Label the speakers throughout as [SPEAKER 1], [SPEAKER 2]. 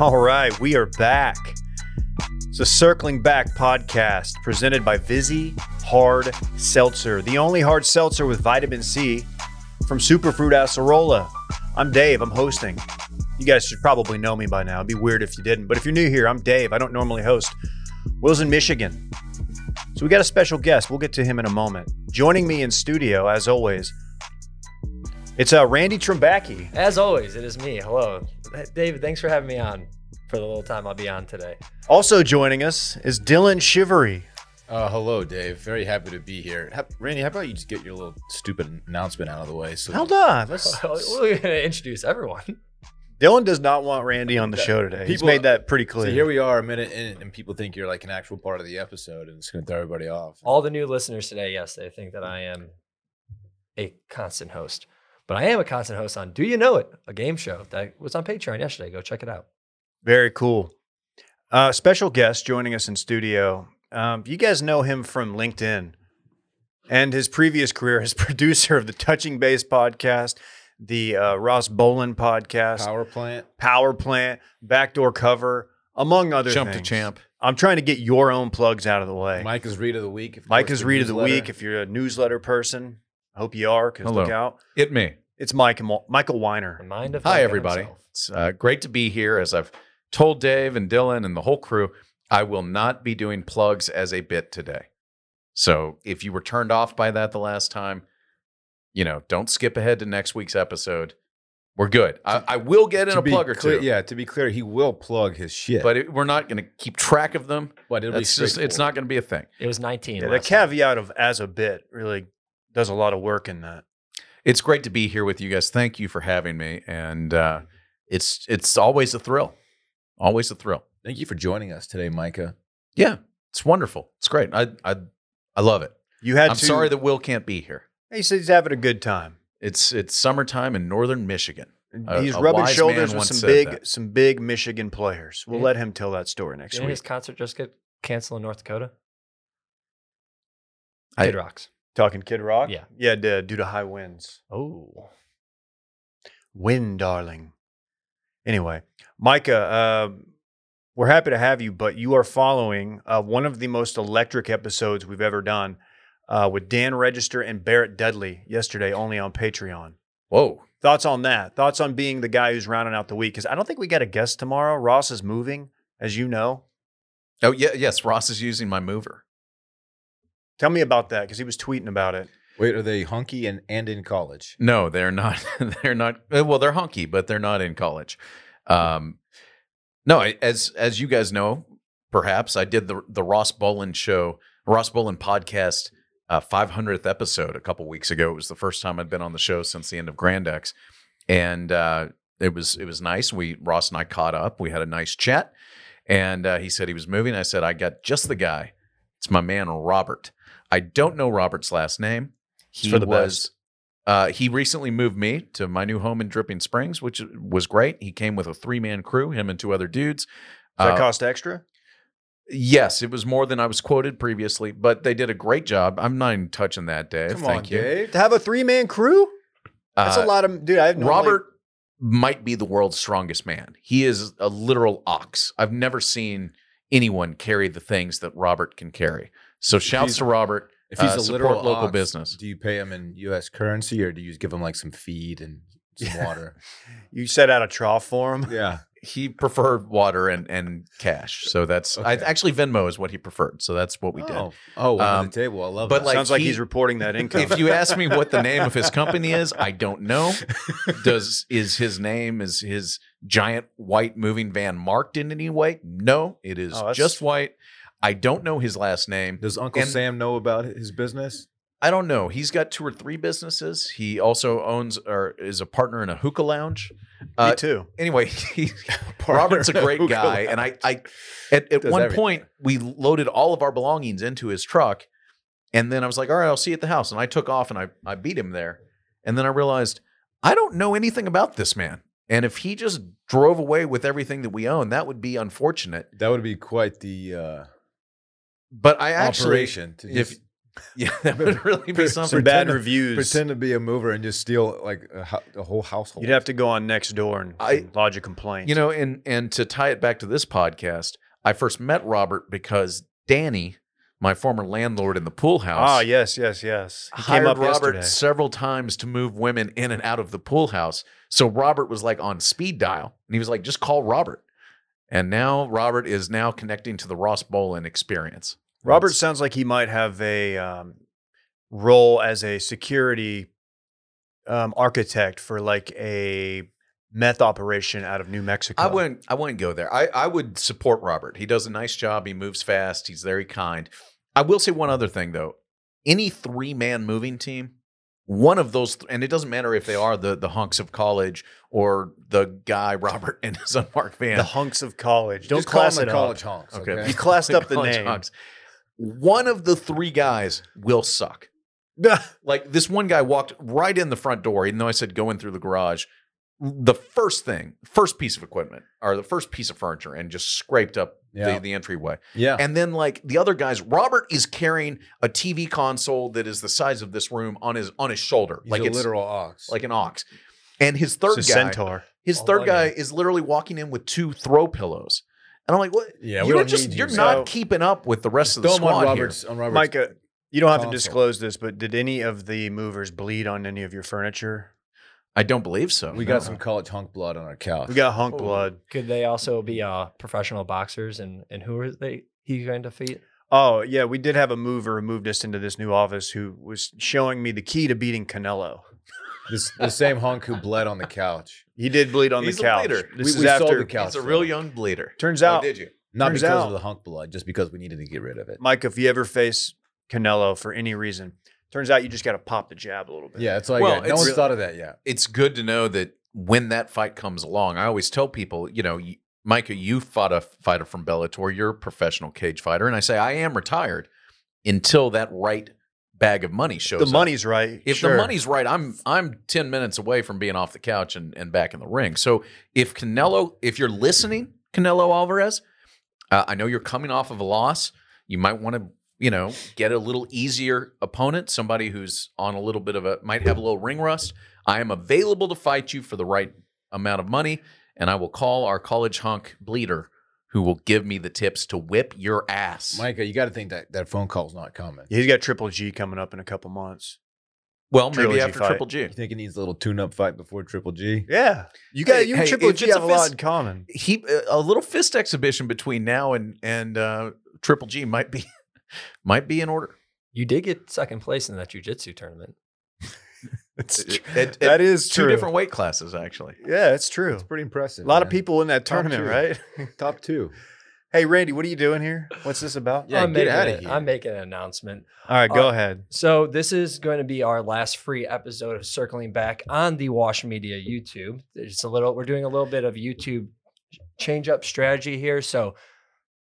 [SPEAKER 1] All right, we are back. It's a Circling Back podcast presented by Vizzy Hard Seltzer, the only hard seltzer with vitamin C from Superfruit Acerola. I'm Dave, I'm hosting. You guys should probably know me by now. It'd be weird if you didn't. But if you're new here, I'm Dave. I don't normally host. Will's in Michigan. So we got a special guest. We'll get to him in a moment. Joining me in studio, as always, it's uh, Randy Trumbacki.
[SPEAKER 2] As always, it is me. Hello, Th- David. Thanks for having me on for the little time I'll be on today.
[SPEAKER 1] Also joining us is Dylan Shivery.
[SPEAKER 3] Uh, hello, Dave. Very happy to be here. How, Randy, how about you just get your little stupid announcement out of the way? So
[SPEAKER 1] Hold on. Let's,
[SPEAKER 2] We're gonna introduce everyone.
[SPEAKER 1] Dylan does not want Randy on the show today. He's
[SPEAKER 3] People-
[SPEAKER 1] made that pretty clear.
[SPEAKER 3] So here we are, a minute in, and people think you're like an actual part of the episode, and it's going to throw everybody off.
[SPEAKER 2] All the new listeners today, yes, they think that I am a constant host, but I am a constant host on Do You Know It, a game show that was on Patreon yesterday. Go check it out.
[SPEAKER 1] Very cool. Uh, special guest joining us in studio. Um, you guys know him from LinkedIn and his previous career as producer of the Touching Base podcast, the uh, Ross Bolin podcast, Power,
[SPEAKER 3] Power plant.
[SPEAKER 1] Plant, Backdoor Cover, among other
[SPEAKER 4] Jump
[SPEAKER 1] things.
[SPEAKER 4] to champ.
[SPEAKER 1] I'm trying to get your own plugs out of the way. Mike,
[SPEAKER 3] Mike is read of the week. Of course,
[SPEAKER 1] is
[SPEAKER 3] the
[SPEAKER 1] read of the
[SPEAKER 3] newsletter.
[SPEAKER 1] week. If you're a newsletter person, I hope you are. Because
[SPEAKER 4] Hello.
[SPEAKER 1] look out,
[SPEAKER 4] It me.
[SPEAKER 1] it's Mike and Mo- Michael Weiner.
[SPEAKER 2] Remind of
[SPEAKER 4] Hi,
[SPEAKER 2] Lincoln
[SPEAKER 4] everybody.
[SPEAKER 2] himself.
[SPEAKER 4] It's uh, great to be here. As I've told Dave and Dylan and the whole crew, I will not be doing plugs as a bit today. So if you were turned off by that the last time, you know, don't skip ahead to next week's episode. We're good. I, I will get in
[SPEAKER 3] To
[SPEAKER 4] a
[SPEAKER 3] be
[SPEAKER 4] plug or
[SPEAKER 3] clear-
[SPEAKER 4] two,
[SPEAKER 3] Yeah, to be clear, he will plug his shit.
[SPEAKER 4] but it, we're not going to keep track of them.
[SPEAKER 3] but it'll
[SPEAKER 4] It's just it's not going to be a thing.
[SPEAKER 2] It was 19.
[SPEAKER 1] Yeah, the
[SPEAKER 2] last time.
[SPEAKER 1] caveat of as a bit really does a lot of work in that.
[SPEAKER 4] It's great to be here with you guys. Thank you for having me, and uh, it's it's always a thrill, always a thrill.
[SPEAKER 3] Thank you for joining us today, Micah.
[SPEAKER 4] Yeah, it's wonderful. It's great. I I I love it.
[SPEAKER 1] You had
[SPEAKER 4] I'm
[SPEAKER 1] to,
[SPEAKER 4] sorry that Will can't be here.
[SPEAKER 1] He says he's having a good time.
[SPEAKER 4] It's it's summertime in northern Michigan. A-
[SPEAKER 1] he's
[SPEAKER 4] a
[SPEAKER 1] rubbing
[SPEAKER 4] wise
[SPEAKER 1] shoulders
[SPEAKER 4] man
[SPEAKER 1] with
[SPEAKER 4] once
[SPEAKER 1] some
[SPEAKER 4] said
[SPEAKER 1] big,
[SPEAKER 4] that.
[SPEAKER 1] some big Michigan players. We'll
[SPEAKER 2] Yeah.
[SPEAKER 1] let him tell that story next
[SPEAKER 2] Didn't
[SPEAKER 1] week.
[SPEAKER 2] his concert just get canceled in North Dakota?
[SPEAKER 4] I-
[SPEAKER 2] Kid Rocks.
[SPEAKER 1] Talking Kid Rock.
[SPEAKER 2] Yeah.
[SPEAKER 1] yeah, it did, due to high winds.
[SPEAKER 2] Oh,
[SPEAKER 1] Wind, darling. Anyway, Micah, uh, we're happy to have you, but you are following uh, one of the most electric episodes we've ever done uh, with Dan Register and Barrett Dudley yesterday, only on Patreon.
[SPEAKER 4] Whoa.
[SPEAKER 1] Thoughts on that? Thoughts on being the guy who's rounding out the week? Because I don't think we got a guest tomorrow. Ross is moving, as you know.
[SPEAKER 4] Oh yeah, yes. Ross is using my mover.
[SPEAKER 1] Tell me about that because he was tweeting about it.
[SPEAKER 3] Wait, are they hunky and, and in college?
[SPEAKER 4] No, they're not. They're not. uh, Well, they're honky, but they're not in college. Um, no, I, as as you guys know, perhaps I did the the Ross Bolin show, Ross Bolin podcast, uh, 500th episode a couple weeks ago. It was the first time I'd been on the show since the end of Grand X, and uh, it was it was nice. We Ross and I caught up. We had a nice chat, and uh, he said he was moving. I said I got just the guy. It's my man Robert. I don't know Robert's last name. He
[SPEAKER 1] for the
[SPEAKER 4] was.
[SPEAKER 1] best.
[SPEAKER 4] Uh, he recently moved me to my new home in Dripping Springs, which was great. He came with a three man crew, him and two other dudes.
[SPEAKER 1] Does that
[SPEAKER 4] Uh,
[SPEAKER 1] cost extra?
[SPEAKER 4] yes, it was more than I was quoted previously, but they did a great job. I'm not even touching that, Dave.
[SPEAKER 3] Come on,
[SPEAKER 4] Thank you.
[SPEAKER 3] Dave.
[SPEAKER 1] To have a three man crew? That's
[SPEAKER 4] Uh,
[SPEAKER 1] a lot of dude. I have normally-
[SPEAKER 4] Robert might be the world's strongest man. He is a literal ox. I've never seen anyone carry the things that Robert can carry. So shouts
[SPEAKER 3] he's-
[SPEAKER 4] to Robert.
[SPEAKER 3] If he's
[SPEAKER 4] Uh,
[SPEAKER 3] a
[SPEAKER 4] support
[SPEAKER 3] literal
[SPEAKER 4] local
[SPEAKER 3] ox,
[SPEAKER 4] business.
[SPEAKER 3] do you pay him in U.S. currency or do you just give him like some feed and some
[SPEAKER 1] Yeah.
[SPEAKER 3] water?
[SPEAKER 1] You set out a trough for him.
[SPEAKER 3] Yeah,
[SPEAKER 4] He preferred water and, and cash. So that's I,
[SPEAKER 3] Okay.
[SPEAKER 4] actually Venmo is what he preferred. So that's what we did.
[SPEAKER 3] Oh, oh under
[SPEAKER 4] Um,
[SPEAKER 3] the table. I love
[SPEAKER 4] but
[SPEAKER 3] that.
[SPEAKER 4] like
[SPEAKER 1] Sounds like
[SPEAKER 4] he-
[SPEAKER 1] he's reporting that income.
[SPEAKER 4] if you ask me what the name of his company is, I don't know. Does is his name is his giant white moving van marked in any way? No, it is
[SPEAKER 1] Oh, that's-
[SPEAKER 4] just white. I don't know his last name.
[SPEAKER 3] Does Uncle
[SPEAKER 4] And-
[SPEAKER 3] Sam know about his business?
[SPEAKER 4] I don't know. He's got two or three businesses. He also owns or is a partner in a hookah lounge. Uh,
[SPEAKER 1] me too.
[SPEAKER 4] Anyway, he, Robert's a great guy, and I, I at, at
[SPEAKER 3] Does
[SPEAKER 4] one
[SPEAKER 3] everything.
[SPEAKER 4] point we loaded all of our belongings into his truck, and then I was like, "All right, I'll see you at the house," and I took off and I I beat him there, and then I realized I don't know anything about this man, and if he just drove away with everything that we own, that would be unfortunate.
[SPEAKER 3] that would be quite the uh,
[SPEAKER 4] But I actually,
[SPEAKER 3] operation. To
[SPEAKER 4] if
[SPEAKER 3] just
[SPEAKER 4] Yeah, that would really be
[SPEAKER 1] Some
[SPEAKER 4] something.
[SPEAKER 1] bad
[SPEAKER 3] to-
[SPEAKER 1] reviews.
[SPEAKER 3] Pretend to be a mover and just steal like a, ho- a whole household.
[SPEAKER 1] You'd have to go on next door and
[SPEAKER 4] I-
[SPEAKER 1] lodge a complaint.
[SPEAKER 4] You know, and and to tie it back to this podcast, I first met Robert because Danny, my former landlord in the pool house,
[SPEAKER 1] ah, yes, yes, yes. He
[SPEAKER 4] hired
[SPEAKER 1] came up
[SPEAKER 4] Robert
[SPEAKER 1] yesterday.
[SPEAKER 4] several times to move women in and out of the pool house. So Robert was like on speed dial, and he was like, "Just call Robert." And now Robert is now connecting to the Ross Bolin experience.
[SPEAKER 1] Robert sounds like he might have a um, role as a security um, architect for like a meth operation out of New Mexico.
[SPEAKER 4] I wouldn't. I wouldn't go there. I, I would support Robert. He does a nice job. He moves fast. He's very kind. I will say one other thing though. Any three man moving team, one of those, th- and it doesn't matter if they are the the hunks of college or the guy Robert and his unmarked van.
[SPEAKER 1] The hunks of college. Don't
[SPEAKER 3] Just call
[SPEAKER 1] class
[SPEAKER 3] them
[SPEAKER 1] it
[SPEAKER 3] the
[SPEAKER 1] up.
[SPEAKER 3] college honks.
[SPEAKER 4] Okay.
[SPEAKER 3] Okay.
[SPEAKER 1] You classed up the
[SPEAKER 4] College
[SPEAKER 1] name.
[SPEAKER 4] hunks. One of the three guys will suck. Like this one guy walked right in the front door, even though I said go in through the garage. The first thing, first piece of equipment, or the first piece of furniture, and just scraped up
[SPEAKER 3] Yeah.
[SPEAKER 4] the, the entryway.
[SPEAKER 3] Yeah.
[SPEAKER 4] And then like the other guys, Robert is carrying a TV console that is the size of this room on his on his shoulder,
[SPEAKER 3] He's
[SPEAKER 4] like
[SPEAKER 3] a
[SPEAKER 4] it's
[SPEAKER 3] literal ox.
[SPEAKER 4] like an ox. And his third
[SPEAKER 1] It's a
[SPEAKER 4] guy,
[SPEAKER 1] centaur.
[SPEAKER 4] his
[SPEAKER 5] Oh,
[SPEAKER 4] third guy
[SPEAKER 5] yeah.
[SPEAKER 4] is literally walking in with two throw pillows. And I'm like, what?
[SPEAKER 3] yeah, we
[SPEAKER 4] you're
[SPEAKER 3] don't
[SPEAKER 4] just
[SPEAKER 3] need
[SPEAKER 4] you're
[SPEAKER 3] you.
[SPEAKER 4] not
[SPEAKER 1] So-
[SPEAKER 4] keeping up with the rest of the
[SPEAKER 3] Throw 'em on
[SPEAKER 4] squad here.
[SPEAKER 3] Robert's on Robert's.
[SPEAKER 1] Micah, uh, you don't have to
[SPEAKER 3] Console.
[SPEAKER 1] disclose this, but did any of the movers bleed on any of your furniture?
[SPEAKER 4] I don't believe so.
[SPEAKER 3] we
[SPEAKER 4] no.
[SPEAKER 3] got some college hunk blood on our couch.
[SPEAKER 1] We got hunk
[SPEAKER 4] Oh.
[SPEAKER 1] blood.
[SPEAKER 5] Could they also be uh, professional boxers? And and who are they? He going to defeat?
[SPEAKER 1] Oh, yeah, we did have a mover who moved us into this new office who was showing me the key to beating Canelo.
[SPEAKER 3] this, the same hunk who bled on the couch.
[SPEAKER 1] He did bleed on
[SPEAKER 4] He's
[SPEAKER 1] the
[SPEAKER 4] a
[SPEAKER 1] couch.
[SPEAKER 4] leader.
[SPEAKER 1] This
[SPEAKER 3] We-
[SPEAKER 1] is
[SPEAKER 3] we sold
[SPEAKER 1] after
[SPEAKER 3] the couch.
[SPEAKER 4] He's a real young bleeder.
[SPEAKER 1] turns
[SPEAKER 4] Oh,
[SPEAKER 1] out
[SPEAKER 4] did you?
[SPEAKER 3] Not
[SPEAKER 1] Turns
[SPEAKER 3] because
[SPEAKER 1] out-
[SPEAKER 3] of the hunk blood, just because we needed to get rid of it.
[SPEAKER 1] Mike, if you ever face Canelo for any reason, turns out you just got to pop the jab a little bit.
[SPEAKER 3] Yeah, it's like
[SPEAKER 4] Well,
[SPEAKER 3] no
[SPEAKER 4] it's
[SPEAKER 3] one's
[SPEAKER 4] real-
[SPEAKER 3] thought of that yet.
[SPEAKER 4] It's good to know that when that fight comes along. I always tell people, you know, you- Micah, you fought a fighter from Bellator. You're a professional cage fighter, and I say I am retired until that right bag of money shows.
[SPEAKER 1] the
[SPEAKER 4] up.
[SPEAKER 1] money's right.
[SPEAKER 4] If
[SPEAKER 1] sure.
[SPEAKER 4] the money's right, I'm I'm ten minutes away from being off the couch and, and back in the ring. So if Canelo, if you're listening, Canelo Alvarez, uh, I know you're coming off of a loss. You might want to you know get a little easier opponent, somebody who's on a little bit of a might have a little ring rust. I am available to fight you for the right amount of money, and I will call our college hunk bleeder who will give me the tips to whip your ass.
[SPEAKER 3] Micah, you got to think that that phone call's not coming.
[SPEAKER 1] Yeah, he's got Triple G coming up in a couple months.
[SPEAKER 4] well, maybe
[SPEAKER 1] Trilogy
[SPEAKER 4] after
[SPEAKER 1] fight.
[SPEAKER 4] Triple G.
[SPEAKER 3] You think he needs a little tune-up fight before Triple G?
[SPEAKER 1] Yeah, you got
[SPEAKER 4] Hey,
[SPEAKER 1] you
[SPEAKER 4] hey,
[SPEAKER 1] and Triple
[SPEAKER 4] if
[SPEAKER 1] G
[SPEAKER 4] it's a
[SPEAKER 1] have a lot
[SPEAKER 4] fist-
[SPEAKER 1] in common.
[SPEAKER 4] he uh, a little fist exhibition between now and and uh, Triple G might be might be in order.
[SPEAKER 5] You did get second place in that jujitsu tournament.
[SPEAKER 1] It's
[SPEAKER 4] It- it-
[SPEAKER 1] that is
[SPEAKER 4] Two
[SPEAKER 1] true.
[SPEAKER 4] different weight classes, actually.
[SPEAKER 1] yeah, it's true.
[SPEAKER 3] Pretty impressive.
[SPEAKER 1] A lot of
[SPEAKER 3] man.
[SPEAKER 1] people in that
[SPEAKER 3] Top
[SPEAKER 1] tournament,
[SPEAKER 3] two.
[SPEAKER 1] right?
[SPEAKER 3] top two.
[SPEAKER 1] Hey, Randy, what are you doing here? What's this about?
[SPEAKER 3] Yeah,
[SPEAKER 5] I'm
[SPEAKER 3] get
[SPEAKER 5] making
[SPEAKER 3] outta
[SPEAKER 5] it-
[SPEAKER 3] here.
[SPEAKER 5] I'm making an announcement.
[SPEAKER 1] All right, go ahead.
[SPEAKER 5] So this is going to be our last free episode of Circling Back on the Wash Media YouTube. It's a little we're doing a little bit of YouTube change up strategy here. So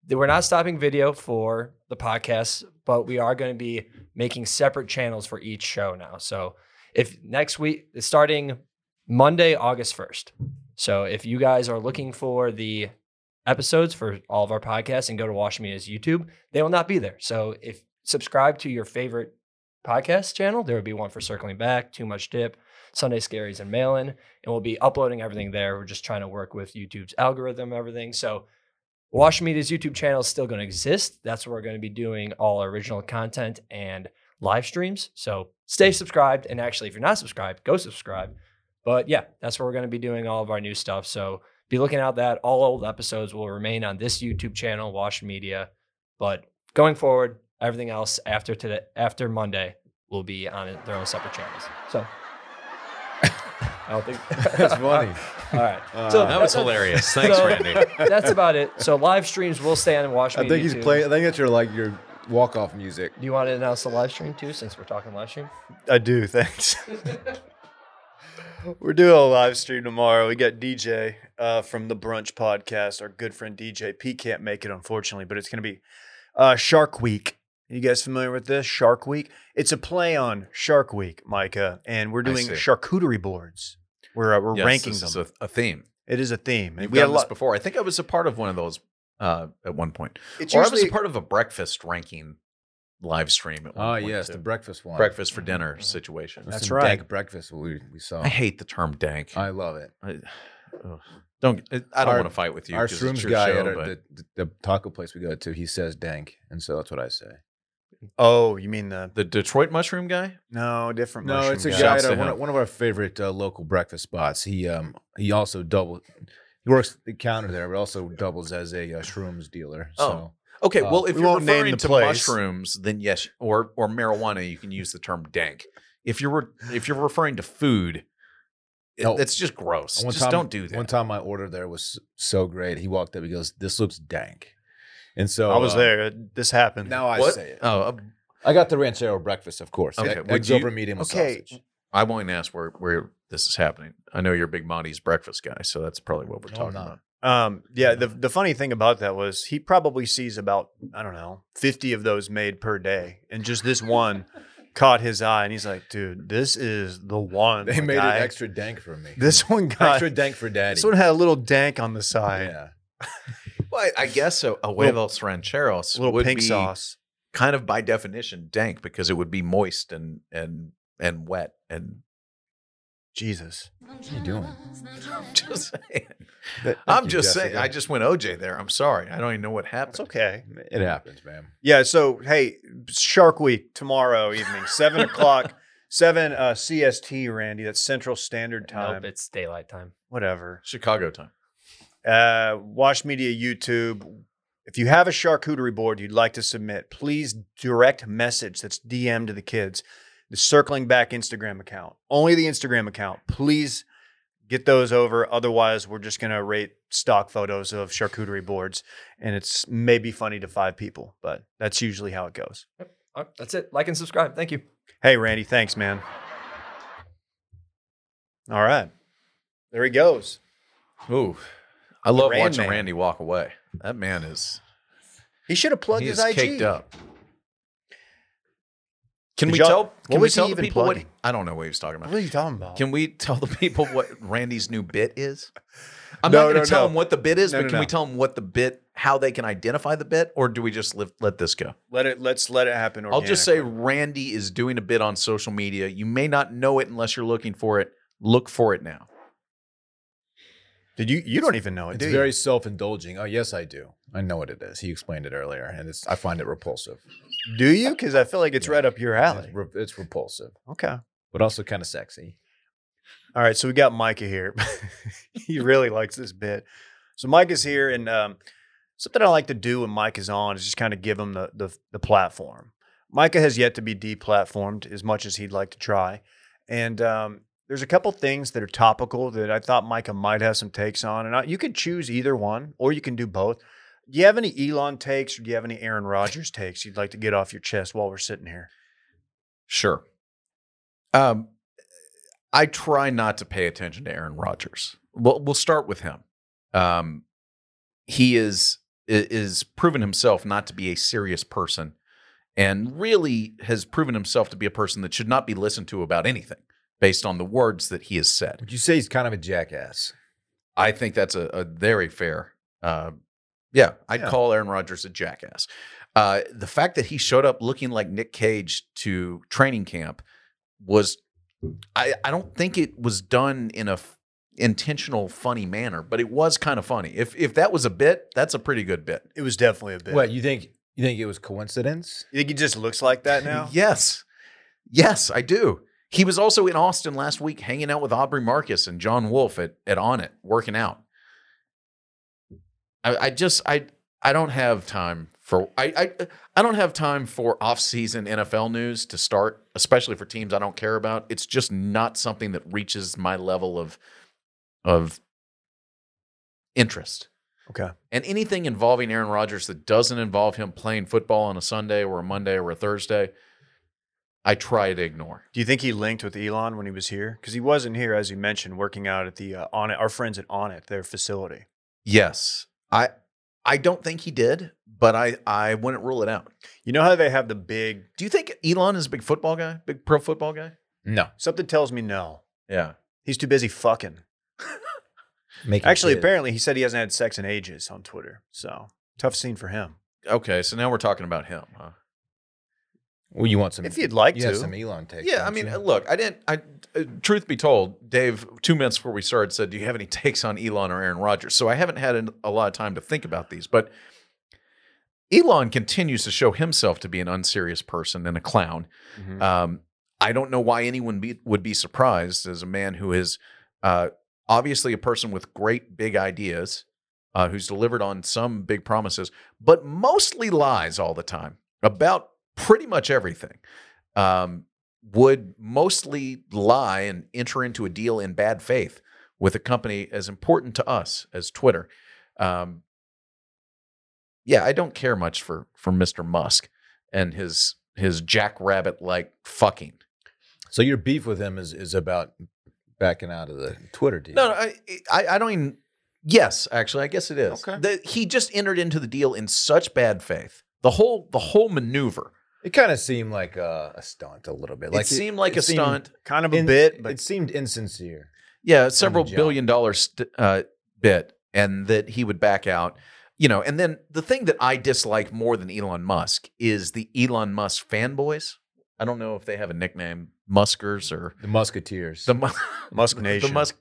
[SPEAKER 5] th- we're not stopping video for the podcast, but we are going to be making separate channels for each show now. So if next week starting Monday, August 1st. So if you guys are looking for the episodes for all of our podcasts and go to Wash Media's YouTube, they will not be there. So if subscribe to your favorite podcast channel, there would be one for Circling Back, Too Much Dip, Sunday Scaries, and Mail In. And we'll be uploading everything there. We're just trying to work with YouTube's algorithm, everything. So Wash Media's YouTube channel is still going to exist. That's where we're going to be doing all our original content and live streams. So stay subscribed. And actually, if you're not subscribed, go subscribe. But yeah, that's where we're going to be doing all of our new stuff. So be looking out that all old episodes will remain on this YouTube channel, Wash Media. But going forward, everything else after today, after Monday, will be on their own separate channels. So I don't think
[SPEAKER 3] That's funny.
[SPEAKER 5] All right,
[SPEAKER 3] Uh,
[SPEAKER 5] So-
[SPEAKER 4] That was hilarious. Thanks,
[SPEAKER 5] So-
[SPEAKER 4] Randy.
[SPEAKER 5] that's about it. So live streams will stay on Wash
[SPEAKER 3] I
[SPEAKER 5] Media.
[SPEAKER 3] think he's
[SPEAKER 5] too.
[SPEAKER 3] playing. I think that's your like your walk-off music.
[SPEAKER 5] Do you want to announce the live stream too, since we're talking live stream?
[SPEAKER 1] I do. Thanks. We're doing a live stream tomorrow. We got DJ uh, from the Brunch Podcast. Our good friend DJ P can't make it, unfortunately, but it's going to be uh, Shark Week. You guys familiar with this? Shark Week. It's a play on Shark Week, Micah, and we're
[SPEAKER 4] I
[SPEAKER 1] doing
[SPEAKER 4] see.
[SPEAKER 1] charcuterie boards. We're uh, we're
[SPEAKER 4] Yes,
[SPEAKER 1] ranking
[SPEAKER 4] this
[SPEAKER 1] them.
[SPEAKER 4] is a, a theme.
[SPEAKER 1] it is a theme. And
[SPEAKER 4] We've
[SPEAKER 1] we had
[SPEAKER 4] done
[SPEAKER 1] a
[SPEAKER 4] this
[SPEAKER 1] lot.
[SPEAKER 4] before. I think I was a part of one of those uh, at one point,
[SPEAKER 1] It's
[SPEAKER 4] or I was
[SPEAKER 1] usually
[SPEAKER 4] a part of a breakfast ranking live stream at one
[SPEAKER 3] Oh
[SPEAKER 4] point,
[SPEAKER 3] yes,
[SPEAKER 4] too.
[SPEAKER 3] the breakfast one.
[SPEAKER 4] breakfast for dinner situation.
[SPEAKER 3] There's
[SPEAKER 1] That's
[SPEAKER 3] some
[SPEAKER 1] right.
[SPEAKER 3] Dank breakfast we, we saw.
[SPEAKER 4] I hate the term dank.
[SPEAKER 3] I love it.
[SPEAKER 4] I, ugh. don't. I don't
[SPEAKER 3] Our-
[SPEAKER 4] want to fight with you.
[SPEAKER 3] our
[SPEAKER 4] 'cause
[SPEAKER 3] shrooms
[SPEAKER 4] it's your
[SPEAKER 3] guy
[SPEAKER 4] show,
[SPEAKER 3] at our,
[SPEAKER 4] but-
[SPEAKER 3] the, the, the taco place we go to, he says dank, and so that's what I say.
[SPEAKER 1] Oh, you mean the
[SPEAKER 4] the Detroit mushroom guy.
[SPEAKER 1] no different?
[SPEAKER 3] No,
[SPEAKER 1] mushroom
[SPEAKER 3] it's a
[SPEAKER 4] guy.
[SPEAKER 3] guy
[SPEAKER 4] Shouts
[SPEAKER 3] at
[SPEAKER 4] to
[SPEAKER 3] our, one,
[SPEAKER 4] him.
[SPEAKER 3] of- one of our favorite uh, local breakfast spots. He um he also double he works the counter there, but also doubles as a uh, shrooms dealer.
[SPEAKER 4] Oh.
[SPEAKER 3] So
[SPEAKER 4] Okay,
[SPEAKER 3] Uh,
[SPEAKER 4] well, if
[SPEAKER 1] we
[SPEAKER 4] you're
[SPEAKER 1] won't name
[SPEAKER 4] referring
[SPEAKER 1] the
[SPEAKER 4] to
[SPEAKER 1] place.
[SPEAKER 4] mushrooms, then yes, or or marijuana, you can use the term dank. If you're re- if you're referring to food, it-
[SPEAKER 3] No.
[SPEAKER 4] it's just gross.
[SPEAKER 3] And one
[SPEAKER 4] Just
[SPEAKER 3] time-
[SPEAKER 4] don't do that.
[SPEAKER 3] One time my order there was so great. He walked up, he goes, "This looks dank," and so
[SPEAKER 1] I was
[SPEAKER 3] uh,
[SPEAKER 1] there. This happened.
[SPEAKER 3] Now I
[SPEAKER 4] What?
[SPEAKER 3] say it.
[SPEAKER 4] Oh, uh,
[SPEAKER 3] I got the ranchero breakfast, of course.
[SPEAKER 4] Okay,
[SPEAKER 3] Okay,
[SPEAKER 4] would
[SPEAKER 3] eggs
[SPEAKER 4] you-
[SPEAKER 3] over medium with
[SPEAKER 1] Okay.
[SPEAKER 3] sausage.
[SPEAKER 4] I won't ask where where this is happening. I know you're a Big Monty's breakfast guy, so that's probably what we're
[SPEAKER 3] No, I'm
[SPEAKER 4] talking
[SPEAKER 3] not.
[SPEAKER 4] about.
[SPEAKER 1] Um, yeah, the the funny thing about that was he probably sees about I don't know fifty of those made per day, and just this one caught his eye, and he's like, "Dude, this is the one."
[SPEAKER 3] They
[SPEAKER 1] my
[SPEAKER 3] made
[SPEAKER 1] guy.
[SPEAKER 3] it extra dank for me.
[SPEAKER 1] This one got
[SPEAKER 3] extra dank for daddy.
[SPEAKER 1] this one had a little dank on the side,
[SPEAKER 3] yeah.
[SPEAKER 4] Well, I, I guess so. A
[SPEAKER 1] Little-
[SPEAKER 4] huevos rancheros
[SPEAKER 1] a little
[SPEAKER 4] would
[SPEAKER 1] pink
[SPEAKER 4] be
[SPEAKER 1] sauce.
[SPEAKER 4] kind of by definition dank because it would be moist and and and wet and
[SPEAKER 1] Jesus,
[SPEAKER 5] What are you doing?
[SPEAKER 4] just
[SPEAKER 3] Th-
[SPEAKER 4] saying.
[SPEAKER 3] thank
[SPEAKER 4] I'm
[SPEAKER 3] you,
[SPEAKER 4] just saying.
[SPEAKER 3] Jessica.
[SPEAKER 4] I just went OJ there. I'm sorry. I don't even know what happened.
[SPEAKER 1] that's okay.
[SPEAKER 3] it happens, man.
[SPEAKER 1] Yeah. So hey, Shark Week tomorrow evening, seven o'clock, seven uh, CST, Randy. That's Central Standard Time.
[SPEAKER 2] Nope, it's daylight time.
[SPEAKER 1] Whatever.
[SPEAKER 4] Chicago time.
[SPEAKER 1] uh, Wash Media YouTube. If you have a charcuterie board you'd like to submit, please direct message that's DM to the kids. The circling back Instagram account, only the Instagram account. Please get those over. Otherwise, we're just gonna rate stock photos of charcuterie boards, and it's maybe funny to five people, but that's usually how it goes.
[SPEAKER 2] All right, that's it. Like and subscribe. Thank you.
[SPEAKER 1] Hey, Randy, thanks, man. All right, there he goes.
[SPEAKER 4] Ooh, I love
[SPEAKER 1] Rand
[SPEAKER 4] watching
[SPEAKER 1] Man.
[SPEAKER 4] Randy walk away. That man is
[SPEAKER 1] He should have plugged
[SPEAKER 4] he
[SPEAKER 1] his
[SPEAKER 4] is
[SPEAKER 1] IG.
[SPEAKER 4] caked up. Can
[SPEAKER 1] Did
[SPEAKER 4] we
[SPEAKER 1] y'all-
[SPEAKER 4] tell?
[SPEAKER 1] what
[SPEAKER 4] Can we
[SPEAKER 1] was he
[SPEAKER 4] tell the
[SPEAKER 1] even
[SPEAKER 4] people
[SPEAKER 1] plugging?
[SPEAKER 4] what? I don't know what he was talking
[SPEAKER 1] What
[SPEAKER 4] about.
[SPEAKER 1] are you talking about?
[SPEAKER 4] Can we tell the people what Randy's new bit is? I'm
[SPEAKER 1] No,
[SPEAKER 4] not going to
[SPEAKER 1] no,
[SPEAKER 4] tell
[SPEAKER 1] no.
[SPEAKER 4] them what the bit is,
[SPEAKER 1] No,
[SPEAKER 4] but
[SPEAKER 1] no,
[SPEAKER 4] can we
[SPEAKER 1] no.
[SPEAKER 4] tell them what the bit, how they can identify the bit, or do we just live, let this go?
[SPEAKER 1] let it. Let's let it happen.
[SPEAKER 4] I'll just say
[SPEAKER 1] organically.
[SPEAKER 4] Randy is doing a bit on social media. You may not know it unless you're looking for it. Look for it now.
[SPEAKER 1] Did you? You don't even know it,
[SPEAKER 3] It's
[SPEAKER 1] do
[SPEAKER 3] very
[SPEAKER 1] you?
[SPEAKER 3] self-indulging. Oh yes, I do. I know what it is. He explained it earlier, and it's I find it repulsive.
[SPEAKER 1] Do you? Because I feel like it's right up your alley.
[SPEAKER 3] It's, re- it's repulsive,
[SPEAKER 1] Okay.
[SPEAKER 3] but also kind of sexy.
[SPEAKER 1] All right. So we got Micah here. he really likes this bit. So Micah's here, and um, something I like to do when Mike is on is just kind of give him the, the the platform. Micah has yet to be deplatformed as much as he'd like to try, and um, there's a couple things that are topical that I thought Micah might have some takes on, and I, you can choose either one or you can do both. Do you have any Elon takes or do you have any Aaron Rodgers takes you'd like to get off your chest while we're sitting here?
[SPEAKER 4] Sure. Um, I try not to pay attention to Aaron Rodgers. We'll, we'll start with him. Um, he is i- is proven himself not to be a serious person, and really has proven himself to be a person that should not be listened to about anything based on the words that he has said.
[SPEAKER 3] Would you say he's kind of a jackass?
[SPEAKER 4] I think that's a, a very fair. Uh, yeah, I'd
[SPEAKER 1] Yeah.
[SPEAKER 4] call Aaron Rodgers a jackass. Uh, the fact that he showed up looking like Nick Cage to training camp was, I, I don't think it was done in a f- intentional funny manner, but it was kind of funny. If if that was a bit, that's a pretty good bit.
[SPEAKER 1] It was definitely a bit.
[SPEAKER 3] What you think? You think it was coincidence?
[SPEAKER 1] You think he just looks like that now?
[SPEAKER 4] Yes, yes, I do. He was also in Austin last week, hanging out with Aubrey Marcus and John Wolfe at at On It, working out. I, I just I I don't have time for I I I don't have time for off season NFL news to start, especially for teams I don't care about. It's just not something that reaches my level of of interest.
[SPEAKER 1] Okay.
[SPEAKER 4] And anything involving Aaron Rodgers that doesn't involve him playing football on a Sunday or a Monday or a Thursday, I try to ignore.
[SPEAKER 1] Do you think he linked with Elon when he was here? Because he wasn't here, as you mentioned, working out at the uh, on our friends at Onnit, their facility.
[SPEAKER 4] Yes. I I don't think he did, but I I wouldn't rule it out.
[SPEAKER 1] You know how they have the big
[SPEAKER 4] Do you think Elon is a big football guy? Big pro football guy?
[SPEAKER 3] No,
[SPEAKER 1] something tells me no.
[SPEAKER 4] Yeah.
[SPEAKER 1] He's too busy fucking.
[SPEAKER 3] Make
[SPEAKER 1] Actually, apparently, he said he hasn't had sex in ages on Twitter. So tough scene for him.
[SPEAKER 4] Okay, so now we're talking about him. Huh?
[SPEAKER 3] Well, you want some?
[SPEAKER 1] If you'd like
[SPEAKER 3] you have
[SPEAKER 1] to.
[SPEAKER 3] some Elon takes.
[SPEAKER 4] Yeah,
[SPEAKER 3] don't
[SPEAKER 4] I mean,
[SPEAKER 3] you?
[SPEAKER 4] uh, look, I didn't. I uh, truth be told, Dave, two minutes before we started, said, "Do you have any takes on Elon or Aaron Rodgers?" So I haven't had an- a lot of time to think about these, but Elon continues to show himself to be an unserious person and a clown.
[SPEAKER 1] Mhm.
[SPEAKER 4] Um, I don't know why anyone be, would be surprised as a man who is uh, obviously a person with great big ideas, uh, who's delivered on some big promises, but mostly lies all the time about pretty much everything. Um, would mostly lie and enter into a deal in bad faith with a company as important to us as Twitter. Um, yeah, I don't care much for for Mr. Musk and his his jackrabbit like fucking.
[SPEAKER 3] so your beef with him is is about backing out of the Twitter deal.
[SPEAKER 4] No, no I, I I don't even. Yes, actually, I guess it is.
[SPEAKER 3] Okay.
[SPEAKER 4] The- he just entered into the deal in such bad faith. The whole the whole maneuver.
[SPEAKER 3] it kind of seemed like a, a stunt a little bit. Like
[SPEAKER 4] it seemed like
[SPEAKER 3] it
[SPEAKER 4] a
[SPEAKER 3] seemed-
[SPEAKER 4] stunt.
[SPEAKER 1] Kind of a
[SPEAKER 3] in-
[SPEAKER 1] bit, but
[SPEAKER 3] it seemed insincere.
[SPEAKER 4] Yeah, several
[SPEAKER 3] jump.
[SPEAKER 4] billion dollar st- uh, bit, and that he would back out. You know, and then the thing that I dislike more than Elon Musk is the Elon Musk fanboys. I don't know if they have a nickname, Muskers or
[SPEAKER 3] The Musketeers.
[SPEAKER 4] the Mu-
[SPEAKER 1] Musk
[SPEAKER 4] The
[SPEAKER 1] Nation.
[SPEAKER 4] Musk,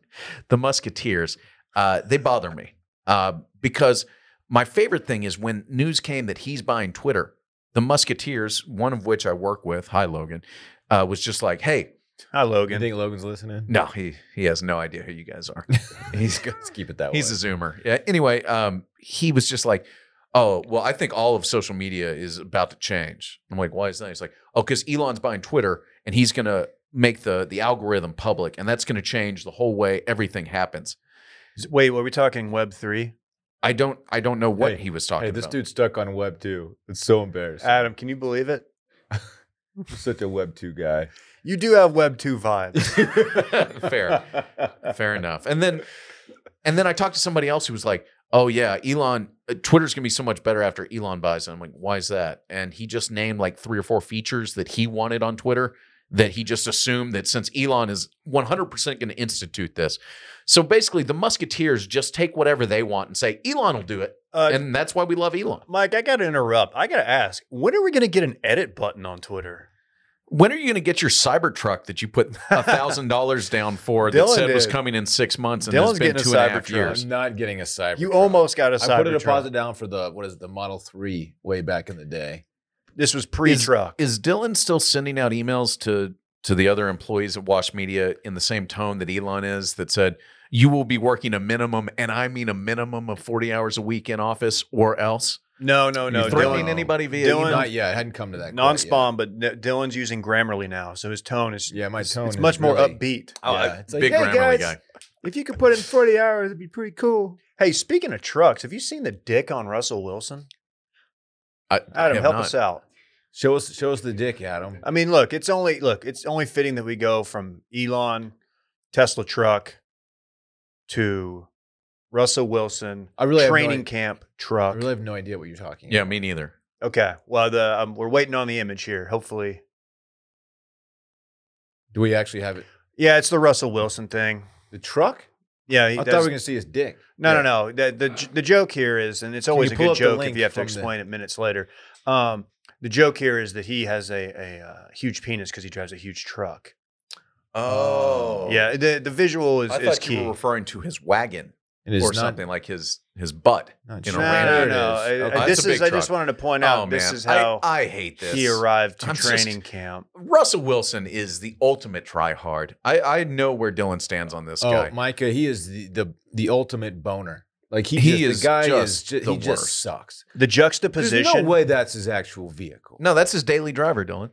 [SPEAKER 4] the Musketeers. Uh, they bother me uh, because my favorite thing is when news came that he's buying Twitter. The Musketeers, one of which I work with, hi Logan, uh, was just like, "Hey,
[SPEAKER 1] Hi,
[SPEAKER 3] you
[SPEAKER 1] Logan.
[SPEAKER 3] think Logan's listening?
[SPEAKER 4] no, he he has no idea who you guys are. He's good."
[SPEAKER 3] Let's keep it that
[SPEAKER 4] He's
[SPEAKER 3] way.
[SPEAKER 4] a zoomer. Yeah. Anyway, um, he was just like, "Oh, well, I think all of social media is about to change." I'm like, "Why is that?" He's like, "Oh, because Elon's buying Twitter, and he's gonna make the the algorithm public, and that's gonna change the whole way everything happens."
[SPEAKER 1] Wait, were we talking Web three?
[SPEAKER 4] I don't, I don't know what
[SPEAKER 3] Hey,
[SPEAKER 4] he was talking
[SPEAKER 3] hey, this
[SPEAKER 4] about. Ah.
[SPEAKER 3] dude's stuck on Web two. It's so embarrassing.
[SPEAKER 1] Adam, can you believe it?
[SPEAKER 3] He's such a Web two guy.
[SPEAKER 1] You do have Web two vibes.
[SPEAKER 4] Fair. Fair enough. And then, and then I talked to somebody else who was like, "Oh yeah, Elon, uh, Twitter's gonna be so much better after Elon buys." it." I'm like, "Why is that?" And he just named like three or four features that he wanted on Twitter that he just assumed that since Elon is 100% going to institute this. So basically, the Musketeers just take whatever they want and say Elon will do it,
[SPEAKER 1] Uh,
[SPEAKER 4] and that's why we love Elon.
[SPEAKER 1] Mike, I gotta interrupt. I gotta ask, when are we gonna get an edit button on Twitter?
[SPEAKER 4] When are you going to get your Cybertruck that you put thousand dollars down for that
[SPEAKER 1] Dylan
[SPEAKER 4] said was
[SPEAKER 1] did.
[SPEAKER 4] coming in six months and
[SPEAKER 1] Dylan's
[SPEAKER 4] has been
[SPEAKER 1] getting a
[SPEAKER 4] two and a half
[SPEAKER 1] Cybertruck.
[SPEAKER 4] years?
[SPEAKER 3] I'm not getting a cyber.
[SPEAKER 1] You almost got a
[SPEAKER 3] I
[SPEAKER 1] Cybertruck.
[SPEAKER 3] put a deposit down for the what is it, the Model Three way back in the day.
[SPEAKER 1] This was pre-truck.
[SPEAKER 4] Is Dylan still sending out emails to to the other employees at Wash Media in the same tone that Elon is that said, "You will be working a minimum, and I mean a minimum of forty hours a week in office, or else."
[SPEAKER 1] no, no, no.
[SPEAKER 4] you threatening
[SPEAKER 1] Dylan,
[SPEAKER 3] any-
[SPEAKER 4] anybody via
[SPEAKER 1] Dylan-
[SPEAKER 4] email?
[SPEAKER 3] Not yet. I hadn't come to that. quite yet.
[SPEAKER 1] non-spawn, but no, Dylan's using Grammarly now, so his tone is
[SPEAKER 3] Yeah, my tone.
[SPEAKER 1] it's
[SPEAKER 3] is
[SPEAKER 1] much more
[SPEAKER 3] really-
[SPEAKER 1] upbeat.
[SPEAKER 4] Oh,
[SPEAKER 3] Yeah,
[SPEAKER 4] I-
[SPEAKER 3] it's like,
[SPEAKER 4] big
[SPEAKER 3] "Hey,
[SPEAKER 4] Grammarly
[SPEAKER 3] guys."
[SPEAKER 4] guy.
[SPEAKER 1] If you could put in 40 hours, it'd be pretty cool. Hey, speaking of trucks, have you seen the dick on Russell Wilson?
[SPEAKER 4] I,
[SPEAKER 1] Adam,
[SPEAKER 4] have
[SPEAKER 1] help
[SPEAKER 4] not.
[SPEAKER 1] us out.
[SPEAKER 3] Show us, show us the dick, Adam.
[SPEAKER 1] I mean, look, it's only look, it's only fitting that we go from Elon, Tesla truck, to Russell Wilson
[SPEAKER 3] I really have no
[SPEAKER 1] training
[SPEAKER 3] i-
[SPEAKER 1] camp
[SPEAKER 3] I
[SPEAKER 1] truck.
[SPEAKER 3] really have no idea what you're talking.
[SPEAKER 4] Yeah,
[SPEAKER 3] about.
[SPEAKER 4] me neither.
[SPEAKER 1] Okay, well, the um, we're waiting on the image here. Hopefully,
[SPEAKER 3] Do we actually have it?
[SPEAKER 1] yeah, it's the Russell Wilson thing.
[SPEAKER 3] The truck?
[SPEAKER 1] Yeah,
[SPEAKER 3] I
[SPEAKER 1] he
[SPEAKER 3] thought we were
[SPEAKER 1] does-
[SPEAKER 3] gonna see his dick.
[SPEAKER 1] No, no, no. The, the j- the joke here is, and it's
[SPEAKER 3] Can
[SPEAKER 1] always
[SPEAKER 3] you
[SPEAKER 1] a
[SPEAKER 3] pull
[SPEAKER 1] good
[SPEAKER 3] up the
[SPEAKER 1] joke if
[SPEAKER 3] link
[SPEAKER 1] you have to
[SPEAKER 3] from the-
[SPEAKER 1] explain it minutes later. Um, the joke here is that he has a a uh, huge penis because he drives a huge truck.
[SPEAKER 3] Oh.
[SPEAKER 1] Yeah, the the visual is,
[SPEAKER 4] I
[SPEAKER 1] is
[SPEAKER 4] thought
[SPEAKER 1] key.
[SPEAKER 4] you were referring to his wagon
[SPEAKER 3] It is
[SPEAKER 4] or
[SPEAKER 3] not-
[SPEAKER 4] something like his his butt.
[SPEAKER 3] not
[SPEAKER 4] you know,
[SPEAKER 1] no,
[SPEAKER 3] sure.
[SPEAKER 1] no,
[SPEAKER 4] random.
[SPEAKER 1] no.
[SPEAKER 3] There it is.
[SPEAKER 1] I- I-
[SPEAKER 3] Okay.
[SPEAKER 4] That's
[SPEAKER 1] this
[SPEAKER 4] a big
[SPEAKER 1] is. I just
[SPEAKER 4] truck.
[SPEAKER 1] wanted to point
[SPEAKER 4] oh
[SPEAKER 1] out
[SPEAKER 4] man,
[SPEAKER 1] this is how
[SPEAKER 4] I, I hate this.
[SPEAKER 1] he arrived to
[SPEAKER 4] I'm just-
[SPEAKER 1] training camp.
[SPEAKER 4] Russell Wilson is the ultimate try hard. I, I know where Dylan stands on this
[SPEAKER 3] Oh,
[SPEAKER 4] guy.
[SPEAKER 3] Micah, he is the the, the ultimate boner. Like he,
[SPEAKER 4] He
[SPEAKER 3] just,
[SPEAKER 4] is
[SPEAKER 3] the guy
[SPEAKER 4] just
[SPEAKER 3] is just,
[SPEAKER 4] the
[SPEAKER 3] he just
[SPEAKER 4] worst.
[SPEAKER 3] sucks.
[SPEAKER 1] The juxtaposition.
[SPEAKER 3] There's no way that's his actual vehicle.
[SPEAKER 4] No, that's his daily driver, Dylan.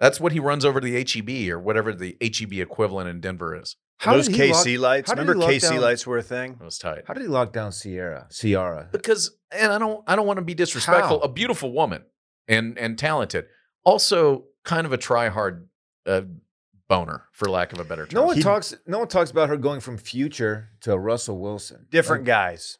[SPEAKER 4] That's what he runs over to the HEB or whatever the HEB equivalent in Denver is.
[SPEAKER 1] those
[SPEAKER 3] did he lock-
[SPEAKER 1] KC lights.
[SPEAKER 3] how did he
[SPEAKER 1] Remember
[SPEAKER 3] lock
[SPEAKER 1] KC
[SPEAKER 3] down-
[SPEAKER 1] lights were a thing.
[SPEAKER 4] That was tight.
[SPEAKER 3] How did he lock down Sierra? Sierra.
[SPEAKER 4] Because and I don't I don't want to be disrespectful.
[SPEAKER 3] How?
[SPEAKER 4] A beautiful woman and and talented. Also kind of a try hard uh, boner, for lack of a better term.
[SPEAKER 3] No one
[SPEAKER 1] He-
[SPEAKER 3] talks. No one talks about her going from Future to Russell Wilson.
[SPEAKER 1] Different
[SPEAKER 3] Like,
[SPEAKER 1] guys.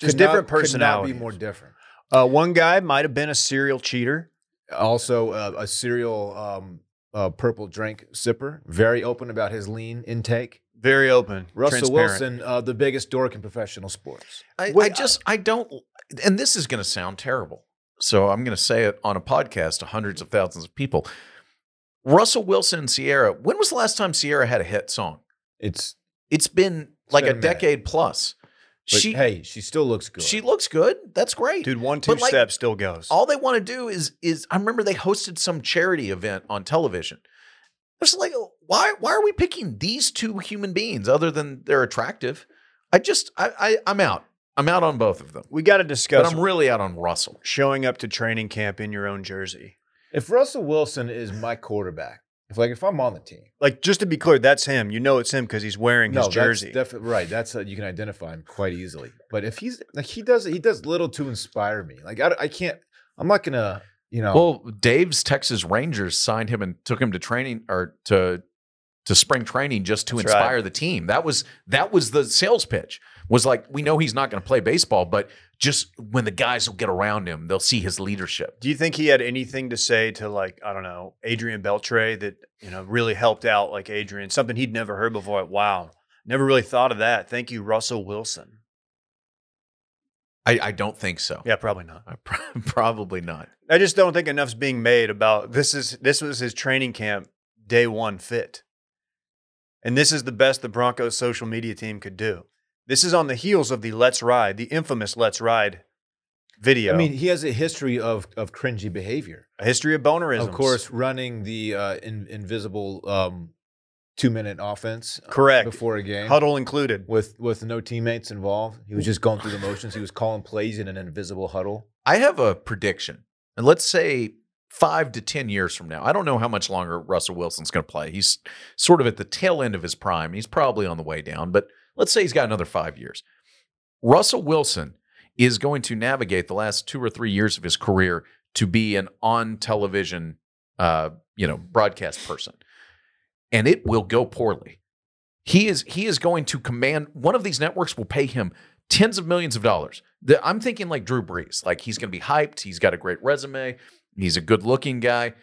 [SPEAKER 3] could
[SPEAKER 1] Just
[SPEAKER 3] not-
[SPEAKER 1] different
[SPEAKER 3] Could
[SPEAKER 1] personalities.
[SPEAKER 3] not be more different.
[SPEAKER 1] Uh, one guy might have been a serial cheater.
[SPEAKER 3] Also, uh, a cereal um, uh, purple drink sipper. Very open about his lean intake.
[SPEAKER 1] Very open.
[SPEAKER 3] Russell
[SPEAKER 1] transparent.
[SPEAKER 3] Wilson, uh, the biggest dork in professional sports.
[SPEAKER 4] I, I
[SPEAKER 1] Wait,
[SPEAKER 4] just I don't and this is gonna sound terrible. so I'm going to say it on a podcast to hundreds of thousands of people. Russell Wilson, and Sierra. When was the last time Sierra had a hit song?
[SPEAKER 3] It's
[SPEAKER 4] It's been like
[SPEAKER 3] been a
[SPEAKER 4] a,
[SPEAKER 3] minute.
[SPEAKER 4] decade plus.
[SPEAKER 3] but
[SPEAKER 4] she
[SPEAKER 3] hey, she still looks good.
[SPEAKER 4] she looks good. That's great.
[SPEAKER 1] Dude, one two
[SPEAKER 4] But, like,
[SPEAKER 1] step still goes.
[SPEAKER 4] All they want to do is is I remember they hosted some charity event on television. It's like why why are we picking these two human beings other than they're attractive? I just I, I I'm out. I'm out on both of them.
[SPEAKER 1] we got to
[SPEAKER 4] But
[SPEAKER 1] discuss
[SPEAKER 4] I'm really out on Russell.
[SPEAKER 1] showing up to training camp in your own jersey.
[SPEAKER 3] if Russell Wilson is my quarterback, if like if I'm on the team,
[SPEAKER 1] Like, just to be clear, that's him. You know it's him because he's wearing his jersey.
[SPEAKER 3] that's definitely right. That's uh you can identify him quite easily. But if he's like he does, he does little to inspire me. Like I, I can't. I'm not gonna. You know,
[SPEAKER 1] Oh.
[SPEAKER 4] Well, Dave's Texas Rangers signed him and took him to training or to to spring training just to
[SPEAKER 1] That's right.
[SPEAKER 4] inspire the team. That was that was the sales pitch. Was like we know he's not going to play baseball, but just when the guys will get around him, they'll see his leadership.
[SPEAKER 1] do you think he had anything to say to like I don't know Adrian Beltre that you know really helped out like Adrian something he'd never heard before? Like, wow, never really thought of that. Thank you, Russell Wilson.
[SPEAKER 4] I, I don't think so.
[SPEAKER 1] Yeah, probably not.
[SPEAKER 4] I pro- Probably not.
[SPEAKER 1] I just don't think enough's being made about this is this was his training camp day one fit. And this is the best the Broncos social media team could do. This is on the heels of the Let's Ride, the infamous Let's Ride video.
[SPEAKER 3] I mean, he has a history of of cringy behavior.
[SPEAKER 1] a history of bonerisms.
[SPEAKER 3] Of course, running the uh, in, invisible um, two minute offense
[SPEAKER 1] Correct.
[SPEAKER 3] uh, before a game
[SPEAKER 1] Huddle included.
[SPEAKER 3] with with no teammates involved. He was just going through the motions. He was calling plays in an invisible huddle.
[SPEAKER 4] I have a prediction, and let's say five to ten years from now. I don't know how much longer Russell Wilson's going to play. He's sort of at the tail end of his prime. He's probably on the way down, but let's say he's got another five years. Russell Wilson is going to navigate the last two or three years of his career to be an on television, uh, you know, broadcast person, and it will go poorly. He is he is going to command one of these networks will pay him tens of millions of dollars. The- I'm thinking like Drew Brees, like he's going to be hyped. He's got a great resume. He's a good looking guy.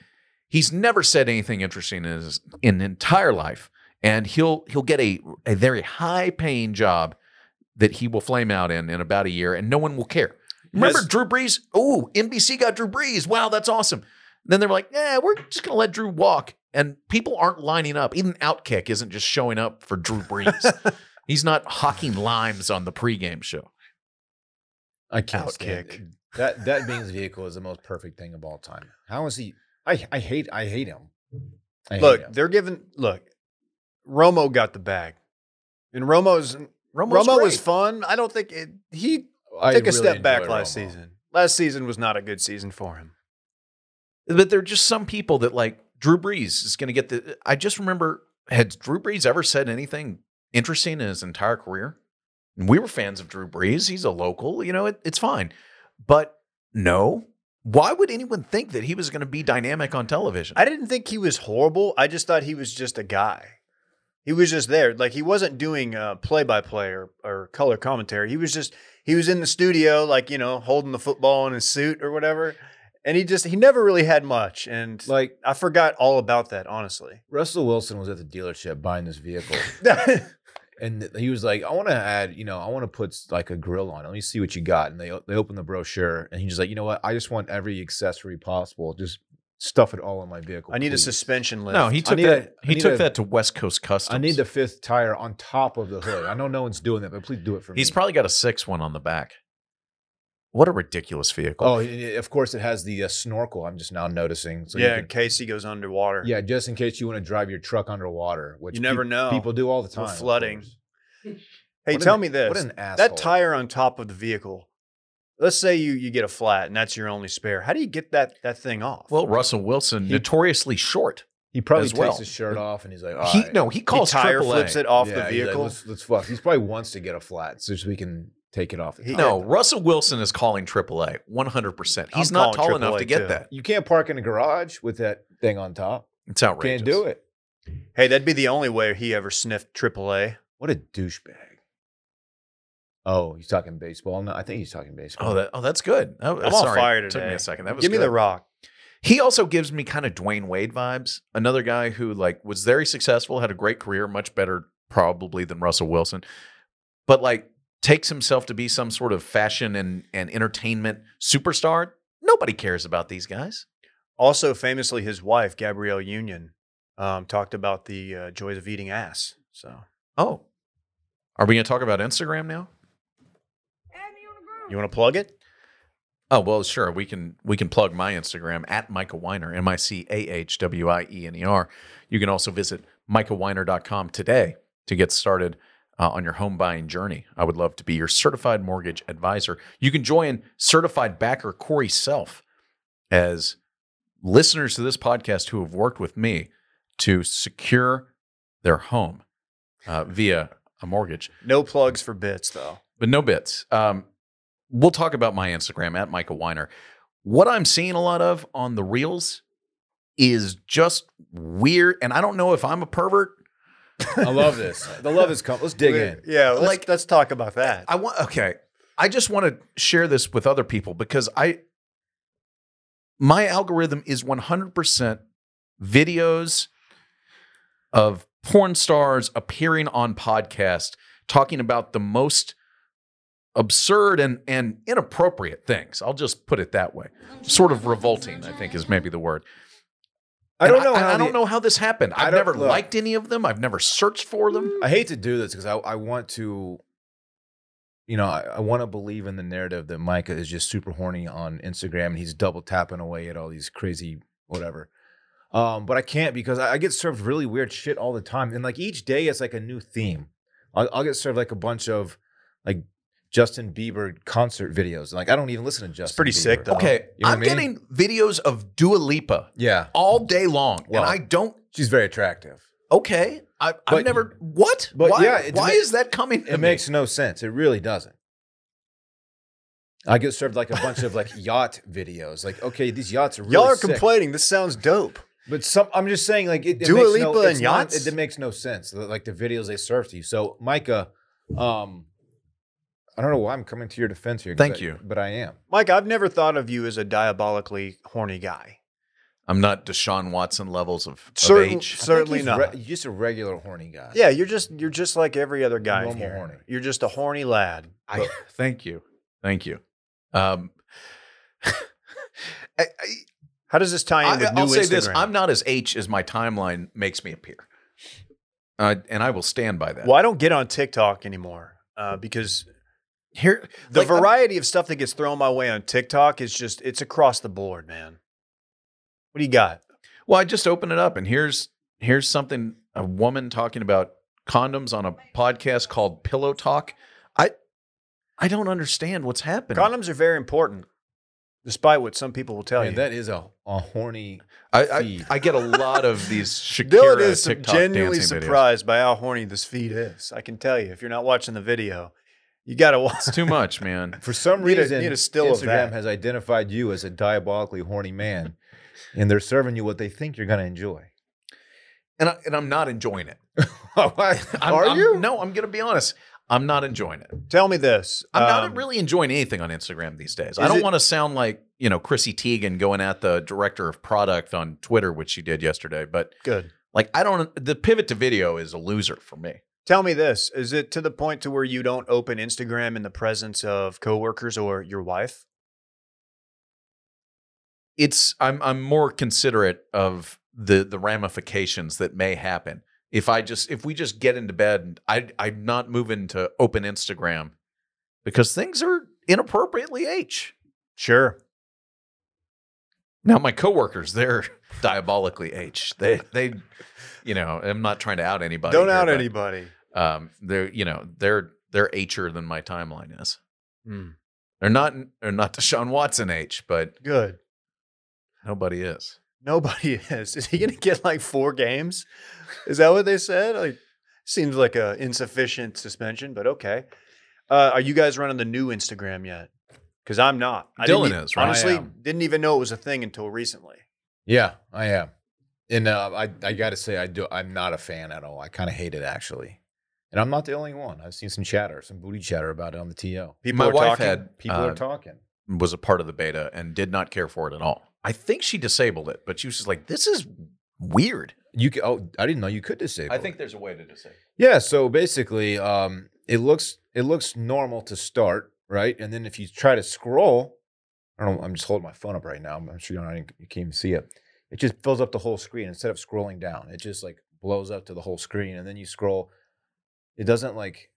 [SPEAKER 4] He's never said anything interesting in his in entire life, and he'll he'll get a a very high paying job that he will flame out in in about a year, and no one will care. Remember
[SPEAKER 1] Yes.
[SPEAKER 4] Drew Brees? Oh, NBC got Drew Brees. Wow, that's awesome. Then they're like, yeah, we're just going to let Drew walk. And people aren't lining up. Even Outkick isn't just showing up for Drew Brees. He's not hawking limes on the pregame show.
[SPEAKER 3] I can't
[SPEAKER 1] Outkick.
[SPEAKER 3] stand it. that. That Bean's vehicle is the most perfect thing of all time. How is he? I I hate I hate him. I hate
[SPEAKER 1] Look,
[SPEAKER 3] him.
[SPEAKER 1] they're giving look, Romo got the bag. And Romo's Romo was fun. I don't think it, he
[SPEAKER 3] I
[SPEAKER 1] took a
[SPEAKER 3] really
[SPEAKER 1] step back
[SPEAKER 3] enjoyed
[SPEAKER 1] last
[SPEAKER 3] Romo.
[SPEAKER 1] season. Last season was not a good season for him.
[SPEAKER 4] but there are just some people that like Drew Brees is going to get the. I just remember had Drew Brees ever said anything interesting in his entire career? And we were fans of Drew Brees. He's a local, you know, it, it's fine. But no, why would anyone think that he was going to be dynamic on television?
[SPEAKER 1] I didn't think he was horrible. I just thought he was just a guy. He was just there. Like he wasn't doing uh, play-by-play or, or color commentary. He was just he was in the studio, like you know, holding the football in his suit or whatever. And he just he never really had much. And
[SPEAKER 3] Like
[SPEAKER 1] I forgot all about that, honestly.
[SPEAKER 3] Russell Wilson was at the dealership buying this vehicle. and he was like, "I want to add, you know, I want to put like a grill on. it. Let me see what you got." And they they opened the brochure, and he's just like, "You know what? I just want every accessory possible. Just stuff it all in my vehicle.
[SPEAKER 1] I need a
[SPEAKER 3] please.
[SPEAKER 1] suspension lift.
[SPEAKER 4] no, he took
[SPEAKER 3] need
[SPEAKER 4] that.
[SPEAKER 3] a- I
[SPEAKER 4] he
[SPEAKER 3] need
[SPEAKER 4] took
[SPEAKER 3] a-
[SPEAKER 4] that to West Coast Customs.
[SPEAKER 3] I need the fifth tire on top of the hood. I know no one's doing that, but please do it for me."
[SPEAKER 4] He's probably got a six one on the back. What a ridiculous vehicle!
[SPEAKER 3] Oh, and it- of course it has the uh, snorkel. I'm just now noticing. you
[SPEAKER 1] yeah, in
[SPEAKER 3] can-
[SPEAKER 1] case he goes underwater.
[SPEAKER 3] yeah, just in case you want to drive your truck underwater, which
[SPEAKER 1] You never
[SPEAKER 3] peop-
[SPEAKER 1] know.
[SPEAKER 3] People do all the
[SPEAKER 1] We're
[SPEAKER 3] time. of
[SPEAKER 1] flooding.
[SPEAKER 3] course.
[SPEAKER 1] Hey,
[SPEAKER 3] What
[SPEAKER 1] tell
[SPEAKER 3] an-
[SPEAKER 1] me this.
[SPEAKER 3] What an asshole!
[SPEAKER 1] that tire on top of the vehicle. Let's say you you get a flat and that's your only spare. How do you get that that thing off?
[SPEAKER 4] well, Russell Wilson,
[SPEAKER 3] He-
[SPEAKER 4] notoriously short.
[SPEAKER 3] He probably
[SPEAKER 4] as
[SPEAKER 3] takes
[SPEAKER 4] well.
[SPEAKER 3] his shirt off, and he's like, all
[SPEAKER 4] he
[SPEAKER 3] right.
[SPEAKER 4] no, he
[SPEAKER 1] he
[SPEAKER 4] calls
[SPEAKER 1] tire
[SPEAKER 4] AAA.
[SPEAKER 1] flips it off
[SPEAKER 3] Yeah,
[SPEAKER 1] the
[SPEAKER 3] he's like,
[SPEAKER 1] vehicle.
[SPEAKER 3] let's, let's fuck. He's probably wants to get a flat so we can take it off. The
[SPEAKER 1] He-
[SPEAKER 3] top.
[SPEAKER 4] No, Russell Wilson is calling AAA 100%. He's
[SPEAKER 1] I'm
[SPEAKER 4] not
[SPEAKER 1] calling
[SPEAKER 4] tall enough
[SPEAKER 1] AAA
[SPEAKER 4] to get
[SPEAKER 1] too.
[SPEAKER 4] that.
[SPEAKER 3] you can't park in a garage with that thing on top.
[SPEAKER 4] It's
[SPEAKER 3] Can't
[SPEAKER 4] outrageous.
[SPEAKER 3] do it.
[SPEAKER 1] hey, that'd be the only way he ever sniffed AAA.
[SPEAKER 3] What a douchebag. Oh, he's talking baseball. No, I think he's talking baseball.
[SPEAKER 4] Oh, that, oh, that's good. Oh,
[SPEAKER 1] I'm
[SPEAKER 4] sorry.
[SPEAKER 1] on fire
[SPEAKER 4] It
[SPEAKER 1] today.
[SPEAKER 4] Took me a second. That was
[SPEAKER 1] Give me the
[SPEAKER 4] good.
[SPEAKER 1] rock.
[SPEAKER 4] He also gives me kind of Dwayne Wade vibes. Another guy who like was very successful, had a great career, much better probably than Russell Wilson, but like takes himself to be some sort of fashion and and entertainment superstar. No Nobody cares about these guys.
[SPEAKER 1] Also, famously, his wife Gabrielle Union um, talked about the uh, joys of eating ass. So
[SPEAKER 4] Oh, are we going to talk about Instagram now?
[SPEAKER 1] you want to plug it?
[SPEAKER 4] Oh well, sure. We can we can plug my Instagram at Michael Weiner, M I C A H W I E N E R. You can also visit michaelweiner.com today to get started uh, on your home buying journey. I would love to be your certified mortgage advisor. You can join certified backer Corey Self as listeners to this podcast who have worked with me to secure their home uh, via a mortgage
[SPEAKER 1] No plugs for bits though.
[SPEAKER 4] but no bits. Um, we'll talk about my Instagram at Michael Weiner. What I'm seeing a lot of on the reels is just weird, and I don't know if I'm a pervert.
[SPEAKER 3] I love this. The love is coming. Let's dig in.
[SPEAKER 1] Yeah, let's,
[SPEAKER 4] Like-
[SPEAKER 1] like let's talk about that.
[SPEAKER 4] I want okay. I just want to share this with other people because I my algorithm is 100% videos of porn stars appearing on podcasts talking about the most absurd and and inappropriate things. I'll just put it that way. Sort of revolting, I think is maybe the word.
[SPEAKER 3] I don't
[SPEAKER 4] And
[SPEAKER 3] know.
[SPEAKER 4] I,
[SPEAKER 3] how
[SPEAKER 4] don't
[SPEAKER 3] the-
[SPEAKER 4] know how this happened.
[SPEAKER 3] I
[SPEAKER 4] I've
[SPEAKER 3] don't-
[SPEAKER 4] never
[SPEAKER 3] look.
[SPEAKER 4] liked any of them. I've never searched for them.
[SPEAKER 3] I hate to do this because I, I want to, you know, I, I want to believe in the narrative that Micah is just super horny on Instagram and he's double tapping away at all these crazy whatever. Um, but I can't because I, I get served really weird shit all the time. And like each day, it's like a new theme. I'll, I'll get served like a bunch of like Justin Bieber concert videos. Like I don't even listen to Justin.
[SPEAKER 1] pretty
[SPEAKER 3] Bieber.
[SPEAKER 1] sick, though.
[SPEAKER 4] Okay,
[SPEAKER 3] You know what I
[SPEAKER 4] I'm
[SPEAKER 3] mean?
[SPEAKER 4] getting videos of Dua Lipa
[SPEAKER 3] Yeah,
[SPEAKER 4] all day long,
[SPEAKER 3] Well-
[SPEAKER 4] and I don't.
[SPEAKER 3] she's very attractive.
[SPEAKER 4] Okay, I, I've
[SPEAKER 3] But-
[SPEAKER 4] never. What?
[SPEAKER 3] but
[SPEAKER 4] why?
[SPEAKER 3] yeah, it
[SPEAKER 4] why
[SPEAKER 3] ma-
[SPEAKER 4] is that coming? to
[SPEAKER 3] It
[SPEAKER 4] me?
[SPEAKER 3] makes no sense. It really doesn't. I get served like a bunch of like yacht videos. Like, okay, these yachts are really
[SPEAKER 1] Y'all are
[SPEAKER 3] sick.
[SPEAKER 1] complaining. This sounds dope.
[SPEAKER 3] But some, I'm just saying, like, it, it
[SPEAKER 1] Dua
[SPEAKER 3] makes no,
[SPEAKER 1] Lipa
[SPEAKER 3] it's
[SPEAKER 1] and
[SPEAKER 3] not-
[SPEAKER 1] yachts?
[SPEAKER 3] it, it makes no sense. the- Like the videos they serve to you. So, Micah, um, I don't know why I'm coming to your defense here. 'cause
[SPEAKER 4] Thank
[SPEAKER 3] I-
[SPEAKER 4] you.
[SPEAKER 3] But I am.
[SPEAKER 1] Mike, I've never thought of you as a diabolically horny guy.
[SPEAKER 4] I'm not Deshaun Watson levels of, of
[SPEAKER 1] Certain-
[SPEAKER 4] age.
[SPEAKER 1] cer- Certainly
[SPEAKER 3] he's
[SPEAKER 1] not.
[SPEAKER 3] re- you're just a regular horny guy.
[SPEAKER 1] Yeah, you're just you're just like every other guy in
[SPEAKER 3] Normal
[SPEAKER 1] here.
[SPEAKER 3] horny.
[SPEAKER 1] You're just a horny lad.
[SPEAKER 4] I, thank you, thank you. Um, I,
[SPEAKER 1] How does this tie in with new
[SPEAKER 4] will say
[SPEAKER 1] Instagram?
[SPEAKER 4] this: I'm not as H as my timeline makes me appear, uh, and I will stand by that.
[SPEAKER 1] well, I don't get on TikTok anymore uh, because
[SPEAKER 4] Here,
[SPEAKER 1] the
[SPEAKER 4] like, uh, I'm-
[SPEAKER 1] variety of stuff that gets thrown my way on TikTok is just it's across the board, man. What do you got?
[SPEAKER 4] Well, I just open it up, and here's here's something a woman talking about condoms on a podcast called Pillow Talk. I I don't understand what's happening.
[SPEAKER 1] Condoms are very important, despite what some people will tell
[SPEAKER 3] Man,
[SPEAKER 1] you.
[SPEAKER 3] that is a, a horny.
[SPEAKER 4] I, I
[SPEAKER 3] feed.
[SPEAKER 4] I get a lot of these Shakira
[SPEAKER 1] Dylan is
[SPEAKER 4] TikTok
[SPEAKER 1] genuinely
[SPEAKER 4] dancing videos.
[SPEAKER 1] surprised by how horny this feed is. I can tell you, if you're not watching the video, you got to watch.
[SPEAKER 4] It's too much, man.
[SPEAKER 3] For some
[SPEAKER 1] Need a-
[SPEAKER 3] reason,
[SPEAKER 1] need a still of
[SPEAKER 3] Instagram
[SPEAKER 1] that.
[SPEAKER 3] has identified you as a diabolically horny man, and they're serving you what they think you're going to enjoy.
[SPEAKER 4] And I, and I'm not enjoying it. I'm,
[SPEAKER 3] Oh, Are
[SPEAKER 4] I'm-
[SPEAKER 3] you?
[SPEAKER 4] No, I'm gonna be honest. I'm not enjoying it.
[SPEAKER 1] Tell me this.
[SPEAKER 4] I'm
[SPEAKER 1] um,
[SPEAKER 4] not really enjoying anything on Instagram these days. I
[SPEAKER 1] is
[SPEAKER 4] don't
[SPEAKER 1] it-
[SPEAKER 4] want to sound like you know Chrissy Teigen going at the director of product on Twitter, which she did yesterday. But
[SPEAKER 1] good.
[SPEAKER 4] Like I don't the pivot to video is a loser for me.
[SPEAKER 1] Tell me this. Is it to the point to where you don't open Instagram in the presence of coworkers or your wife?
[SPEAKER 4] It's I'm I'm more considerate of the the ramifications that may happen. If I just if we just get into bed and I I'm not moving to open Instagram because things are inappropriately H.
[SPEAKER 1] Sure.
[SPEAKER 4] Now my coworkers, they're diabolically H. They they you know, I'm not trying to out anybody.
[SPEAKER 1] Don't
[SPEAKER 4] here,
[SPEAKER 1] out
[SPEAKER 4] but,
[SPEAKER 1] anybody.
[SPEAKER 4] Um they're you know, they're they're H'er than my timeline is. Hmm.
[SPEAKER 1] Mm,
[SPEAKER 4] They're not they're not Deshaun Watson H, but
[SPEAKER 1] good.
[SPEAKER 4] nobody is.
[SPEAKER 1] Nobody is. Is he going to get like four games? Is that what they said? Like, seems like a insufficient suspension, but okay. Uh, are you guys running the new Instagram yet? Because I'm not.
[SPEAKER 4] Dylan
[SPEAKER 1] didn't e-
[SPEAKER 4] is, right?
[SPEAKER 1] Honestly,
[SPEAKER 3] I am.
[SPEAKER 1] didn't even know it was a thing until recently.
[SPEAKER 3] Yeah, I am. And uh, I, I got to say, I do. I'm not a fan at all. I kind of hate it actually. And I'm not the only one. I've seen some chatter, some booty chatter about it on the TO.
[SPEAKER 1] People
[SPEAKER 4] My
[SPEAKER 1] are
[SPEAKER 4] wife
[SPEAKER 1] talking.
[SPEAKER 4] had
[SPEAKER 3] People
[SPEAKER 4] uh,
[SPEAKER 3] are talking.
[SPEAKER 4] was a part of the beta and did not care for it at all. I think she disabled it, but she was just like, "This is weird."
[SPEAKER 3] You can, oh, I didn't know you could disable. it.
[SPEAKER 4] there's a way to disable.
[SPEAKER 3] Yeah. So basically, um, it looks it looks normal to start, right? And then if you try to scroll, I don't know. I'm just holding my phone up right now. I'm sure you're not, you can't even see it. It just fills up the whole screen instead of scrolling down. It just like blows up to the whole screen, and then you scroll. It doesn't like.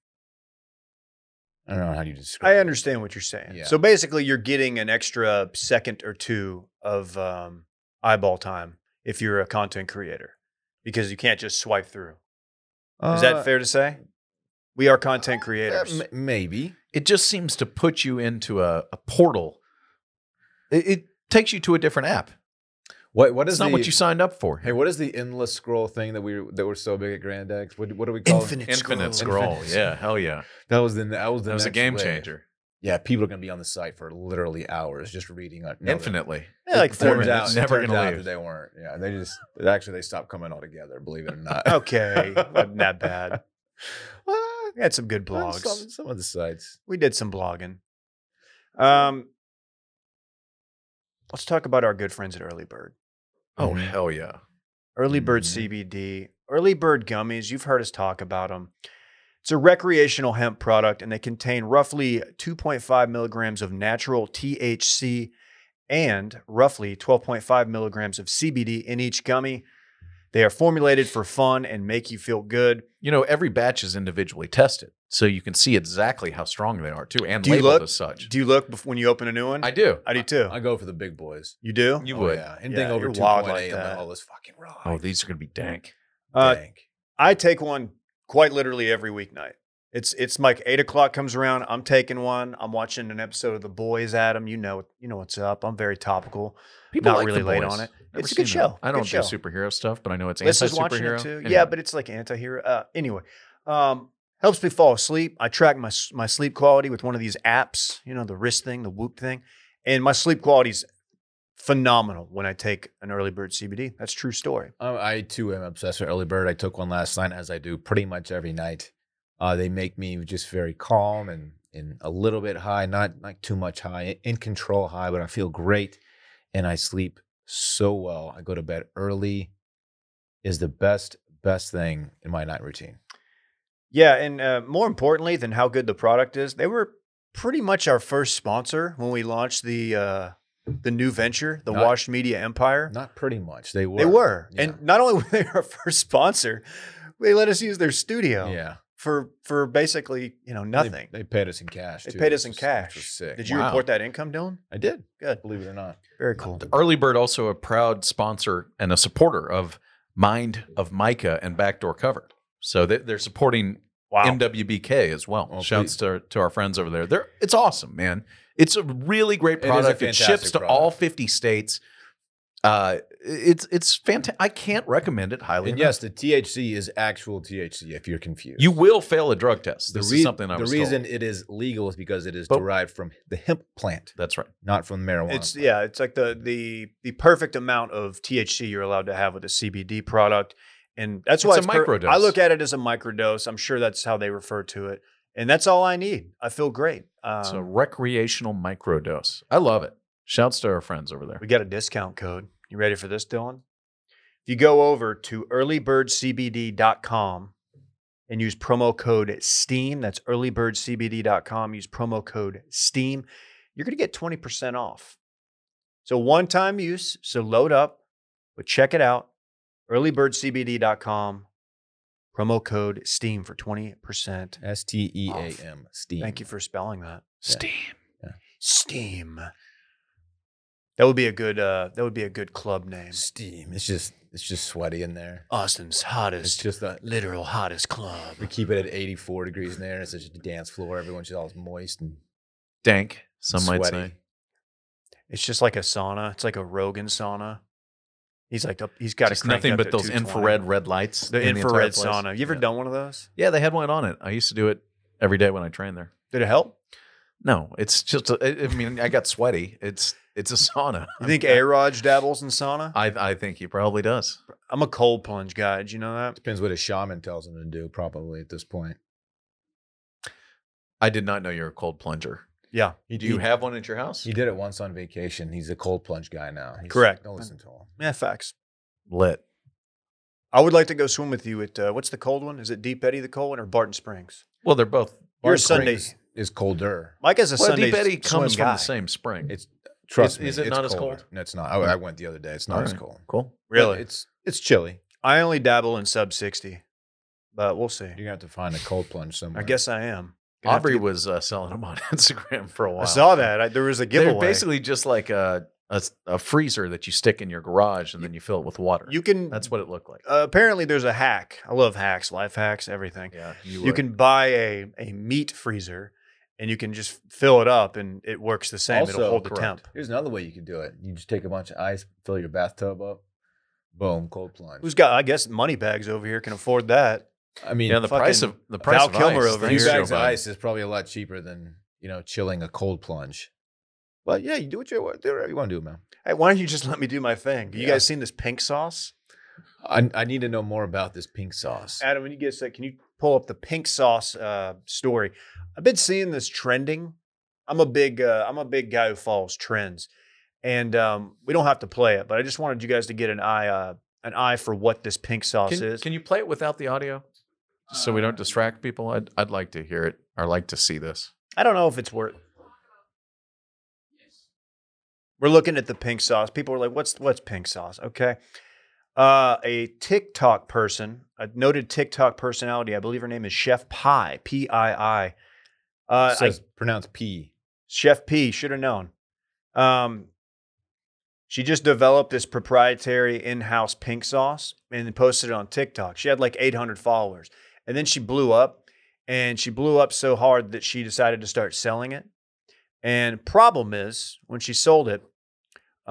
[SPEAKER 3] I don't know how you describe.
[SPEAKER 1] I
[SPEAKER 3] it.
[SPEAKER 1] understand what you're saying.
[SPEAKER 3] Yeah.
[SPEAKER 1] So basically, you're getting an extra second or two of um, eyeball time if you're a content creator because you can't just swipe through. Is
[SPEAKER 3] Uh,
[SPEAKER 1] that fair to say? We are content creators.
[SPEAKER 3] Uh, m- maybe.
[SPEAKER 4] It just seems to put you into a, a portal. It, it takes you to a different app.
[SPEAKER 3] What what
[SPEAKER 4] It's
[SPEAKER 3] is
[SPEAKER 4] not
[SPEAKER 3] the-
[SPEAKER 4] what you signed up for.
[SPEAKER 3] Hey, what is the endless scroll thing that we that were so big at Grand X? What what do we call it?
[SPEAKER 4] Infinite
[SPEAKER 3] scroll.
[SPEAKER 4] scroll.
[SPEAKER 3] Infinite
[SPEAKER 4] Yeah, hell yeah.
[SPEAKER 3] That was the that was the
[SPEAKER 4] That was a
[SPEAKER 3] next
[SPEAKER 4] game
[SPEAKER 3] wave.
[SPEAKER 4] changer.
[SPEAKER 3] Yeah, people are gonna be on the site for literally hours just reading on no, they-
[SPEAKER 4] Infinitely.
[SPEAKER 1] Yeah, like
[SPEAKER 3] it
[SPEAKER 1] four
[SPEAKER 3] turns
[SPEAKER 1] minutes.
[SPEAKER 3] Out,
[SPEAKER 4] Never
[SPEAKER 3] never
[SPEAKER 4] gonna
[SPEAKER 3] gonna out
[SPEAKER 4] leave.
[SPEAKER 3] that they weren't. Yeah, they just actually they stopped coming altogether. Believe it or not.
[SPEAKER 1] Oh, Okay, not bad.
[SPEAKER 3] What?
[SPEAKER 1] We had some good
[SPEAKER 3] On
[SPEAKER 1] blogs.
[SPEAKER 3] Some, some of the sites.
[SPEAKER 1] we did some blogging. Um, let's talk about our good friends at Early Bird.
[SPEAKER 4] Oh,
[SPEAKER 3] Mhm.
[SPEAKER 4] hell yeah.
[SPEAKER 1] Early Bird
[SPEAKER 3] Mhm.
[SPEAKER 1] CBD, Early Bird gummies. You've heard us talk about them. It's a recreational hemp product, and they contain roughly 2.5 milligrams of natural THC and roughly 12.5 milligrams of CBD in each gummy. They are formulated for fun and make you feel good.
[SPEAKER 4] You know, every batch is individually tested, so you can see exactly how strong they are, too, and
[SPEAKER 1] Do you
[SPEAKER 4] labeled
[SPEAKER 1] look-
[SPEAKER 4] as such.
[SPEAKER 1] Do you look bef- when you open a new one?
[SPEAKER 4] I do.
[SPEAKER 1] I do too.
[SPEAKER 3] I go for the big boys.
[SPEAKER 1] you do?
[SPEAKER 4] You
[SPEAKER 3] Oh,
[SPEAKER 4] would.
[SPEAKER 3] Yeah, anything
[SPEAKER 1] Yeah,
[SPEAKER 3] over
[SPEAKER 1] you're
[SPEAKER 3] two
[SPEAKER 1] wild
[SPEAKER 3] point
[SPEAKER 1] like
[SPEAKER 3] eight. I'm
[SPEAKER 1] that.
[SPEAKER 3] like, oh, this fucking rock.
[SPEAKER 4] Oh, these are going to be dank.
[SPEAKER 1] Uh,
[SPEAKER 3] Dank.
[SPEAKER 1] I take one quite literally every weeknight. It's it's like eight o'clock comes around. I'm taking one. I'm watching an episode of The Boys. Adam, you know you know what's up. I'm very topical.
[SPEAKER 4] People
[SPEAKER 1] not
[SPEAKER 4] like
[SPEAKER 1] really
[SPEAKER 4] the
[SPEAKER 1] late
[SPEAKER 4] boys.
[SPEAKER 1] on it.
[SPEAKER 4] Never
[SPEAKER 1] It's a good
[SPEAKER 4] seen them.
[SPEAKER 1] show.
[SPEAKER 4] I don't
[SPEAKER 1] Good
[SPEAKER 4] do
[SPEAKER 1] show.
[SPEAKER 4] superhero stuff, but I know it's
[SPEAKER 1] Liz
[SPEAKER 4] anti
[SPEAKER 1] is watching it
[SPEAKER 4] superhero.
[SPEAKER 1] too. Yeah, but it's like anti-hero. Uh, anyway, um, helps me fall asleep. I track my s- my sleep quality with one of these apps. You know the wrist thing, the Whoop thing, and my sleep quality's phenomenal when I take an early bird CBD. That's a true story.
[SPEAKER 3] Um, I too am obsessed with early bird. I took one last night, as I do pretty much every night. Uh, they make me just very calm and and a little bit high, not not too much high, in control high, but I feel great, and I sleep so well. I go to bed early, is the best best thing in my night routine.
[SPEAKER 1] Yeah, and uh, more importantly than how good the product is, they were pretty much our first sponsor when we launched the uh, the new venture, the
[SPEAKER 3] Not-
[SPEAKER 1] Washed Media Empire.
[SPEAKER 3] Not pretty much. They were.
[SPEAKER 1] they were,
[SPEAKER 3] Yeah.
[SPEAKER 1] and not only were they our first sponsor, they let us use their studio
[SPEAKER 3] yeah.
[SPEAKER 1] for for basically you know
[SPEAKER 3] They-
[SPEAKER 1] nothing.
[SPEAKER 3] They, paid us in cash.
[SPEAKER 1] They
[SPEAKER 3] too,
[SPEAKER 1] paid
[SPEAKER 3] which
[SPEAKER 1] us in
[SPEAKER 3] was- which
[SPEAKER 1] cash.
[SPEAKER 3] was sick.
[SPEAKER 1] Did you
[SPEAKER 4] Wow.
[SPEAKER 1] report that income, Dylan?
[SPEAKER 3] I did.
[SPEAKER 1] Good.
[SPEAKER 3] Believe it or not.
[SPEAKER 1] Very cool.
[SPEAKER 4] Early Bird also a proud sponsor and a supporter of Mind of Micah and Backdoor Cover. So they, they're supporting
[SPEAKER 1] Wow.
[SPEAKER 4] MWBK as well.
[SPEAKER 3] Well,
[SPEAKER 4] Shouts to, to our friends over there. They're, it's awesome, man. It's a really great
[SPEAKER 3] It is a
[SPEAKER 4] product. It,
[SPEAKER 3] fantastic
[SPEAKER 4] ships to all
[SPEAKER 3] product.
[SPEAKER 4] 50 states. Uh, it's it's fantastic. I can't recommend it highly.
[SPEAKER 3] And
[SPEAKER 4] enough.
[SPEAKER 3] yes, the THC is actual THC. If you're confused,
[SPEAKER 4] you will fail a drug test. This
[SPEAKER 3] rea-
[SPEAKER 4] is something I
[SPEAKER 3] the
[SPEAKER 4] was
[SPEAKER 3] reason
[SPEAKER 4] told.
[SPEAKER 3] it is legal is because it is
[SPEAKER 4] But-
[SPEAKER 3] derived from the hemp plant,
[SPEAKER 4] That's right.
[SPEAKER 3] not from marijuana.
[SPEAKER 1] It's yeah, it's like the the the perfect amount of THC you're allowed to have with a CBD product, and that's why
[SPEAKER 4] It's a microdose.
[SPEAKER 1] I look at it as a microdose. I'm sure that's how they refer to it, and that's all I need. I feel great. Um,
[SPEAKER 4] It's a recreational microdose. I love it. Shouts to our friends over there.
[SPEAKER 1] we got a discount code. You ready for this, Dylan? If you go over to earlybirdcbd.com and use promo code STEAM, that's earlybirdcbd.com, use promo code STEAM, you're going to get 20% off. So one time use, so load up, but check it out. Earlybirdcbd.com, promo code STEAM for 20%.
[SPEAKER 3] S T E A M. Steam.
[SPEAKER 1] Thank you for spelling that.
[SPEAKER 4] Steam.
[SPEAKER 1] STEAM. That would be a good uh, that would be a good club name.
[SPEAKER 3] Steam. It's just it's just sweaty in there.
[SPEAKER 1] Austin's
[SPEAKER 3] It's
[SPEAKER 1] hottest,
[SPEAKER 3] just that
[SPEAKER 1] literal hottest club.
[SPEAKER 3] we keep it at 84 degrees in there. It's just a dance floor. Everyone's just all moist and
[SPEAKER 4] Dank, some
[SPEAKER 3] sweaty.
[SPEAKER 4] might say.
[SPEAKER 1] It's just like a sauna. It's like a Rogan sauna. He's like up, he's got
[SPEAKER 4] Just nothing but those infrared red lights.
[SPEAKER 1] the
[SPEAKER 4] in entire
[SPEAKER 1] infrared
[SPEAKER 4] place.
[SPEAKER 1] sauna. You ever
[SPEAKER 4] yeah.
[SPEAKER 1] done one of those?
[SPEAKER 4] Yeah, they had one on it. I used to do it every day when I trained there.
[SPEAKER 1] Did it help?
[SPEAKER 4] No, it's just. a- I I mean, I got sweaty. It's it's a sauna.
[SPEAKER 1] You think A Raj dabbles in sauna?
[SPEAKER 4] I I think he probably does.
[SPEAKER 1] I'm a cold plunge guy. Did you know that?
[SPEAKER 3] Depends what a shaman tells him to do, probably at this point.
[SPEAKER 4] I did not know you're a cold plunger.
[SPEAKER 1] Yeah.
[SPEAKER 3] He,
[SPEAKER 4] Do you
[SPEAKER 3] he,
[SPEAKER 4] have one at your house?
[SPEAKER 3] he did it once on vacation. He's a cold plunge guy now. He's-
[SPEAKER 1] Correct.
[SPEAKER 3] Don't listen to him.
[SPEAKER 1] Yeah, facts.
[SPEAKER 4] Lit.
[SPEAKER 1] I would like to go swim with you at uh, what's the cold one? Is it Deep Eddy the cold one or Barton Springs?
[SPEAKER 4] Well, they're both.
[SPEAKER 1] You're a
[SPEAKER 3] Barton
[SPEAKER 1] Sunday.
[SPEAKER 3] Springs is colder.
[SPEAKER 1] Mike has a
[SPEAKER 4] well,
[SPEAKER 1] Sunday
[SPEAKER 4] Deep Eddy
[SPEAKER 1] swim
[SPEAKER 4] comes from
[SPEAKER 1] guy.
[SPEAKER 4] the same spring.
[SPEAKER 3] It's Trust
[SPEAKER 4] Is-
[SPEAKER 3] me,
[SPEAKER 4] is it
[SPEAKER 3] it's
[SPEAKER 4] not as
[SPEAKER 3] colder.
[SPEAKER 4] cold?
[SPEAKER 3] No, it's not. I, I went the other day. It's not
[SPEAKER 4] All
[SPEAKER 3] as
[SPEAKER 4] right.
[SPEAKER 3] cold.
[SPEAKER 4] Cool.
[SPEAKER 3] But
[SPEAKER 1] Really?
[SPEAKER 3] It's it's chilly.
[SPEAKER 1] I only dabble in sub 60, but we'll see.
[SPEAKER 3] You're gonna have to find a cold plunge somewhere.
[SPEAKER 1] I guess I am. Gonna have to
[SPEAKER 4] Aubrey
[SPEAKER 1] get-
[SPEAKER 4] was uh, selling them on Instagram for a while.
[SPEAKER 1] I saw that. I, there was a
[SPEAKER 4] They're
[SPEAKER 1] giveaway.
[SPEAKER 4] basically just like a, a s- a freezer that you stick in your garage and then you fill it with water.
[SPEAKER 1] you can.
[SPEAKER 4] That's what it looked like.
[SPEAKER 1] uh, apparently, there's a hack. I love hacks, life hacks, everything.
[SPEAKER 4] Yeah,
[SPEAKER 1] You can buy a a meat freezer, and you can just fill it up, and it works the same. It'll
[SPEAKER 3] Also,
[SPEAKER 1] hold the
[SPEAKER 4] correct.
[SPEAKER 1] temp.
[SPEAKER 3] Here's another way you could do it. You just take a bunch of ice, fill your bathtub up, boom, cold plunge.
[SPEAKER 1] Who's got? I guess money bags over here can afford that.
[SPEAKER 3] I mean,
[SPEAKER 4] Yeah, the price
[SPEAKER 1] fucking
[SPEAKER 4] of the price
[SPEAKER 1] Val
[SPEAKER 4] of
[SPEAKER 1] Kilmer
[SPEAKER 4] ice,
[SPEAKER 1] over
[SPEAKER 3] a
[SPEAKER 4] thanks,
[SPEAKER 3] few
[SPEAKER 1] here.
[SPEAKER 4] Joe
[SPEAKER 3] bags of
[SPEAKER 4] Biden.
[SPEAKER 3] ice is probably a lot cheaper than you know chilling a cold plunge. But yeah, you do what you want. Do whatever you want to do, man.
[SPEAKER 1] Hey, why don't you just let me do my thing? You
[SPEAKER 3] Yeah.
[SPEAKER 1] guys seen this pink sauce?
[SPEAKER 3] I, I need to know more about this pink sauce.
[SPEAKER 1] Adam, when you get sick, can you pull up the pink sauce uh, story? I've been seeing this trending. I'm a big uh, I'm a big guy who follows trends, and um, we don't have to play it, but I just wanted you guys to get an eye uh, an eye for what this pink sauce
[SPEAKER 4] Can,
[SPEAKER 1] is.
[SPEAKER 4] can you play it without the audio, Just so we don't distract people? I'd I'd like to hear it or like to see this.
[SPEAKER 1] I don't know if it's worth. We're looking at the pink sauce. People are like, "What's what's pink sauce?" Okay, uh, a TikTok person, a noted TikTok personality, I believe her name is Chef Pie, P I I. Uh,
[SPEAKER 3] it
[SPEAKER 1] I
[SPEAKER 3] says pronounced P.
[SPEAKER 1] Chef P should have known. Um, she just developed this proprietary in-house pink sauce and posted it on TikTok. She had like 800 followers, and then she blew up, and she blew up so hard that she decided to start selling it. And problem is, when she sold it,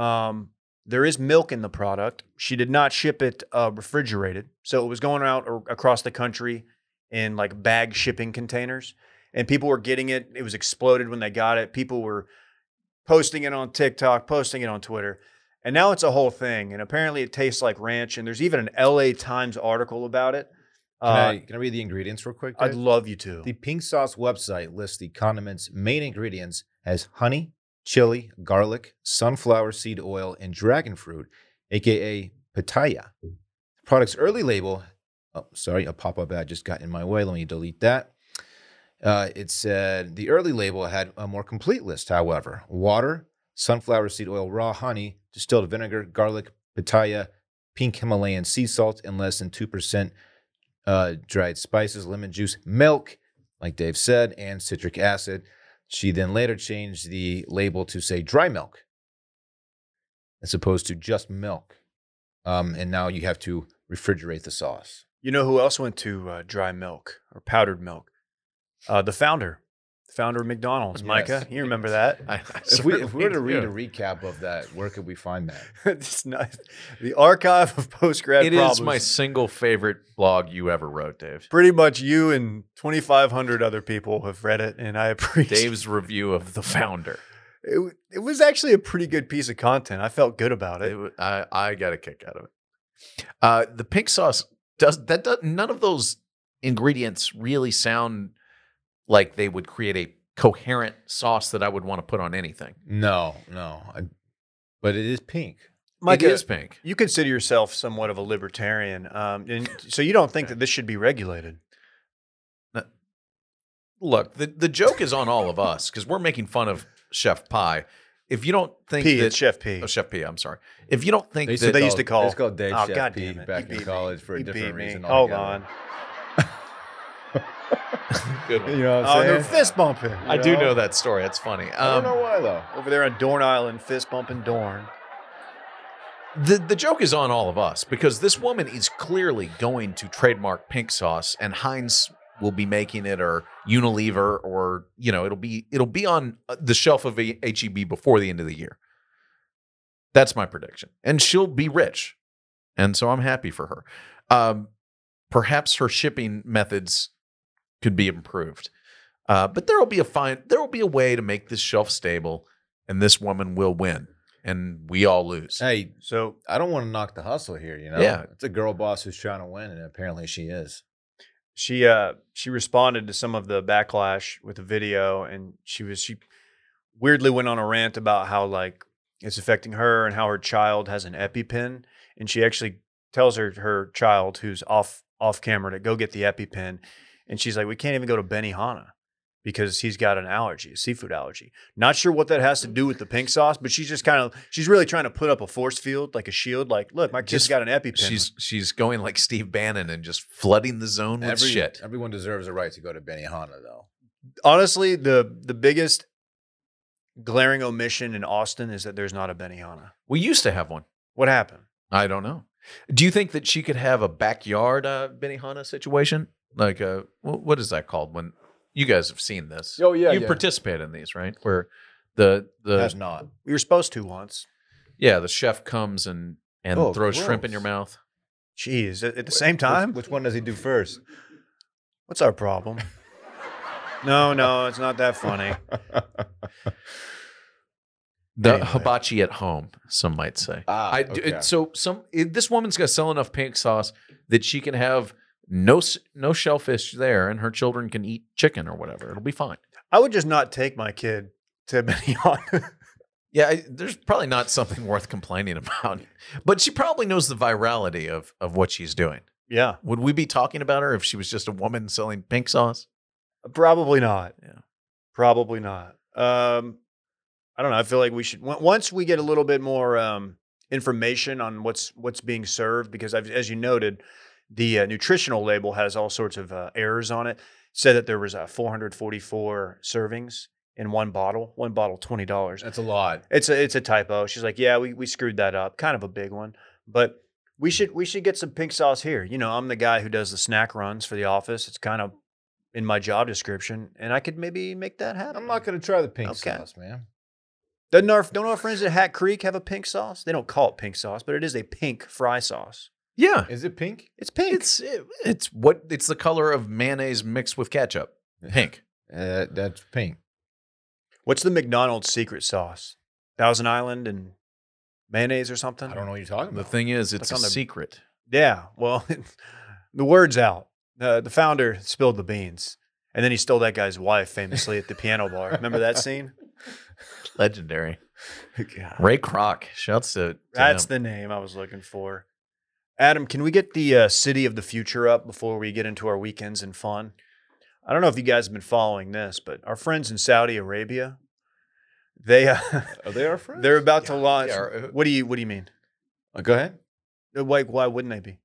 [SPEAKER 1] um, there is milk in the product. She did not ship it uh, refrigerated, so it was going out ar- across the country in like bag shipping containers and people were getting it. It was exploded when they got it. People were posting it on TikTok, posting it on Twitter. And now it's a whole thing. And apparently it tastes like ranch. And there's even an LA Times article about it.
[SPEAKER 3] Can, I,
[SPEAKER 1] Uh,
[SPEAKER 3] can I read the ingredients real quick?
[SPEAKER 1] I, would
[SPEAKER 3] Dave?
[SPEAKER 1] love you to.
[SPEAKER 3] The pink sauce website lists the condiment's main ingredients as honey, chili, garlic, sunflower seed oil, and dragon fruit, aka pitaya. The product's early label, oh, sorry, a pop up ad just got in my way. Let me delete that. Uh, it said the early label had a more complete list, however water, sunflower seed oil, raw honey, distilled vinegar, garlic, pitaya, pink Himalayan sea salt, and less than 2% uh, dried spices, lemon juice, milk, like Dave said, and citric acid. She then later changed the label to say dry milk as opposed to just milk. Um, and now you have to refrigerate the sauce.
[SPEAKER 1] You know who else went to uh, dry milk or powdered milk? Uh, the founder, the founder of McDonald's,
[SPEAKER 3] Yes.
[SPEAKER 1] Micah. You remember that?
[SPEAKER 4] I, I
[SPEAKER 3] If we, if we were to
[SPEAKER 4] certainly
[SPEAKER 3] read a
[SPEAKER 4] do.
[SPEAKER 3] recap of that, where could we find that?
[SPEAKER 1] it's not, the archive of postgrad
[SPEAKER 4] It is
[SPEAKER 1] problems.
[SPEAKER 4] my single favorite blog you ever wrote, Dave.
[SPEAKER 1] Pretty much you and 2,500 other people have read it, and I appreciate
[SPEAKER 4] Dave's review of the founder.
[SPEAKER 1] It, w- it was actually a pretty good piece of content. I felt good about
[SPEAKER 4] It
[SPEAKER 1] it.
[SPEAKER 4] wa- I I got a kick out of it. Uh, the pink sauce does that. Does, none of those ingredients really sound like they would create a coherent sauce that I would want to put on anything.
[SPEAKER 3] No, no. I- but it is pink.
[SPEAKER 4] it is pink.
[SPEAKER 1] you consider yourself somewhat of a libertarian, um, and so you don't think that this should be regulated.
[SPEAKER 4] Look, the, the joke is on all of us because we're making fun of Chef Pie. If you don't think
[SPEAKER 1] P,
[SPEAKER 4] that
[SPEAKER 1] it's Chef P.
[SPEAKER 4] oh, Chef P, I'm sure. If you don't think
[SPEAKER 3] They
[SPEAKER 4] that
[SPEAKER 1] they used to call-
[SPEAKER 3] it's called Dave
[SPEAKER 1] Oh,
[SPEAKER 3] Chef
[SPEAKER 1] God
[SPEAKER 3] P
[SPEAKER 1] damn it.
[SPEAKER 3] back
[SPEAKER 1] You
[SPEAKER 3] in
[SPEAKER 1] beat me.
[SPEAKER 3] college for a
[SPEAKER 1] You beat
[SPEAKER 3] different
[SPEAKER 1] me.
[SPEAKER 3] reason.
[SPEAKER 1] Hold on.
[SPEAKER 3] altogether.
[SPEAKER 4] good one.
[SPEAKER 3] You know what
[SPEAKER 1] Oh,
[SPEAKER 3] I'm
[SPEAKER 1] they're
[SPEAKER 3] saying?
[SPEAKER 1] fist bumping.
[SPEAKER 4] I do know that story. That's funny.
[SPEAKER 3] I don't
[SPEAKER 4] Um,
[SPEAKER 3] know why though.
[SPEAKER 1] Over there on Dorn Island, fist bumping Dorn.
[SPEAKER 4] the the joke is on all of us because this woman is clearly going to trademark pink sauce, and Heinz will be making it, or Unilever, or you know, it'll be it'll be on uh, the shelf of a- HEB before the end of the year. That's my prediction, and she'll be rich, and so I'm happy for her. Um, perhaps her shipping methods could be improved, uh, but there will be a fine there will be a way to make this shelf stable, and this woman will win, and we all lose.
[SPEAKER 3] Hey,
[SPEAKER 1] So
[SPEAKER 3] I don't want to knock the hustle here, you know?
[SPEAKER 4] Yeah.
[SPEAKER 3] It's a girl boss who's trying to win, and apparently she is.
[SPEAKER 1] she uh she responded to some of the backlash with a video and she was she weirdly went on a rant about how like it's affecting her and how her child has an EpiPen and she actually tells her her child who's off off camera to go get the EpiPen and she's like we can't even go to Benihana because he's got an allergy, a seafood allergy. Not sure what that has to do with the pink sauce, but she's just kind of she's really trying to put up a force field, like a shield. Like, look, my kid's
[SPEAKER 4] Just-
[SPEAKER 1] got an EpiPen.
[SPEAKER 4] She's she's going like Steve Bannon and just flooding the zone with
[SPEAKER 3] Every-
[SPEAKER 4] shit.
[SPEAKER 3] Everyone deserves a right to go to Benihana though.
[SPEAKER 1] honestly the the biggest glaring omission in Austin is that there's not a Benihana.
[SPEAKER 4] We used to have one.
[SPEAKER 1] What happened?
[SPEAKER 4] I don't know. Do you think that she could have a backyard uh, Benihana situation? Like a wh- what is that called? When you guys have seen this,
[SPEAKER 3] Oh yeah,
[SPEAKER 4] you participate in these, right? Where the the
[SPEAKER 3] Has not.
[SPEAKER 1] We were supposed to once.
[SPEAKER 4] yeah the chef comes and and
[SPEAKER 3] Oh,
[SPEAKER 4] throws shrimp in
[SPEAKER 3] gross.
[SPEAKER 4] your mouth.
[SPEAKER 1] Jeez, at, at the same time.
[SPEAKER 3] Which, which one does he do first?
[SPEAKER 1] What's our problem? no, no, it's not that funny.
[SPEAKER 3] Ah,
[SPEAKER 4] The
[SPEAKER 1] Anyway.
[SPEAKER 4] hibachi at home, some might say.
[SPEAKER 3] Ah,
[SPEAKER 4] I do,
[SPEAKER 3] okay.
[SPEAKER 4] it, so some it, this woman's gonna sell enough pink sauce that she can have no s- no shellfish there, and her children can eat chicken or whatever. It'll be fine.
[SPEAKER 1] I would just not take my kid to Benihana.
[SPEAKER 4] Yeah, I, there's probably not something worth complaining about, but she probably knows the virality of of what she's doing.
[SPEAKER 1] yeah,
[SPEAKER 4] Would we be talking about her if she was just a woman selling pink sauce?
[SPEAKER 1] probably not.
[SPEAKER 4] Yeah.
[SPEAKER 1] Probably not. Um, I don't know. I feel like we should on- once we get a little bit more um, information on what's what's being served because I've, as you noted, the uh, nutritional label has all sorts of uh, errors on it. Said that there was uh, 444 servings in one bottle. One bottle, twenty dollars.
[SPEAKER 3] That's a lot.
[SPEAKER 1] It's a it's a typo. She's like, yeah, we, we screwed that up. Kind of a big one, but
[SPEAKER 3] Mm.
[SPEAKER 1] we should we should get some pink sauce here. You know, I'm the guy who does the snack runs for the office. It's kind of in my job description, and I could maybe make that happen.
[SPEAKER 3] I'm not gonna try the pink
[SPEAKER 1] Okay.
[SPEAKER 3] sauce, man.
[SPEAKER 1] Doesn't our don't our friends at Hat Creek have a pink sauce? They don't call it pink sauce, but it is a pink fry sauce.
[SPEAKER 4] Yeah,
[SPEAKER 3] Is it pink?
[SPEAKER 1] It's pink.
[SPEAKER 4] it's it, it's what it's the color of mayonnaise mixed with ketchup. Pink.
[SPEAKER 3] Uh, that's pink.
[SPEAKER 1] What's the McDonald's secret sauce? Thousand Island and mayonnaise or something.
[SPEAKER 3] I don't know what you're talking
[SPEAKER 4] The
[SPEAKER 3] about.
[SPEAKER 4] thing is, it's
[SPEAKER 1] That's on
[SPEAKER 4] a
[SPEAKER 1] the-
[SPEAKER 4] secret.
[SPEAKER 1] Yeah. Well, the word's out. Uh, the founder spilled the beans. And then he stole that guy's wife famously at the piano bar. Remember that scene?
[SPEAKER 4] Legendary. Ray Kroc. Shouts to, to
[SPEAKER 1] That's
[SPEAKER 4] him.
[SPEAKER 1] the name I was looking for. Adam, can we get the uh, city of the future up before we get into our weekends and fun? I don't know if you guys have been following this, but our friends in Saudi Arabia, they uh,
[SPEAKER 3] Are they uh, our friends?
[SPEAKER 1] they're about to
[SPEAKER 4] Yeah,
[SPEAKER 1] launch.
[SPEAKER 4] they are.
[SPEAKER 1] What do you What do you mean?
[SPEAKER 3] Uh, go ahead.
[SPEAKER 1] Like, why wouldn't they be?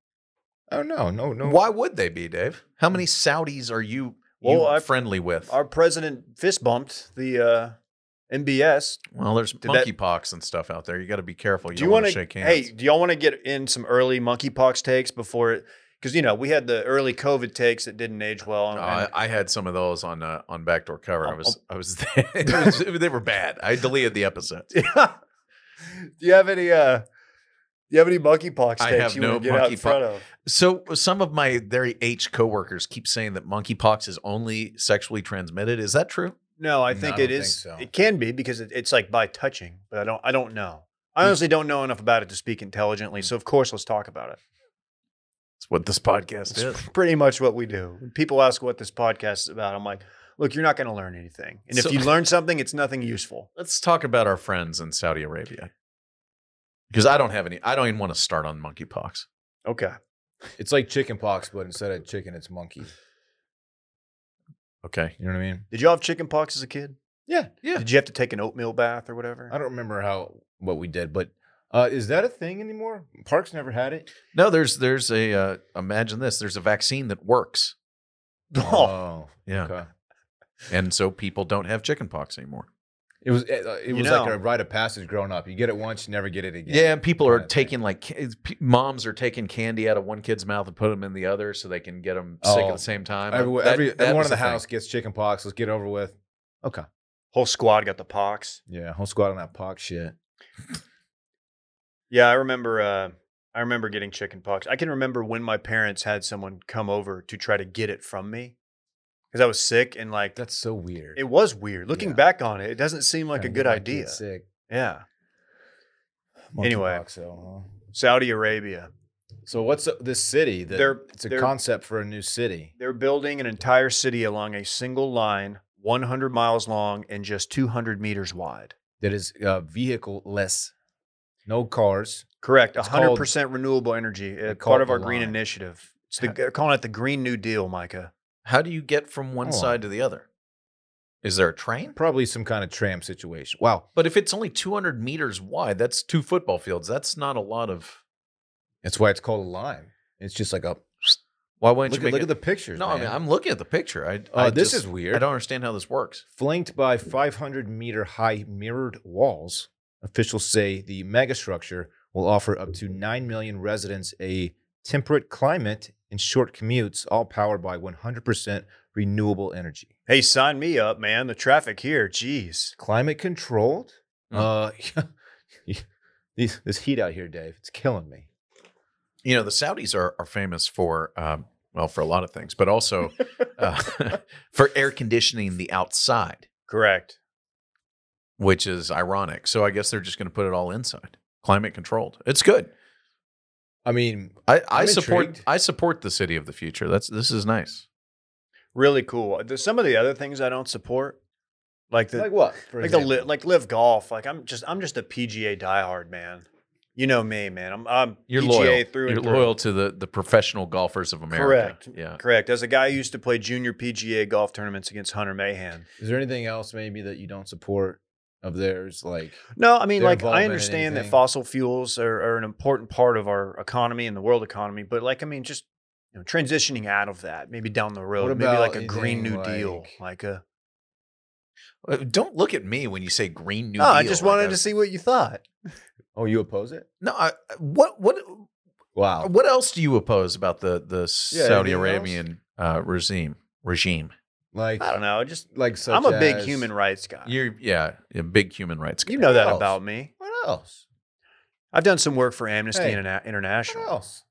[SPEAKER 3] Oh no, no, no.
[SPEAKER 4] Why would they be, Dave? How many Saudis are you, you
[SPEAKER 1] Well, I-
[SPEAKER 4] friendly with?
[SPEAKER 1] Our president fist bumped the uh, MBS
[SPEAKER 4] well, there's
[SPEAKER 1] that-
[SPEAKER 4] monkeypox and stuff out there. You got to be careful. You
[SPEAKER 1] do
[SPEAKER 4] do not
[SPEAKER 1] you
[SPEAKER 4] want to
[SPEAKER 1] shake
[SPEAKER 4] shake hands.
[SPEAKER 1] Hey, do y'all want to get in some early monkeypox takes before it? Because you know we had the early COVID takes that didn't age well.
[SPEAKER 4] No,
[SPEAKER 1] and-
[SPEAKER 4] I, Oh, I had some of those on uh, on backdoor cover. I
[SPEAKER 1] Um,
[SPEAKER 4] was I was there. It was- they were bad. I deleted the episode.
[SPEAKER 1] do you have any? uh Do you have any monkeypox takes
[SPEAKER 4] I have
[SPEAKER 1] you wanna
[SPEAKER 4] no
[SPEAKER 1] get out in
[SPEAKER 4] monkeypox-
[SPEAKER 1] front of?
[SPEAKER 4] So some of my very H coworkers keep saying that monkeypox is only sexually transmitted. Is that true?
[SPEAKER 1] No, I
[SPEAKER 3] No,
[SPEAKER 1] think
[SPEAKER 3] I
[SPEAKER 1] it
[SPEAKER 3] don't
[SPEAKER 1] is.
[SPEAKER 3] think so.
[SPEAKER 1] It can be because it, it's like by touching, but I don't. I don't know.
[SPEAKER 4] Mm.
[SPEAKER 1] I honestly don't know enough about it to speak intelligently. So of course, let's talk about it.
[SPEAKER 4] That's what this podcast is.
[SPEAKER 1] It's pretty much what we do. When people ask what this podcast is about, I'm like, look, you're not going to learn anything, and
[SPEAKER 4] So-
[SPEAKER 1] if you learn something, it's nothing useful.
[SPEAKER 4] Let's talk about our friends in Saudi Arabia. Because I don't have any. I don't even want to start on monkeypox.
[SPEAKER 1] Okay.
[SPEAKER 3] It's like chicken pox, but instead of chicken, it's monkey.
[SPEAKER 4] Okay.
[SPEAKER 3] You know what I mean?
[SPEAKER 1] Did y'all have chicken pox as a kid?
[SPEAKER 3] Yeah,
[SPEAKER 4] yeah.
[SPEAKER 1] Did you have to take an oatmeal bath or whatever?
[SPEAKER 3] I don't remember how what we did, but uh, is that a thing anymore? Parks never had it.
[SPEAKER 4] No, there's there's a uh, imagine this. There's a vaccine that works.
[SPEAKER 1] Oh,
[SPEAKER 4] Yeah.
[SPEAKER 3] okay.
[SPEAKER 4] And so people don't have chickenpox anymore.
[SPEAKER 3] It was it, uh, it
[SPEAKER 1] You
[SPEAKER 3] was like
[SPEAKER 1] know.
[SPEAKER 3] a rite of passage growing up. You get it once, you never get it again.
[SPEAKER 4] Yeah, and people are
[SPEAKER 3] Kinda thing.
[SPEAKER 4] taking like ca- it's pe- moms are taking candy out of one kid's mouth and put them in the other so they can get them sick at
[SPEAKER 3] Oh.
[SPEAKER 4] the same time.
[SPEAKER 3] Every,
[SPEAKER 4] That-
[SPEAKER 3] every,
[SPEAKER 4] that
[SPEAKER 3] everyone
[SPEAKER 4] was
[SPEAKER 3] in the
[SPEAKER 4] thing.
[SPEAKER 3] house gets chicken pox. Let's get it over with. Okay.
[SPEAKER 1] whole squad got the pox.
[SPEAKER 3] Yeah, whole squad on that pox shit.
[SPEAKER 1] Yeah, I remember. Uh, I remember getting chicken pox. I can remember when my parents had someone come over to try to get it from me because I was sick and like
[SPEAKER 3] That's so weird.
[SPEAKER 1] it was weird. Looking
[SPEAKER 3] Yeah.
[SPEAKER 1] back on it, it doesn't seem like
[SPEAKER 3] Kinda
[SPEAKER 1] a good
[SPEAKER 3] get my kids
[SPEAKER 1] idea.
[SPEAKER 3] Sick.
[SPEAKER 1] Yeah,
[SPEAKER 3] Monkey
[SPEAKER 1] Anyway.
[SPEAKER 3] pox, though, huh?
[SPEAKER 1] Saudi Arabia.
[SPEAKER 3] So what's the- this city? That
[SPEAKER 1] They're-
[SPEAKER 3] it's a
[SPEAKER 1] they're-
[SPEAKER 3] concept for a new city.
[SPEAKER 1] They're building an entire city along a single line, 100 miles long and just 200 meters wide.
[SPEAKER 3] that is uh, vehicle less, no cars.
[SPEAKER 1] Correct.
[SPEAKER 3] It's
[SPEAKER 1] hundred
[SPEAKER 3] called-
[SPEAKER 1] percent renewable energy. uh,
[SPEAKER 3] call
[SPEAKER 1] part
[SPEAKER 3] it
[SPEAKER 1] of our
[SPEAKER 3] the
[SPEAKER 1] green
[SPEAKER 3] line.
[SPEAKER 1] initiative. It's the, they're calling it the Green New Deal, Micah.
[SPEAKER 3] Oh.
[SPEAKER 4] How do you get from one
[SPEAKER 3] Hold on.
[SPEAKER 4] side to the other? Is there a train?
[SPEAKER 3] Probably some kind of tram situation. Wow.
[SPEAKER 4] But if it's only 200 meters wide, that's two football fields. That's not a lot of.
[SPEAKER 3] That's why it's called a line. It's just like a
[SPEAKER 4] Why wouldn't
[SPEAKER 3] look, at,
[SPEAKER 4] you make
[SPEAKER 3] look
[SPEAKER 4] it?
[SPEAKER 3] at the pictures.
[SPEAKER 4] no,
[SPEAKER 3] man.
[SPEAKER 4] I mean I'm looking at the picture. I,
[SPEAKER 3] Uh,
[SPEAKER 4] I
[SPEAKER 3] this
[SPEAKER 4] just-
[SPEAKER 3] is weird.
[SPEAKER 4] I don't understand how this works.
[SPEAKER 3] Flanked by 500 meter high mirrored walls, officials say the megastructure will offer up to 9 million residents a temperate climate and short commutes, all powered by 100% renewable energy.
[SPEAKER 1] Hey, sign me up, man. The traffic here, jeez.
[SPEAKER 3] Climate controlled?
[SPEAKER 4] Hmm.
[SPEAKER 3] Uh, these- this heat out here, Dave, it's killing me.
[SPEAKER 4] You know, the Saudis are are famous for um, well for a lot of things, but also uh, for air conditioning the outside,
[SPEAKER 1] Correct.
[SPEAKER 4] which is ironic. So I guess they're just going to put it all inside, climate controlled. It's good.
[SPEAKER 3] I mean,
[SPEAKER 4] I, I
[SPEAKER 3] I'm
[SPEAKER 4] support
[SPEAKER 3] intrigued.
[SPEAKER 4] I support the city of the future. That's this is nice.
[SPEAKER 1] Really cool. There's some of the other things I don't support, like the
[SPEAKER 3] like what? for
[SPEAKER 1] like the li-
[SPEAKER 3] example?
[SPEAKER 1] like live golf. Like I'm just I'm just a PGA diehard, man. You know me, man. I'm I'm
[SPEAKER 4] You're
[SPEAKER 1] PGA
[SPEAKER 4] loyal.
[SPEAKER 1] through
[SPEAKER 4] You're
[SPEAKER 1] and through.
[SPEAKER 4] loyal to the the professional golfers of America.
[SPEAKER 1] Correct.
[SPEAKER 4] Yeah.
[SPEAKER 1] Correct. As a guy who used to play junior PGA golf tournaments against Hunter Mahan.
[SPEAKER 3] Is there anything else maybe that you don't support of theirs? Like,
[SPEAKER 1] No, I mean,
[SPEAKER 3] Their
[SPEAKER 1] like
[SPEAKER 3] involvement
[SPEAKER 1] I
[SPEAKER 3] in
[SPEAKER 1] understand that
[SPEAKER 3] anything.
[SPEAKER 1] fossil fuels are, are an important part of our economy and the world economy, but like I mean, just you know, transitioning out of that, maybe down the road, maybe like
[SPEAKER 3] about
[SPEAKER 1] a Green New
[SPEAKER 3] anything
[SPEAKER 1] Deal, like
[SPEAKER 3] like-
[SPEAKER 1] a.
[SPEAKER 4] Uh, Don't look at me when you say Green New
[SPEAKER 1] No,
[SPEAKER 4] Deal.
[SPEAKER 1] I just
[SPEAKER 4] Like,
[SPEAKER 1] wanted
[SPEAKER 4] I-
[SPEAKER 1] to see what you thought.
[SPEAKER 3] oh, you oppose it?
[SPEAKER 4] No, I, what what
[SPEAKER 3] Wow.
[SPEAKER 4] what else do you oppose about the the
[SPEAKER 3] Yeah,
[SPEAKER 4] Saudi
[SPEAKER 3] anything else?
[SPEAKER 4] Arabian uh, regime regime?
[SPEAKER 3] Like,
[SPEAKER 1] I don't know. Just
[SPEAKER 3] like such
[SPEAKER 1] I'm a big
[SPEAKER 3] as-
[SPEAKER 1] human rights guy. you
[SPEAKER 4] You're yeah, a big human rights guy.
[SPEAKER 1] know that
[SPEAKER 3] else?
[SPEAKER 1] about me.
[SPEAKER 3] What else?
[SPEAKER 1] I've done some work for Amnesty
[SPEAKER 3] Hey,
[SPEAKER 1] Interna-
[SPEAKER 3] What
[SPEAKER 1] International.
[SPEAKER 3] else?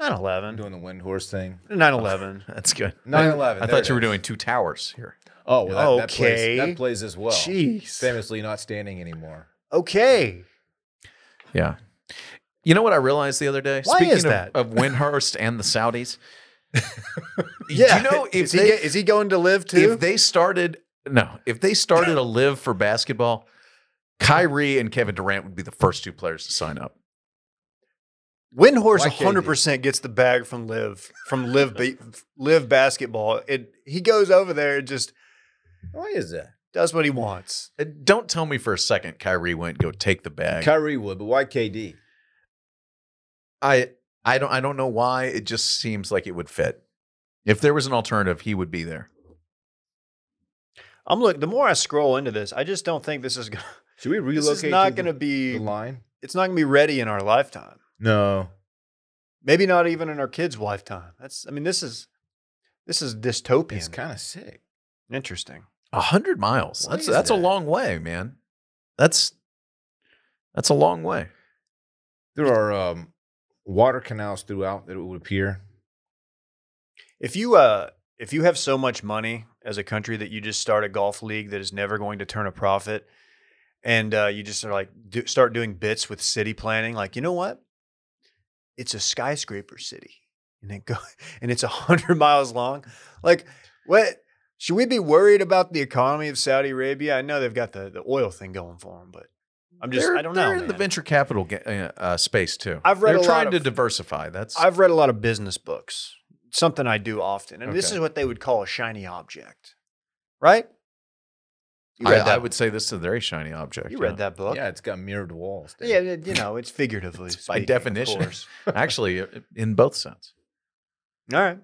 [SPEAKER 1] 9/11.
[SPEAKER 3] I'm doing the wind horse thing.
[SPEAKER 1] 9/11.
[SPEAKER 4] That's good.
[SPEAKER 3] 9/11,
[SPEAKER 4] I
[SPEAKER 3] there
[SPEAKER 4] thought
[SPEAKER 3] it
[SPEAKER 4] you were
[SPEAKER 3] is.
[SPEAKER 4] doing two towers here.
[SPEAKER 3] Oh, well, that,
[SPEAKER 1] Okay.
[SPEAKER 3] that, plays, that plays as well.
[SPEAKER 1] Jeez.
[SPEAKER 3] Famously not standing anymore.
[SPEAKER 1] Okay.
[SPEAKER 4] Yeah. You know what I realized the other day?
[SPEAKER 1] Why
[SPEAKER 4] Speaking
[SPEAKER 1] is
[SPEAKER 4] of,
[SPEAKER 1] that?
[SPEAKER 4] of Windhurst and the Saudis.
[SPEAKER 1] Yeah.
[SPEAKER 4] Do you know if
[SPEAKER 1] is,
[SPEAKER 4] they
[SPEAKER 1] he get- is he going to live too?
[SPEAKER 4] if they started no, if they started a live for basketball, Kyrie and Kevin Durant would be the first two players to sign up.
[SPEAKER 1] Windhorse
[SPEAKER 3] Why can't
[SPEAKER 1] 100% gets the bag from Live from Live ba- Live basketball. It he goes over there and just
[SPEAKER 3] Why is that?
[SPEAKER 1] does
[SPEAKER 3] Mm.
[SPEAKER 1] what he wants.
[SPEAKER 4] Uh, Don't tell me for a second Kyrie went go take the bag.
[SPEAKER 3] Kyrie would, but why KD?
[SPEAKER 4] I I don't I don't know why it just seems like it would fit. If there was an alternative, he would be there.
[SPEAKER 1] I'm look. The more I scroll into this, I just don't think this is gonna,
[SPEAKER 3] Should we relocate
[SPEAKER 1] this is not
[SPEAKER 3] to
[SPEAKER 1] going to
[SPEAKER 3] the,
[SPEAKER 1] be
[SPEAKER 3] the line?
[SPEAKER 1] it's not going to be ready in our lifetime.
[SPEAKER 3] No.
[SPEAKER 1] Maybe not even in our kids' lifetime. That's I mean this is this is dystopian.
[SPEAKER 3] It's kind of sick.
[SPEAKER 1] Interesting.
[SPEAKER 4] A hundred miles.
[SPEAKER 3] Why
[SPEAKER 4] That's
[SPEAKER 3] is
[SPEAKER 4] that's a
[SPEAKER 3] that?
[SPEAKER 4] long way, man. That's that's a long way.
[SPEAKER 3] There are um, water canals throughout that it would appear.
[SPEAKER 1] If you uh if you have so much money as a country that you just start a golf league that is never going to turn a profit, and uh, you just are like do, start doing bits with city planning, like you know what, it's a skyscraper city, and it go and it's a hundred miles long. Like what should we be worried about the economy of Saudi Arabia? I know they've got the the oil thing going for them, but I'm just
[SPEAKER 4] they're,
[SPEAKER 1] I don't
[SPEAKER 4] they're
[SPEAKER 1] know.
[SPEAKER 4] in the
[SPEAKER 1] man.
[SPEAKER 4] venture capital ga- uh, uh, space too.
[SPEAKER 1] I've read
[SPEAKER 4] they're
[SPEAKER 1] a lot
[SPEAKER 4] trying to
[SPEAKER 1] of-
[SPEAKER 4] diversify. That's
[SPEAKER 1] I've read a lot of business books, something I do often. And this
[SPEAKER 4] Okay.
[SPEAKER 1] is what they would call a shiny object, right? You
[SPEAKER 4] I,
[SPEAKER 1] read that.
[SPEAKER 4] I would say this is a very shiny object.
[SPEAKER 1] you
[SPEAKER 4] yeah.
[SPEAKER 1] read that book.
[SPEAKER 3] Yeah, it's got mirrored walls. dude.
[SPEAKER 1] Yeah, you know, it's figuratively.
[SPEAKER 4] It's by
[SPEAKER 1] speaking, of
[SPEAKER 4] definition.
[SPEAKER 1] course.
[SPEAKER 4] Actually, uh, in both sense.
[SPEAKER 1] All right.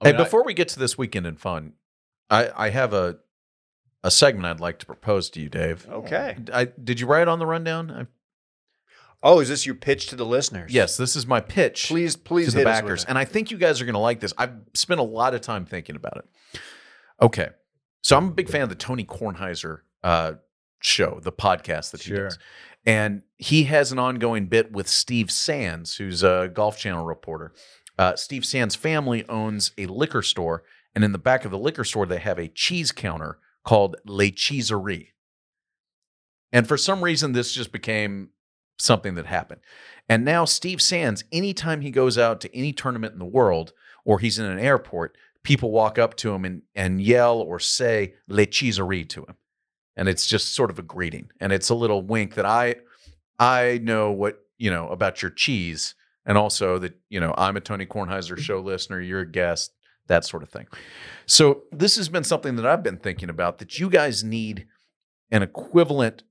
[SPEAKER 3] I mean,
[SPEAKER 4] hey,
[SPEAKER 3] I-
[SPEAKER 4] before we get to this weekend in fun, I, I have a a segment I'd like to propose to you, Dave.
[SPEAKER 1] Okay.
[SPEAKER 4] I, did you write it on the rundown? I,
[SPEAKER 1] Oh, is this your pitch to the listeners?
[SPEAKER 4] yes, this is my pitch.
[SPEAKER 1] Please, please
[SPEAKER 4] to the
[SPEAKER 1] hit us with
[SPEAKER 4] backers.
[SPEAKER 1] it.
[SPEAKER 4] And I think you guys are going to like this. I've spent a lot of time thinking about it. Okay. So I'm a big fan of the Tony Kornheiser uh, show, the podcast that he
[SPEAKER 3] Sure.
[SPEAKER 4] does. And he has an ongoing bit with Steve Sands, who's a Golf Channel reporter. Uh, Steve Sands' family owns a liquor store. And in the back of the liquor store, they have a cheese counter called Le Cheeserie. And for some reason, this just became something that happened. And now Steve Sands, anytime he goes out to any tournament in the world or he's in an airport, people walk up to him and, and yell or say Le Cheeserie to him. And it's just sort of a greeting. And it's a little wink that I I know what, you know, about your cheese. And also that, you know, I'm a Tony Kornheiser show listener, you're a guest. that sort of thing. So this has been something that I've been thinking about that you guys need an equivalent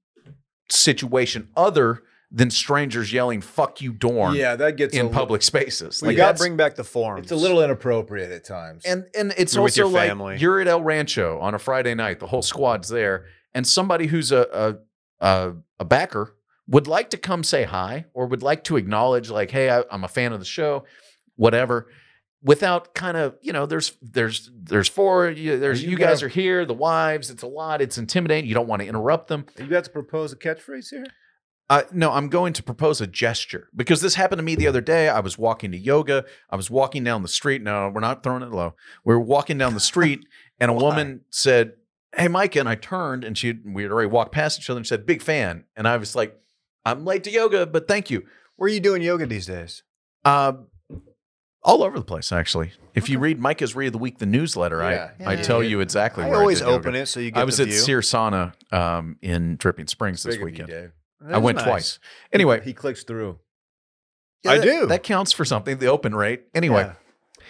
[SPEAKER 4] situation other than strangers yelling "fuck you, dorm"
[SPEAKER 3] Yeah, that gets a
[SPEAKER 4] in
[SPEAKER 3] li-
[SPEAKER 4] public spaces.
[SPEAKER 1] We
[SPEAKER 4] Like,
[SPEAKER 1] got to
[SPEAKER 4] that's-
[SPEAKER 1] bring back the forums.
[SPEAKER 3] It's a little inappropriate at times.
[SPEAKER 4] and and it's
[SPEAKER 1] You're with
[SPEAKER 4] also
[SPEAKER 1] your
[SPEAKER 4] like
[SPEAKER 1] family.
[SPEAKER 4] you're at El Rancho on a Friday night. The whole squad's there, and somebody who's a a a, a backer would like to come say hi or would like to acknowledge, like, "Hey, I, I'm a fan of the show," whatever. Without kind of you know, there's there's there's four. You, there's
[SPEAKER 3] you
[SPEAKER 4] you, guys
[SPEAKER 3] gonna-
[SPEAKER 4] are here. The wives. It's a lot. It's intimidating. You don't want to interrupt them.
[SPEAKER 3] you got to propose a catchphrase here.
[SPEAKER 4] Uh, no, I'm going to propose a gesture because this happened to me the other day. I was walking to yoga. I was walking down the street. No, we're not throwing it low. We were walking down the street, and a woman said, "Hey, Micah," and I turned, and she we had already walked past each other and said, "Big fan," and I was like, "I'm late to yoga, but thank you."
[SPEAKER 1] Where are you doing yoga these days?
[SPEAKER 4] Uh, all over the place, actually. If you read Micah's read of the week, the newsletter,
[SPEAKER 3] Yeah,
[SPEAKER 4] I I
[SPEAKER 3] yeah,
[SPEAKER 4] tell
[SPEAKER 3] yeah.
[SPEAKER 4] you exactly.
[SPEAKER 1] I
[SPEAKER 4] where
[SPEAKER 1] always
[SPEAKER 4] did yoga.
[SPEAKER 1] open it so you get
[SPEAKER 4] I was
[SPEAKER 1] the
[SPEAKER 4] at
[SPEAKER 1] view.
[SPEAKER 4] Searsana um, in Dripping Springs this
[SPEAKER 3] Big of you,
[SPEAKER 4] weekend.
[SPEAKER 3] Dave.
[SPEAKER 1] That
[SPEAKER 4] I
[SPEAKER 1] was
[SPEAKER 4] went
[SPEAKER 1] nice.
[SPEAKER 4] twice. Anyway,
[SPEAKER 3] he clicks through.
[SPEAKER 1] I
[SPEAKER 4] that-
[SPEAKER 1] do.
[SPEAKER 4] That counts for something, the open rate. Anyway,
[SPEAKER 1] Yeah.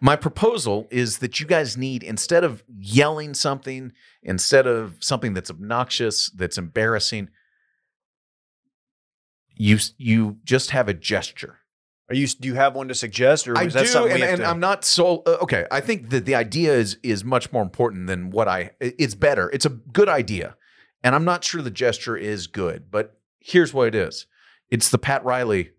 [SPEAKER 4] my proposal is that you guys need, instead of yelling something, instead of something that's obnoxious, that's embarrassing, you you just have a gesture.
[SPEAKER 1] Are you? Do you have one to suggest, or
[SPEAKER 4] I
[SPEAKER 1] is that
[SPEAKER 4] do,
[SPEAKER 1] something
[SPEAKER 4] and,
[SPEAKER 1] we have
[SPEAKER 4] and
[SPEAKER 1] to-
[SPEAKER 4] I'm not so uh, okay. I think that the idea is is much more important than what I. it- It's better. It's a good idea, and I'm not sure the gesture is good. But here's what it is: it's the Pat Riley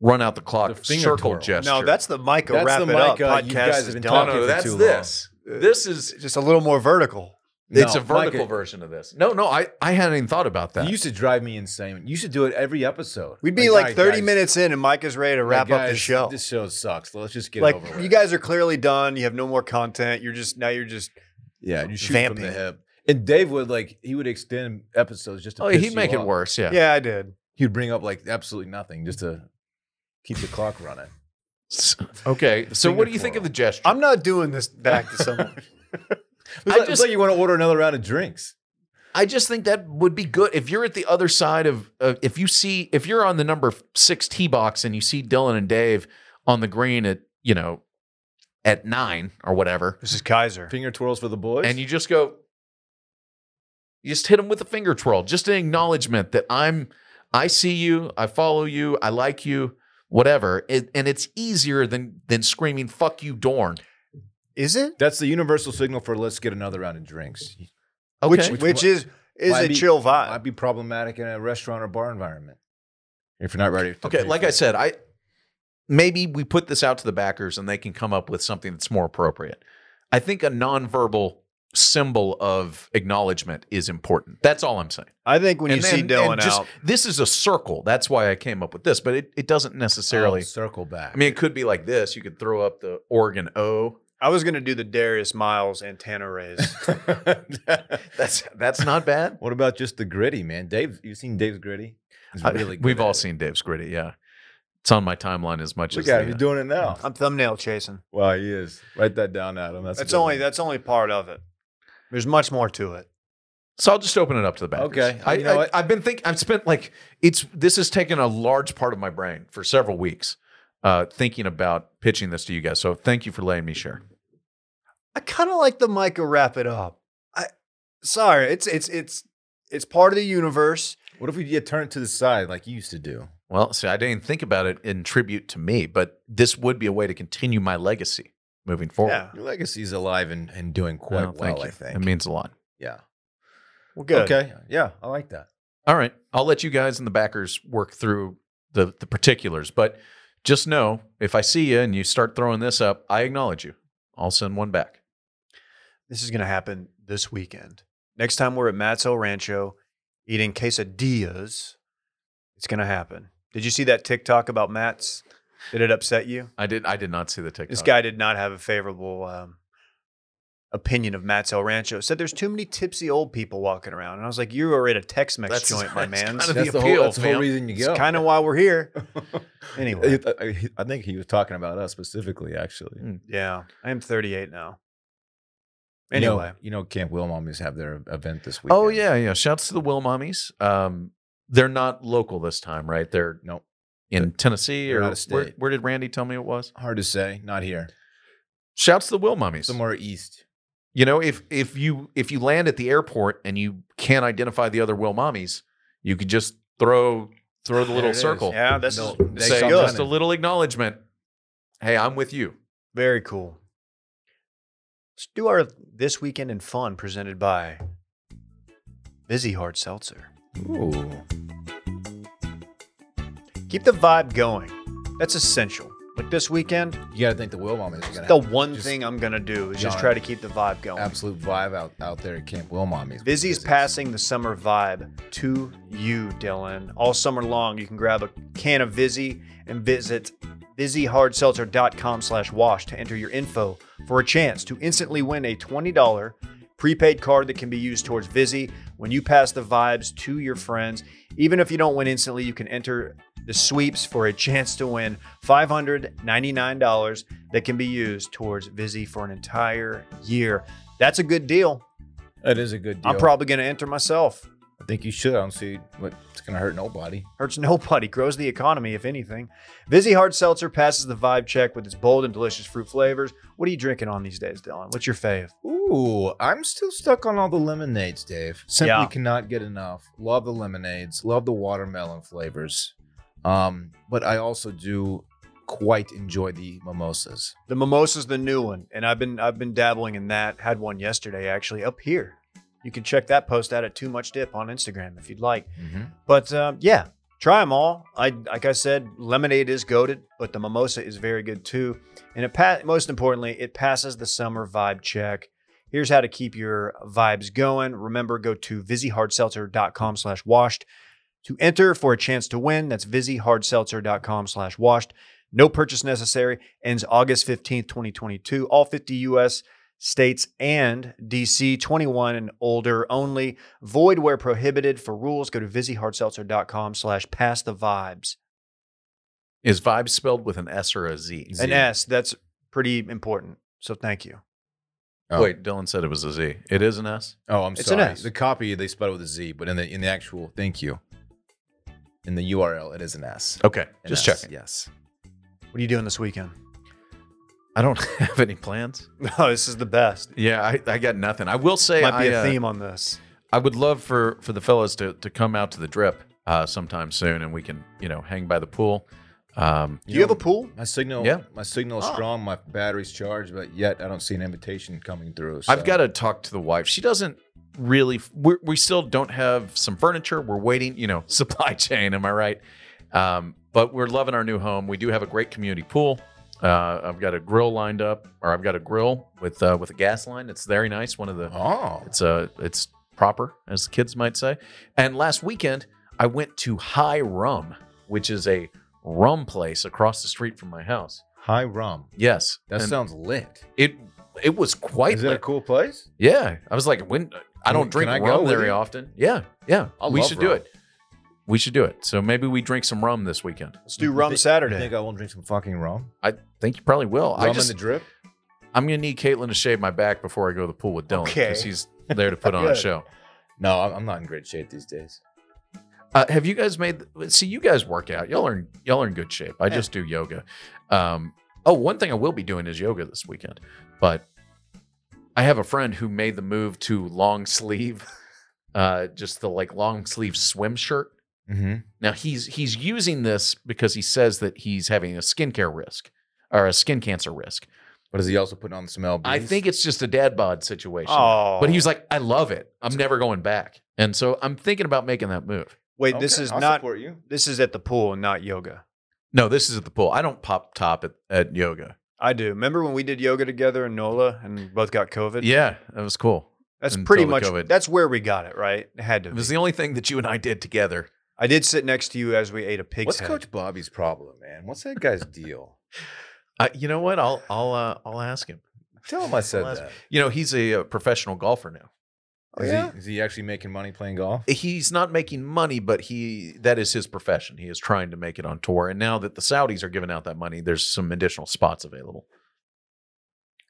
[SPEAKER 4] run out the clock
[SPEAKER 3] The finger
[SPEAKER 4] circle
[SPEAKER 3] twirl.
[SPEAKER 4] gesture.
[SPEAKER 1] No, that's the Micah
[SPEAKER 3] That's
[SPEAKER 1] wrap
[SPEAKER 3] the
[SPEAKER 1] it up
[SPEAKER 4] uh,
[SPEAKER 3] Micah
[SPEAKER 1] podcast.
[SPEAKER 3] you guys
[SPEAKER 1] is
[SPEAKER 3] have been
[SPEAKER 1] done.
[SPEAKER 4] no,
[SPEAKER 3] talking
[SPEAKER 4] no.
[SPEAKER 3] for
[SPEAKER 4] That's
[SPEAKER 3] too
[SPEAKER 4] this. This is
[SPEAKER 1] Just a little more vertical.
[SPEAKER 4] it's
[SPEAKER 3] No,
[SPEAKER 4] a vertical
[SPEAKER 3] Micah,
[SPEAKER 4] version of this. No, no, I I hadn't even thought about that.
[SPEAKER 3] You used to drive me insane. You should do it every episode.
[SPEAKER 1] We'd be like,
[SPEAKER 3] "All right,
[SPEAKER 1] 30
[SPEAKER 3] guys,
[SPEAKER 1] minutes in, and Micah's ready to
[SPEAKER 3] all right,
[SPEAKER 1] wrap up the
[SPEAKER 3] guys,
[SPEAKER 1] show.
[SPEAKER 3] This show sucks. Let's just get it
[SPEAKER 1] like
[SPEAKER 3] over.
[SPEAKER 1] you
[SPEAKER 3] with."
[SPEAKER 1] guys are clearly done. You have no more content. You're just now. You're just
[SPEAKER 3] yeah, you shoot from
[SPEAKER 1] vamping.
[SPEAKER 3] the hip. And Dave would like he would extend episodes just to.
[SPEAKER 4] oh,
[SPEAKER 3] piss
[SPEAKER 4] he'd
[SPEAKER 3] you
[SPEAKER 4] make it
[SPEAKER 3] off.
[SPEAKER 4] worse. Yeah.
[SPEAKER 1] yeah. I did.
[SPEAKER 3] He'd bring up like absolutely nothing just to keep the clock running.
[SPEAKER 4] S- Okay. So
[SPEAKER 3] Finger
[SPEAKER 4] what do you think of
[SPEAKER 3] twirl.
[SPEAKER 4] the gesture?
[SPEAKER 1] I'm not doing this back to someone.
[SPEAKER 3] It's like, it's
[SPEAKER 4] just-
[SPEAKER 3] like you want to order another round of drinks.
[SPEAKER 4] I just think that would be good if you're at the other side of uh, if you see if you're on the number six tee box and you see Dylan and Dave on the green at you know at nine or whatever,
[SPEAKER 1] this is Kaiser.
[SPEAKER 3] Finger twirls for the boys.
[SPEAKER 4] and you just go, you just hit them with a finger twirl, just an acknowledgement that I'm I see you, I follow you, I like you, whatever, it, and it's easier than than screaming "fuck you, Dorn."
[SPEAKER 1] Is it?
[SPEAKER 3] that's the universal signal for let's get another round of drinks.
[SPEAKER 4] Okay.
[SPEAKER 1] Which which,
[SPEAKER 3] one-
[SPEAKER 1] is is
[SPEAKER 3] Might
[SPEAKER 1] a
[SPEAKER 3] be-
[SPEAKER 1] chill vibe.
[SPEAKER 3] Might be problematic in a restaurant or bar environment if you're not ready. To
[SPEAKER 4] Okay,
[SPEAKER 3] pay
[SPEAKER 4] like
[SPEAKER 3] for
[SPEAKER 4] I
[SPEAKER 3] it.
[SPEAKER 4] said, I maybe we put this out to the backers and they can come up with something that's more appropriate. I think a nonverbal symbol of acknowledgement is important. That's all I'm saying.
[SPEAKER 1] I think when you
[SPEAKER 4] And-
[SPEAKER 1] see
[SPEAKER 4] and-
[SPEAKER 1] Dylan
[SPEAKER 4] and just-
[SPEAKER 1] out,
[SPEAKER 4] This is a circle. That's why I came up with this, but it, it doesn't
[SPEAKER 1] Oh,
[SPEAKER 4] necessarily.
[SPEAKER 3] I'll circle back.
[SPEAKER 4] I mean, it could be like this. You could throw up the Oregon O.
[SPEAKER 1] I was gonna do the Darius Miles antenna raise.
[SPEAKER 4] That's that's not bad.
[SPEAKER 3] what about just the gritty, man? Dave, you've seen Dave's gritty? It's
[SPEAKER 4] I-
[SPEAKER 3] really good
[SPEAKER 4] We've
[SPEAKER 3] at
[SPEAKER 4] all
[SPEAKER 3] it.
[SPEAKER 4] seen Dave's gritty. Yeah, it's on my timeline as much
[SPEAKER 3] Look
[SPEAKER 4] as
[SPEAKER 3] at
[SPEAKER 4] the,
[SPEAKER 3] him. He's
[SPEAKER 4] uh,
[SPEAKER 3] doing it now.
[SPEAKER 1] I'm thumbnail chasing.
[SPEAKER 3] Wow, he is. Write that down, Adam. That's, a
[SPEAKER 1] That's,
[SPEAKER 3] good
[SPEAKER 1] only
[SPEAKER 3] one.
[SPEAKER 1] that's only part of it. There's much more to it.
[SPEAKER 4] So I'll just open it up to the backers.
[SPEAKER 3] Okay.
[SPEAKER 4] I,
[SPEAKER 3] You know
[SPEAKER 4] I,
[SPEAKER 3] what?
[SPEAKER 4] I've been thinking. I've spent like it's. This has taken a large part of my brain for several weeks, uh, thinking about pitching this to you guys. So thank you for letting me share.
[SPEAKER 1] I kind of like the Micah wrap it up. I sorry, it's it's it's it's part of the universe.
[SPEAKER 3] What if we get turned to the side like you used to do?
[SPEAKER 4] Well, see, I didn't even think about it in tribute to me, but this would be a way to continue my legacy moving forward.
[SPEAKER 1] Yeah,
[SPEAKER 3] Your legacy's alive and, and doing quite
[SPEAKER 4] Well, Oh, thank
[SPEAKER 3] well, I
[SPEAKER 4] you.
[SPEAKER 3] think.
[SPEAKER 4] It means a lot.
[SPEAKER 3] yeah.
[SPEAKER 1] well, good.
[SPEAKER 3] Okay. Yeah, I like that.
[SPEAKER 4] All right, I'll let you guys and the backers work through the the particulars, but just know if I see you and you start throwing this up, I acknowledge you. I'll send one back.
[SPEAKER 1] This is gonna happen this weekend. Next time we're at Matt's El Rancho eating quesadillas, it's gonna happen. Did you see that TikTok about Matt's? Did it upset you?
[SPEAKER 4] I did. I did not see the TikTok.
[SPEAKER 1] This guy did not have a favorable um, opinion of Matt's El Rancho. Said there's too many tipsy old people walking around, and I was like, "You are at a Tex-Mex
[SPEAKER 4] That's-
[SPEAKER 1] joint, my
[SPEAKER 4] that's
[SPEAKER 1] man.
[SPEAKER 4] kind of
[SPEAKER 1] That's
[SPEAKER 4] the
[SPEAKER 3] whole,
[SPEAKER 4] appeal,
[SPEAKER 3] that's the whole
[SPEAKER 4] fam.
[SPEAKER 3] reason you go.
[SPEAKER 1] kind of why we're here." Anyway.
[SPEAKER 3] I- I think he was talking about us specifically, actually.
[SPEAKER 4] Mm.
[SPEAKER 1] Yeah, I am 38 now.
[SPEAKER 3] You know-
[SPEAKER 1] Anyway,
[SPEAKER 3] you know, Camp Will Mommies have their event this weekend.
[SPEAKER 4] Oh yeah, yeah. Shouts to the Will Mommies. Um, they're not local this time, right? They're
[SPEAKER 3] Nope.
[SPEAKER 4] in Tennessee
[SPEAKER 3] They're
[SPEAKER 4] or
[SPEAKER 3] out of
[SPEAKER 4] where,
[SPEAKER 3] state.
[SPEAKER 4] where did Randy tell me it was?
[SPEAKER 3] Hard to say. Not here.
[SPEAKER 4] Shouts to the Will Mummies.
[SPEAKER 3] somewhere east.
[SPEAKER 4] You know, if if you if you land at the airport and you can't identify the other Will Mommies, you could just throw throw the
[SPEAKER 3] There
[SPEAKER 4] little
[SPEAKER 3] it is.
[SPEAKER 4] circle.
[SPEAKER 1] Yeah, this
[SPEAKER 3] No,
[SPEAKER 1] is
[SPEAKER 3] they
[SPEAKER 1] this
[SPEAKER 4] Say
[SPEAKER 1] is
[SPEAKER 3] saw
[SPEAKER 1] good.
[SPEAKER 4] just a little acknowledgement. Hey, I'm with you.
[SPEAKER 1] Very cool. Let's do our This Weekend in Fun presented by Busy Hard Seltzer.
[SPEAKER 3] Ooh.
[SPEAKER 1] Keep the vibe going. That's essential. Like this weekend,
[SPEAKER 3] You got to think the Will Mommies are going
[SPEAKER 1] the
[SPEAKER 3] to
[SPEAKER 1] one
[SPEAKER 3] just-
[SPEAKER 1] thing I'm going to do is just
[SPEAKER 3] John.
[SPEAKER 1] try to keep the vibe going.
[SPEAKER 3] absolute vibe out, out there at Camp Will Mommies.
[SPEAKER 1] Vizzy's
[SPEAKER 3] Vizzy's.
[SPEAKER 1] passing the summer vibe to you, Dylan. All summer long, you can grab a can of Vizzy and visit VizzyHardSeltzer.com slash wash to enter your info for a chance to instantly win a $20 prepaid card that can be used towards Vizzy when you pass the vibes to your friends. Even if you don't win instantly, you can enter the sweeps for a chance to win $599 that can be used towards Vizzy for an entire year. That's a good deal.
[SPEAKER 3] That is a good deal.
[SPEAKER 1] I'm probably going to enter myself.
[SPEAKER 3] I think you should. I don't see what's going to hurt nobody.
[SPEAKER 1] Hurts nobody, grows the economy, if anything. Vizzy Hard Seltzer passes the vibe check with its bold and delicious fruit flavors. What are you drinking on these days, Dylan? What's your fave?
[SPEAKER 3] Ooh, I'm still stuck on all the lemonades, Dave. Simply
[SPEAKER 1] Yeah.
[SPEAKER 3] cannot get enough. Love the lemonades. Love the watermelon flavors. Um, but I also do quite enjoy the mimosas.
[SPEAKER 1] The mimosa's the new one, and I've been I've been dabbling in that. Had one yesterday actually up here. You can check that post out at Too Much Dip on Instagram if you'd like. But um, yeah, try them all. I like I said, lemonade is goaded, but the mimosa is very good too. And it pa- most importantly, it passes the summer vibe check. Here's how to keep your vibes going. Remember, go to VizzyHardSeltzer.com slash washed to enter for a chance to win. That's VizzyHardSeltzer.com slash washed. No purchase necessary. Ends August 15th, 2022. All 50 U.S. states and D.C. 21 and older only. Void where prohibited. For rules, go to VizzyHardSeltzer.com slash pass the vibes.
[SPEAKER 4] Is vibe spelled with an S or a Z?
[SPEAKER 1] An S, that's pretty important. So thank you.
[SPEAKER 3] Oh.
[SPEAKER 4] Wait, Dylan said it was a Z. It is an S.
[SPEAKER 3] Oh, I'm
[SPEAKER 1] It's an
[SPEAKER 3] sorry.
[SPEAKER 1] S.
[SPEAKER 3] The copy they spelled it with a Z, but in the in the actual thank you, in the URL, it is an S.
[SPEAKER 4] Okay,
[SPEAKER 3] An
[SPEAKER 4] just
[SPEAKER 3] S,
[SPEAKER 4] checking.
[SPEAKER 3] Yes.
[SPEAKER 1] What are you doing this weekend?
[SPEAKER 4] I don't have any plans.
[SPEAKER 1] No, this is the best.
[SPEAKER 4] Yeah, I, I got nothing. I will say
[SPEAKER 1] Might be
[SPEAKER 4] I,
[SPEAKER 1] a
[SPEAKER 4] uh,
[SPEAKER 1] theme on this.
[SPEAKER 4] I would love for for the fellas to to come out to the drip uh, sometime soon, and we can you know hang by the pool. Um,
[SPEAKER 1] Do you have a pool?
[SPEAKER 3] My signal,
[SPEAKER 4] Yeah.
[SPEAKER 3] my signal's
[SPEAKER 1] Oh.
[SPEAKER 3] strong. My battery's charged, but yet I don't see an invitation coming through.
[SPEAKER 4] I've got to talk to the wife. She doesn't really. We're, we still don't have some furniture. We're waiting. You know, supply chain. Am I right? Um, but we're loving our new home. We do have a great community pool. Uh, I've got a grill lined up, or I've got a grill with uh, with a gas line. It's very nice. One of the
[SPEAKER 3] Oh,
[SPEAKER 4] It's uh it's proper, as the kids might say. And last weekend, I went to High Rum, which is a rum place across the street from my house.
[SPEAKER 3] high rum.
[SPEAKER 4] Yes,
[SPEAKER 3] That
[SPEAKER 4] and
[SPEAKER 3] sounds lit.
[SPEAKER 4] it. It was quite.
[SPEAKER 3] Is it a
[SPEAKER 4] lit.
[SPEAKER 3] cool place?
[SPEAKER 4] yeah, I was like, when I
[SPEAKER 3] Can
[SPEAKER 4] don't drink
[SPEAKER 3] I go
[SPEAKER 4] rum
[SPEAKER 3] with
[SPEAKER 4] very
[SPEAKER 3] you?
[SPEAKER 4] often. Yeah, yeah,
[SPEAKER 3] I
[SPEAKER 4] we
[SPEAKER 3] love
[SPEAKER 4] should do
[SPEAKER 3] rum.
[SPEAKER 4] it. We should do it. So maybe we drink some rum this weekend.
[SPEAKER 1] Let's do
[SPEAKER 3] You
[SPEAKER 1] rum
[SPEAKER 3] thi-
[SPEAKER 1] Saturday.
[SPEAKER 3] You think I won't drink some fucking rum?
[SPEAKER 4] I think you probably will.
[SPEAKER 3] rum
[SPEAKER 4] I just,
[SPEAKER 3] in the drip.
[SPEAKER 4] I'm gonna need Caitlin to shave my back before I go to the pool with Dylan
[SPEAKER 1] Okay.
[SPEAKER 4] because he's there to put on a
[SPEAKER 1] Good.
[SPEAKER 4] show.
[SPEAKER 3] No, I'm I'm not in great shape these days.
[SPEAKER 4] Uh, have you guys made? See, you guys work out. Y'all are in, y'all are in good shape. I
[SPEAKER 1] Yeah.
[SPEAKER 4] just do yoga. Um, oh, one thing I will be doing is yoga this weekend. But I have a friend who made the move to long sleeve, uh, just the like long sleeve swim shirt.
[SPEAKER 3] Mm-hmm.
[SPEAKER 4] Now he's he's using this because he says that he's having a skincare risk or a skin cancer risk.
[SPEAKER 3] But is he also putting on some LBs?
[SPEAKER 4] I think it's just a dad bod situation.
[SPEAKER 1] oh,
[SPEAKER 4] But he was like, I love it. I'm never going back. And so I'm thinking about making that move.
[SPEAKER 1] wait, this
[SPEAKER 3] Okay,
[SPEAKER 1] is
[SPEAKER 3] I'll
[SPEAKER 1] not.
[SPEAKER 3] support you.
[SPEAKER 1] This is at the pool, not yoga.
[SPEAKER 4] No, this is at the pool. I don't pop top at, at yoga.
[SPEAKER 1] I do. Remember when we did yoga together in NOLA and both got COVID?
[SPEAKER 4] Yeah, that was cool.
[SPEAKER 1] That's
[SPEAKER 4] until
[SPEAKER 1] pretty
[SPEAKER 4] the
[SPEAKER 1] much.
[SPEAKER 4] COVID.
[SPEAKER 1] That's where we got it. Right? It had to.
[SPEAKER 4] It
[SPEAKER 1] Be.
[SPEAKER 4] was the only thing that you and I did together.
[SPEAKER 1] I did sit next to you as we ate a pig's
[SPEAKER 3] What's
[SPEAKER 1] head.
[SPEAKER 3] Coach Bobby's problem, man? What's that guy's deal?
[SPEAKER 4] Uh, you know what? I'll I'll uh, I'll ask him.
[SPEAKER 3] Tell him I said
[SPEAKER 4] Last-
[SPEAKER 3] that.
[SPEAKER 4] You know, he's a, uh professional golfer now.
[SPEAKER 1] Oh,
[SPEAKER 3] Is
[SPEAKER 1] yeah?
[SPEAKER 3] he is he actually making money playing golf?
[SPEAKER 4] He's not making money, but he that is his profession. He is trying to make it on tour. And now that the Saudis are giving out that money, there's some additional spots available.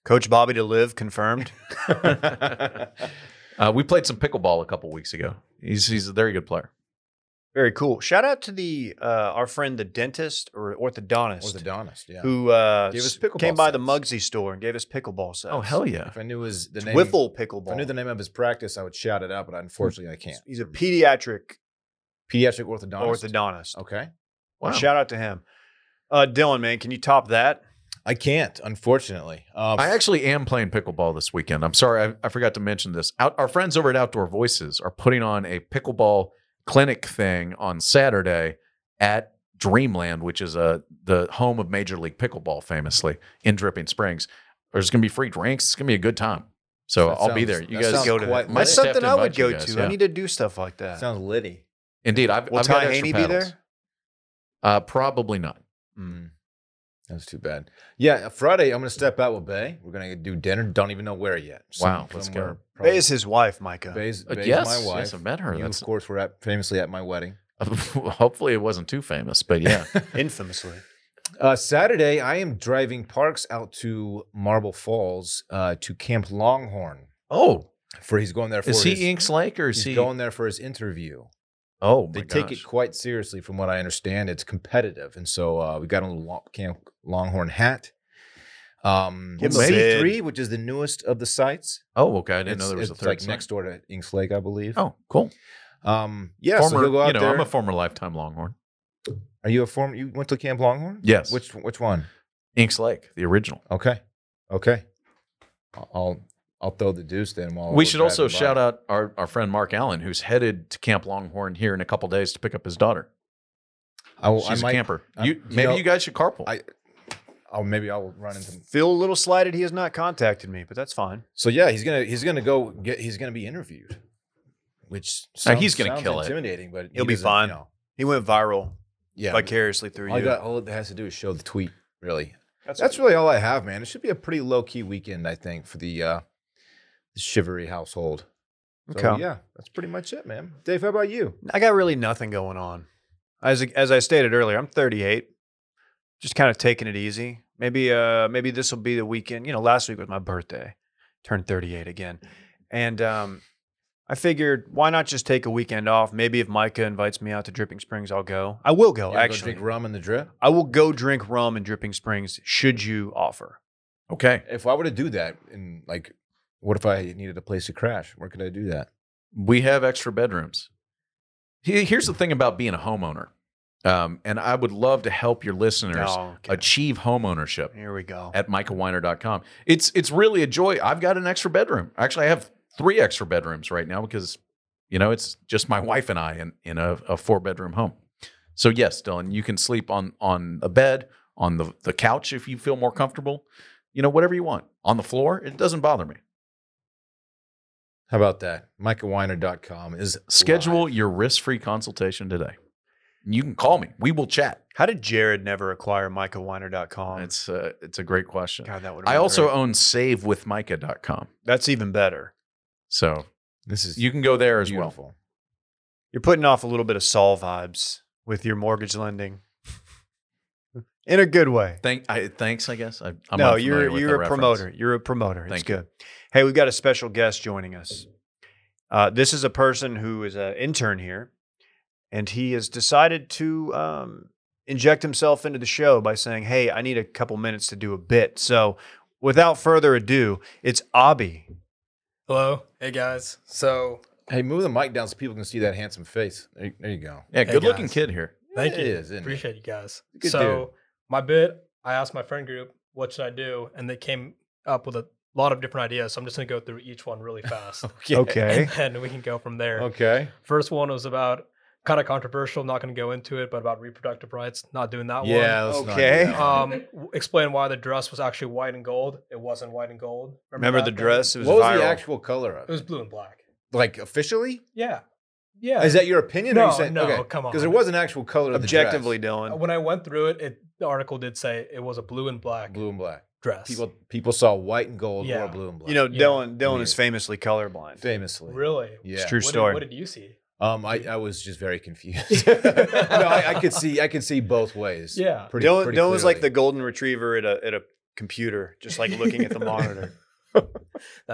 [SPEAKER 1] Coach Bobby to live confirmed.
[SPEAKER 4] uh, we played some pickleball a couple weeks ago. He's he's a very good player.
[SPEAKER 1] Very cool. Shout out to the uh, our friend the dentist or orthodontist
[SPEAKER 3] Orthodontist, yeah.
[SPEAKER 1] who uh,
[SPEAKER 3] Gave us
[SPEAKER 1] s-
[SPEAKER 3] pickleball
[SPEAKER 1] came by the
[SPEAKER 3] sets.
[SPEAKER 1] Mugsy store and gave us pickleball sets.
[SPEAKER 4] Oh hell yeah!
[SPEAKER 3] if I knew his the
[SPEAKER 1] It's
[SPEAKER 3] name,
[SPEAKER 1] Wiffle
[SPEAKER 3] if I knew
[SPEAKER 1] pickleball.
[SPEAKER 3] the name of his practice, I would shout it out, but unfortunately, I can't.
[SPEAKER 1] He's a pediatric
[SPEAKER 3] Pediatric orthodontist. Oh,
[SPEAKER 1] orthodontist.
[SPEAKER 3] Okay.
[SPEAKER 4] Wow.
[SPEAKER 1] Shout out to him. Uh, Dylan, man, can you top that?
[SPEAKER 3] I can't, unfortunately. Um,
[SPEAKER 4] I actually am playing pickleball this weekend. I'm sorry, I, I forgot to mention this. Out, our friends over at Outdoor Voices are putting on a pickleball clinic thing on Saturday at Dreamland, which is uh, the home of Major League Pickleball, famously in Dripping Springs. There's going to be free drinks. It's going to be a good time. So
[SPEAKER 3] That
[SPEAKER 4] I'll be
[SPEAKER 3] sounds-
[SPEAKER 4] there. You
[SPEAKER 3] that
[SPEAKER 4] guys
[SPEAKER 3] sounds
[SPEAKER 4] go.
[SPEAKER 3] to quite that.
[SPEAKER 4] My
[SPEAKER 3] lit.
[SPEAKER 1] That's
[SPEAKER 4] staff
[SPEAKER 1] something I would
[SPEAKER 4] invite you
[SPEAKER 1] go
[SPEAKER 4] guys,
[SPEAKER 1] to.
[SPEAKER 4] yeah.
[SPEAKER 1] I need to do stuff like that.
[SPEAKER 3] sounds litty.
[SPEAKER 4] Indeed, I've,
[SPEAKER 1] Will
[SPEAKER 4] I've
[SPEAKER 1] Ty
[SPEAKER 4] got extra
[SPEAKER 1] Haney be
[SPEAKER 4] paddles.
[SPEAKER 1] there?
[SPEAKER 4] Uh, probably not.
[SPEAKER 3] Mm. That's too bad. Yeah, uh, Friday I'm gonna step out with Bay. We're gonna do dinner. Don't even know where yet.
[SPEAKER 4] Wow, let's go.
[SPEAKER 3] somewhere
[SPEAKER 1] Bay
[SPEAKER 3] probably-
[SPEAKER 1] is his wife, Micah.
[SPEAKER 3] Bay's,
[SPEAKER 4] Uh,
[SPEAKER 3] Bay's
[SPEAKER 4] yes,
[SPEAKER 3] my wife.
[SPEAKER 4] yes, I met her.
[SPEAKER 3] You,
[SPEAKER 4] That's
[SPEAKER 3] of course, were at, famously at my wedding.
[SPEAKER 4] hopefully it wasn't too famous, but yeah.
[SPEAKER 1] Infamously.
[SPEAKER 3] Uh, Saturday, I am driving Parks out to Marble Falls uh, to Camp Longhorn
[SPEAKER 4] oh,
[SPEAKER 3] for he's going there for
[SPEAKER 4] is
[SPEAKER 3] his,
[SPEAKER 4] he Inks Lake or is
[SPEAKER 3] he's
[SPEAKER 4] he?
[SPEAKER 3] going there for his interview.
[SPEAKER 4] oh, my
[SPEAKER 3] they take
[SPEAKER 4] gosh.
[SPEAKER 3] it quite seriously, from what I understand. It's competitive, and so uh, we got a little Lo- Camp Longhorn hat. Um,
[SPEAKER 1] Give
[SPEAKER 4] him a
[SPEAKER 1] bid.
[SPEAKER 3] three, which is the newest of the sites.
[SPEAKER 4] Oh, okay. I didn't know there was a
[SPEAKER 3] it's
[SPEAKER 4] third.
[SPEAKER 3] like
[SPEAKER 4] site.
[SPEAKER 3] next door to Inks Lake, I believe.
[SPEAKER 4] Oh, cool.
[SPEAKER 3] Um, yeah. so
[SPEAKER 4] former,
[SPEAKER 3] he'll go out
[SPEAKER 4] you know,
[SPEAKER 3] there.
[SPEAKER 4] I'm a former lifetime Longhorn.
[SPEAKER 3] Are you a former? You went to Camp Longhorn?
[SPEAKER 4] Yes.
[SPEAKER 3] Which which one?
[SPEAKER 4] Inks Lake, the original.
[SPEAKER 3] Okay. Okay. I'll- I'll I'll throw the deuce then while
[SPEAKER 4] we should also shout out our, our friend Mark Allen, who's headed to Camp Longhorn here in a couple days to pick up his daughter.
[SPEAKER 3] I will, Oh, I
[SPEAKER 4] She's a
[SPEAKER 3] might,
[SPEAKER 4] camper.
[SPEAKER 3] I-
[SPEAKER 4] you,
[SPEAKER 3] you
[SPEAKER 4] maybe
[SPEAKER 3] know,
[SPEAKER 4] you guys should carpool.
[SPEAKER 3] I- I'll, maybe I'll run into.
[SPEAKER 1] Feel a little slighted he has not contacted me, but that's fine.
[SPEAKER 3] So yeah, he's gonna he's gonna go get he's gonna be interviewed, which
[SPEAKER 4] Now,
[SPEAKER 3] sounds,
[SPEAKER 4] he's gonna
[SPEAKER 3] sounds
[SPEAKER 4] kill it.
[SPEAKER 3] intimidating, but he
[SPEAKER 1] He'll be
[SPEAKER 3] doesn't,
[SPEAKER 1] fine.
[SPEAKER 3] know.
[SPEAKER 1] He went viral
[SPEAKER 3] yeah.
[SPEAKER 1] vicariously through
[SPEAKER 3] all, I
[SPEAKER 1] you.
[SPEAKER 3] got, all it has to do is show the tweet. Really,
[SPEAKER 1] that's
[SPEAKER 3] that's really all I have, man. It should be a pretty low key weekend, I think, for the uh, the chivalry household. So,
[SPEAKER 1] Okay.
[SPEAKER 3] yeah, that's pretty much it, man. Dave, how about you?
[SPEAKER 1] I got really nothing going on. As as I stated earlier, I'm 38. Just kind of taking it easy. Maybe uh maybe this will be the weekend. You know, last week was my birthday. Turned 38 again. And um I figured why not just take a weekend off? Maybe if Micah invites me out to Dripping Springs, I'll go. I will go
[SPEAKER 3] You gonna go
[SPEAKER 1] actually.
[SPEAKER 3] drink rum in the drip.
[SPEAKER 1] I will go drink rum in Dripping Springs should you offer.
[SPEAKER 4] okay.
[SPEAKER 3] If I were to do that, and like, what if I needed a place to crash? Where could I do that?
[SPEAKER 4] We have extra bedrooms. He- Here's the thing about being a homeowner. Um, and I would love to help your listeners
[SPEAKER 3] Oh,
[SPEAKER 1] No, Oh, okay.
[SPEAKER 4] achieve homeownership.
[SPEAKER 1] Here we go.
[SPEAKER 4] at michaelweiner.com. It's it's really a joy. I've got an extra bedroom. Actually, I have three extra bedrooms right now because you know it's just my wife and I in, in a, a four bedroom home. So yes, Dylan, you can sleep on on a bed, on the, the couch if you feel more comfortable. You know, whatever you want. On the floor, it doesn't bother me.
[SPEAKER 3] How about that? MicahWiner.com is
[SPEAKER 4] Schedule
[SPEAKER 3] live.
[SPEAKER 4] your risk-free consultation today. You can call me. We will chat.
[SPEAKER 1] How did Jared never acquire MicahWiner.com?
[SPEAKER 4] It's uh, it's a great question.
[SPEAKER 1] Um, God, that would.
[SPEAKER 4] I also own savewithmica.com.
[SPEAKER 1] that's even better.
[SPEAKER 4] So
[SPEAKER 3] This is
[SPEAKER 4] you can go there as well.
[SPEAKER 3] beautiful.
[SPEAKER 1] You're putting off a little bit of Saul vibes with your mortgage lending, in a good way.
[SPEAKER 4] Thank, I, thanks. I guess I, I'm
[SPEAKER 1] no,
[SPEAKER 4] unfamiliar
[SPEAKER 1] you're
[SPEAKER 4] with
[SPEAKER 1] you're
[SPEAKER 4] the
[SPEAKER 1] a
[SPEAKER 4] reference.
[SPEAKER 1] promoter. You're a promoter. it's
[SPEAKER 4] Thank you.
[SPEAKER 1] good. Hey, we've got a special guest joining us. Uh, this is a person who is an intern here, and he has decided to um, inject himself into the show by saying, "Hey, I need a couple minutes to do a bit." So, without further ado, it's Abby.
[SPEAKER 5] Hello. Hey guys. So
[SPEAKER 3] Hey, move the mic down so people can see that handsome face. There, you- there you go.
[SPEAKER 4] Yeah,
[SPEAKER 5] Hey,
[SPEAKER 4] good looking
[SPEAKER 5] guys.
[SPEAKER 4] kid here.
[SPEAKER 5] thank
[SPEAKER 3] It
[SPEAKER 5] you.
[SPEAKER 3] is, isn't it?
[SPEAKER 5] Appreciate you guys.
[SPEAKER 3] Good
[SPEAKER 5] so
[SPEAKER 3] dude.
[SPEAKER 5] my bit, I asked my friend group, what should I do? And they came up with a lot of different ideas. So I'm just gonna go through each one really fast.
[SPEAKER 3] Okay.
[SPEAKER 1] Okay.
[SPEAKER 5] And then we can go from there.
[SPEAKER 3] Okay.
[SPEAKER 5] First one was about kind of controversial, not gonna go into it, but about reproductive rights, not doing that one.
[SPEAKER 3] Yeah. let's not do
[SPEAKER 1] Okay.
[SPEAKER 3] that one.
[SPEAKER 5] Um w- explain why the dress was actually white and gold. It wasn't white and gold.
[SPEAKER 1] Remember
[SPEAKER 5] that
[SPEAKER 1] the
[SPEAKER 5] thing?
[SPEAKER 1] dress? It was
[SPEAKER 3] what was
[SPEAKER 1] viral.
[SPEAKER 3] the actual color of
[SPEAKER 5] It
[SPEAKER 3] it?
[SPEAKER 5] was blue and black.
[SPEAKER 3] Like officially?
[SPEAKER 5] Yeah. Yeah.
[SPEAKER 3] Is that your opinion? or
[SPEAKER 5] no,
[SPEAKER 3] you saying,
[SPEAKER 5] no, come on. Uh,
[SPEAKER 3] Because there was an actual color of the dress.
[SPEAKER 1] Objectively, Dylan.
[SPEAKER 5] when I went through it, it the article did say it was a blue and black
[SPEAKER 3] blue and black.
[SPEAKER 5] dress.
[SPEAKER 3] People people saw white and gold
[SPEAKER 5] Yeah.
[SPEAKER 3] or blue and black.
[SPEAKER 1] You know,
[SPEAKER 5] Yeah.
[SPEAKER 1] Dylan. Dylan is
[SPEAKER 3] Weird.
[SPEAKER 1] famously colorblind.
[SPEAKER 3] famously.
[SPEAKER 5] really?
[SPEAKER 3] Yeah.
[SPEAKER 1] It's true
[SPEAKER 5] What did-
[SPEAKER 1] story.
[SPEAKER 5] What did, you see?
[SPEAKER 3] Um, I, I was just very confused. no, I, I could see I could see both ways.
[SPEAKER 5] Yeah.
[SPEAKER 3] Pretty,
[SPEAKER 1] Dylan,
[SPEAKER 3] pretty
[SPEAKER 1] Dylan was like the
[SPEAKER 3] clearly.
[SPEAKER 1] golden retriever at a at a computer, just like looking at the monitor.
[SPEAKER 5] That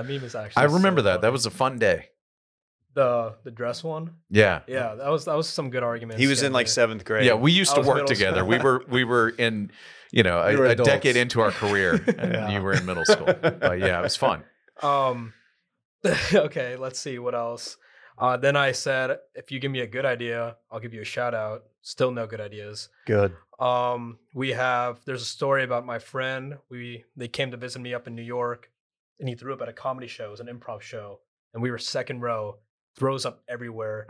[SPEAKER 5] meme is actually.
[SPEAKER 4] I remember
[SPEAKER 5] so
[SPEAKER 4] that. That
[SPEAKER 5] funny.
[SPEAKER 4] was a fun day.
[SPEAKER 5] The the dress one.
[SPEAKER 4] Yeah.
[SPEAKER 5] Yeah, that was that was some good arguments.
[SPEAKER 1] He was in
[SPEAKER 5] getting
[SPEAKER 1] like
[SPEAKER 5] there.
[SPEAKER 1] seventh grade.
[SPEAKER 4] Yeah, we used
[SPEAKER 5] I
[SPEAKER 4] to
[SPEAKER 5] was
[SPEAKER 4] work
[SPEAKER 5] middle
[SPEAKER 4] together.
[SPEAKER 5] school.
[SPEAKER 4] we were we were in, you know,
[SPEAKER 3] We
[SPEAKER 4] a,
[SPEAKER 3] were
[SPEAKER 4] a
[SPEAKER 3] adults.
[SPEAKER 4] decade into our career, and
[SPEAKER 1] Yeah.
[SPEAKER 4] you were in middle school. But yeah, it was fun.
[SPEAKER 5] Um, okay, let's see what else. Uh, then I said, if you give me a good idea, I'll give you a shout out. Still no good ideas.
[SPEAKER 1] Good.
[SPEAKER 5] Um, we have there's a story about my friend. We they came to visit me up in New York, and he threw up at a comedy show. It was an improv show, and we were second row. Throws up everywhere.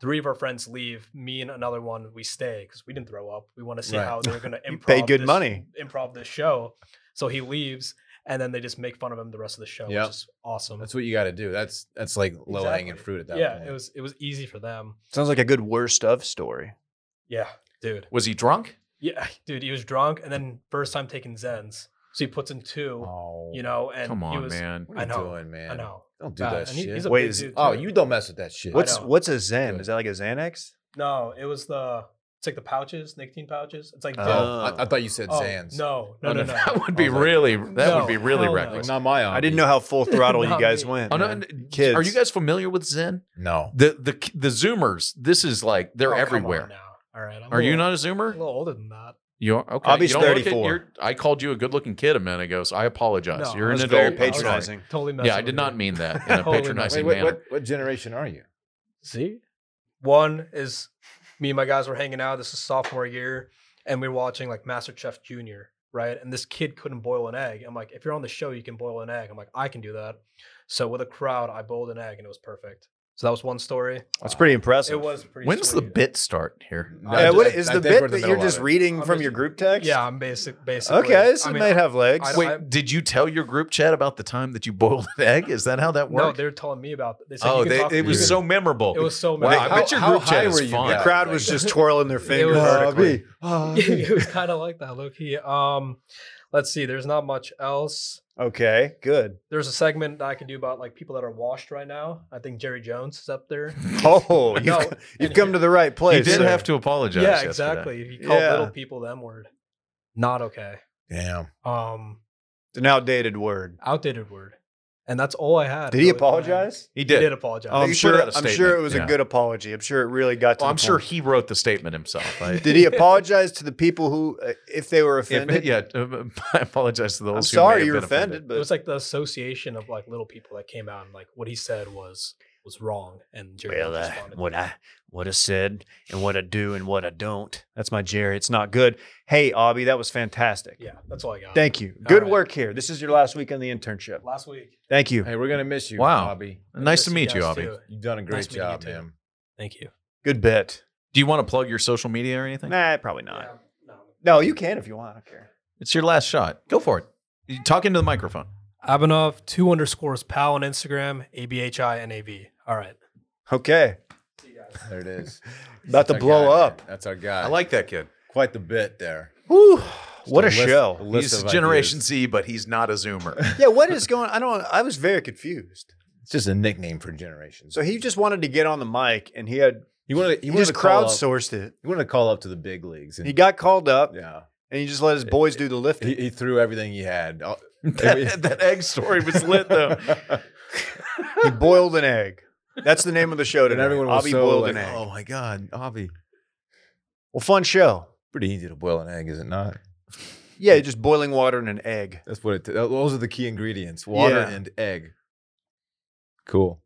[SPEAKER 5] Three of our friends leave. Me and another one, we stay because we didn't throw up. We want to see
[SPEAKER 3] Right.
[SPEAKER 5] how they're going to
[SPEAKER 1] You
[SPEAKER 5] improv.
[SPEAKER 1] paid good
[SPEAKER 5] this-
[SPEAKER 1] money.
[SPEAKER 5] Improv this show. So he leaves, and then they just make fun of him the rest of the show,
[SPEAKER 3] Yep.
[SPEAKER 5] which is awesome.
[SPEAKER 3] That's what you got to do. That's that's like low hanging
[SPEAKER 5] Exactly.
[SPEAKER 3] fruit at that
[SPEAKER 5] yeah,
[SPEAKER 3] point.
[SPEAKER 5] it was it was easy for them.
[SPEAKER 1] Sounds like a good worst of story.
[SPEAKER 5] Yeah, dude.
[SPEAKER 4] Was he drunk?
[SPEAKER 5] Yeah, dude. He was drunk, and then first time taking Zens, so he puts in two.
[SPEAKER 3] oh,
[SPEAKER 5] You know, and
[SPEAKER 4] Come
[SPEAKER 5] he
[SPEAKER 4] on,
[SPEAKER 5] was,
[SPEAKER 4] man.
[SPEAKER 3] what are
[SPEAKER 5] I
[SPEAKER 3] you
[SPEAKER 5] know,
[SPEAKER 3] doing, man?
[SPEAKER 5] I know.
[SPEAKER 3] Don't do
[SPEAKER 5] Uh,
[SPEAKER 3] that
[SPEAKER 5] and he-
[SPEAKER 3] shit.
[SPEAKER 5] he's a
[SPEAKER 1] Wait,
[SPEAKER 5] big
[SPEAKER 1] is-
[SPEAKER 5] dude,
[SPEAKER 3] oh,
[SPEAKER 5] too.
[SPEAKER 3] you don't mess with that shit.
[SPEAKER 1] What's
[SPEAKER 5] know.
[SPEAKER 1] what's a Zen?
[SPEAKER 3] Good.
[SPEAKER 1] Is that like a Xanax?
[SPEAKER 5] No, it was the it's like the pouches, nicotine pouches. It's like
[SPEAKER 1] Oh.
[SPEAKER 5] the-
[SPEAKER 3] Oh, I, I thought you said
[SPEAKER 5] oh,
[SPEAKER 3] Zans.
[SPEAKER 5] No, no, no, no.
[SPEAKER 4] Uh, That would be
[SPEAKER 3] I was like,
[SPEAKER 4] really that would be
[SPEAKER 5] no,
[SPEAKER 4] really
[SPEAKER 5] hell no.
[SPEAKER 4] reckless.
[SPEAKER 3] not my.
[SPEAKER 1] I didn't know how full throttle you
[SPEAKER 5] Not
[SPEAKER 1] guys
[SPEAKER 5] me.
[SPEAKER 1] went.
[SPEAKER 4] Oh, no,
[SPEAKER 1] man.
[SPEAKER 4] and-
[SPEAKER 1] Kids.
[SPEAKER 4] Are you guys familiar with Zen?
[SPEAKER 3] No.
[SPEAKER 4] The the the Zoomers. This is like they're
[SPEAKER 5] Oh, come on
[SPEAKER 4] everywhere.
[SPEAKER 5] now. All right, I'm a
[SPEAKER 4] Are you
[SPEAKER 5] little-
[SPEAKER 4] not a
[SPEAKER 5] I'm
[SPEAKER 4] Zoomer?
[SPEAKER 5] A little older than that.
[SPEAKER 4] You are okay.
[SPEAKER 1] Abhi's
[SPEAKER 4] you don't look it.
[SPEAKER 1] 34.
[SPEAKER 4] You're- I called you a good-looking kid a minute ago, so I apologize.
[SPEAKER 5] No,
[SPEAKER 4] You're
[SPEAKER 5] I
[SPEAKER 4] an
[SPEAKER 1] was
[SPEAKER 4] adult.
[SPEAKER 1] very
[SPEAKER 4] I'm sorry.
[SPEAKER 1] patronizing.
[SPEAKER 5] Totally messed
[SPEAKER 4] Yeah, I did not mean that in a
[SPEAKER 5] Totally
[SPEAKER 4] patronizing
[SPEAKER 3] Wait, wait,
[SPEAKER 4] manner.
[SPEAKER 3] what, what generation are you?
[SPEAKER 5] See? One is me and my guys were hanging out. This is sophomore year, and we were watching like Master Chef Junior, right? And this kid couldn't boil an egg. I'm like, if you're on the show, you can boil an egg. I'm like, I can do that. So with a crowd, I boiled an egg and it was perfect. So that was one story. Uh,
[SPEAKER 1] That's pretty
[SPEAKER 5] It
[SPEAKER 1] impressive.
[SPEAKER 5] was pretty
[SPEAKER 4] When's the
[SPEAKER 5] sweet.
[SPEAKER 4] bit start here?
[SPEAKER 3] No,
[SPEAKER 1] Yeah,
[SPEAKER 3] I
[SPEAKER 1] what
[SPEAKER 3] just-
[SPEAKER 1] is
[SPEAKER 3] I
[SPEAKER 1] the
[SPEAKER 3] think we're
[SPEAKER 1] bit
[SPEAKER 3] in the
[SPEAKER 1] that you're
[SPEAKER 3] middle of
[SPEAKER 1] just
[SPEAKER 3] it.
[SPEAKER 1] reading
[SPEAKER 5] I'm
[SPEAKER 1] from
[SPEAKER 5] just-
[SPEAKER 1] your group text?
[SPEAKER 5] Yeah, I'm basic basically.
[SPEAKER 1] Okay, this
[SPEAKER 5] I mean,
[SPEAKER 1] might have legs.
[SPEAKER 5] I-
[SPEAKER 4] Wait, did you tell your group chat about the time that you boiled an egg? Is that how that
[SPEAKER 5] No,
[SPEAKER 4] worked?
[SPEAKER 5] they were telling me about it. They said,
[SPEAKER 4] oh,
[SPEAKER 5] you can
[SPEAKER 4] they,
[SPEAKER 5] talk-
[SPEAKER 4] it
[SPEAKER 5] you
[SPEAKER 4] was
[SPEAKER 5] can-
[SPEAKER 4] so memorable.
[SPEAKER 5] it was so
[SPEAKER 4] Wow,
[SPEAKER 5] mad.
[SPEAKER 4] I bet your
[SPEAKER 3] how-
[SPEAKER 4] group
[SPEAKER 3] how
[SPEAKER 4] chat
[SPEAKER 3] high
[SPEAKER 4] is
[SPEAKER 3] were you
[SPEAKER 4] fun.
[SPEAKER 1] the
[SPEAKER 3] guys?
[SPEAKER 1] crowd
[SPEAKER 3] Like-
[SPEAKER 1] was just twirling their fingers.
[SPEAKER 5] was-
[SPEAKER 1] vertically.
[SPEAKER 3] Abhi, Abhi.
[SPEAKER 5] it was kind of like that, low key. Um, let's see. There's not much else.
[SPEAKER 1] Okay, good.
[SPEAKER 5] there's a segment that I can do about like people that are washed right now. I think Jerry Jones is up there.
[SPEAKER 1] Oh, you've,
[SPEAKER 5] No,
[SPEAKER 1] you've come to the right place.
[SPEAKER 4] he did
[SPEAKER 1] sir.
[SPEAKER 4] have to apologize.
[SPEAKER 5] yeah,
[SPEAKER 4] yesterday.
[SPEAKER 5] exactly. If you call
[SPEAKER 1] Yeah.
[SPEAKER 5] little people the M word, not okay.
[SPEAKER 3] Damn.
[SPEAKER 5] Um,
[SPEAKER 1] It's an outdated word.
[SPEAKER 5] outdated word, and that's all I had.
[SPEAKER 1] Did he
[SPEAKER 5] really.
[SPEAKER 1] apologize?
[SPEAKER 4] He
[SPEAKER 5] He
[SPEAKER 4] did.
[SPEAKER 5] did apologize.
[SPEAKER 1] Oh, I'm
[SPEAKER 4] put
[SPEAKER 1] sure.
[SPEAKER 4] out a
[SPEAKER 1] I'm sure
[SPEAKER 4] statement,
[SPEAKER 1] it was
[SPEAKER 4] yeah.
[SPEAKER 1] a good apology. I'm sure it really got to.
[SPEAKER 4] Well,
[SPEAKER 1] the
[SPEAKER 4] I'm sure
[SPEAKER 1] point.
[SPEAKER 4] he wrote the statement himself. I,
[SPEAKER 1] did he apologize to the people who, uh, if they were
[SPEAKER 4] if-
[SPEAKER 1] offended?
[SPEAKER 4] yeah, um, I apologize to those.
[SPEAKER 1] I'm
[SPEAKER 4] who
[SPEAKER 1] sorry
[SPEAKER 4] may
[SPEAKER 1] you're
[SPEAKER 4] have been
[SPEAKER 1] offended,
[SPEAKER 5] it was
[SPEAKER 1] but
[SPEAKER 5] like the association of like little people that came out and like what he said was was wrong, and Jerry
[SPEAKER 1] well,
[SPEAKER 5] Jones
[SPEAKER 1] uh,
[SPEAKER 5] responded.
[SPEAKER 1] what I what I said and what I do and what I don't. That's my Jerry. It's not good. Hey, Abby, that was fantastic.
[SPEAKER 5] yeah, that's all I got.
[SPEAKER 1] Thank you. Good
[SPEAKER 5] right.
[SPEAKER 1] work here. This is your last week on the internship.
[SPEAKER 5] Last week.
[SPEAKER 1] Thank you.
[SPEAKER 3] Hey, we're gonna miss you,
[SPEAKER 4] Wow.
[SPEAKER 3] Abhi.
[SPEAKER 4] Nice
[SPEAKER 5] Yes,
[SPEAKER 4] to meet you,
[SPEAKER 5] yes,
[SPEAKER 4] Avi.
[SPEAKER 5] too.
[SPEAKER 3] You've done a great
[SPEAKER 5] Nice meeting you
[SPEAKER 3] job,
[SPEAKER 5] too.
[SPEAKER 3] man.
[SPEAKER 5] Thank you.
[SPEAKER 1] Good bit.
[SPEAKER 4] Do you want to plug your social media or anything?
[SPEAKER 1] Nah, probably not.
[SPEAKER 5] Yeah, no.
[SPEAKER 1] No, you can if you want. I don't care.
[SPEAKER 4] It's your last shot. Go for it. You talk into the microphone.
[SPEAKER 5] Abanov two underscores pal on Instagram, A B H I N A V. All right.
[SPEAKER 1] Okay.
[SPEAKER 3] There it is.
[SPEAKER 1] About to
[SPEAKER 3] That's our
[SPEAKER 1] blow
[SPEAKER 3] guy,
[SPEAKER 1] up.
[SPEAKER 3] man. That's our guy.
[SPEAKER 4] I like that kid.
[SPEAKER 3] quite the bit there.
[SPEAKER 1] Whew, what a
[SPEAKER 3] Just list-
[SPEAKER 1] show.
[SPEAKER 3] list
[SPEAKER 4] He's
[SPEAKER 3] of
[SPEAKER 4] Generation
[SPEAKER 3] ideas.
[SPEAKER 4] Z, but he's not a Zoomer.
[SPEAKER 1] Yeah, what is going I don't I was very confused.
[SPEAKER 3] It's just a nickname for Generation Z.
[SPEAKER 1] So he just wanted to get on the mic and he had
[SPEAKER 3] he wanted. He,
[SPEAKER 1] he,
[SPEAKER 3] wanted
[SPEAKER 1] just
[SPEAKER 3] to call up-
[SPEAKER 1] crowdsourced it.
[SPEAKER 3] He wanted to call up to the big leagues. And,
[SPEAKER 1] He got called up
[SPEAKER 3] yeah.
[SPEAKER 1] and he just let his boys do the lifting.
[SPEAKER 3] He, he threw everything he had. All-
[SPEAKER 4] that, that egg story was lit though.
[SPEAKER 1] He boiled an egg. That's the name of the show
[SPEAKER 3] and
[SPEAKER 1] today.
[SPEAKER 3] everyone was
[SPEAKER 1] Avi
[SPEAKER 3] so
[SPEAKER 1] boiled
[SPEAKER 3] like,
[SPEAKER 1] an egg.
[SPEAKER 3] "Oh my god, Avi!
[SPEAKER 1] Well, fun show.
[SPEAKER 3] Pretty easy to boil an egg, is it not?
[SPEAKER 1] Yeah, just boiling water and an egg.
[SPEAKER 3] That's what it. Those are the key ingredients: water
[SPEAKER 1] Yeah.
[SPEAKER 3] and egg. Cool.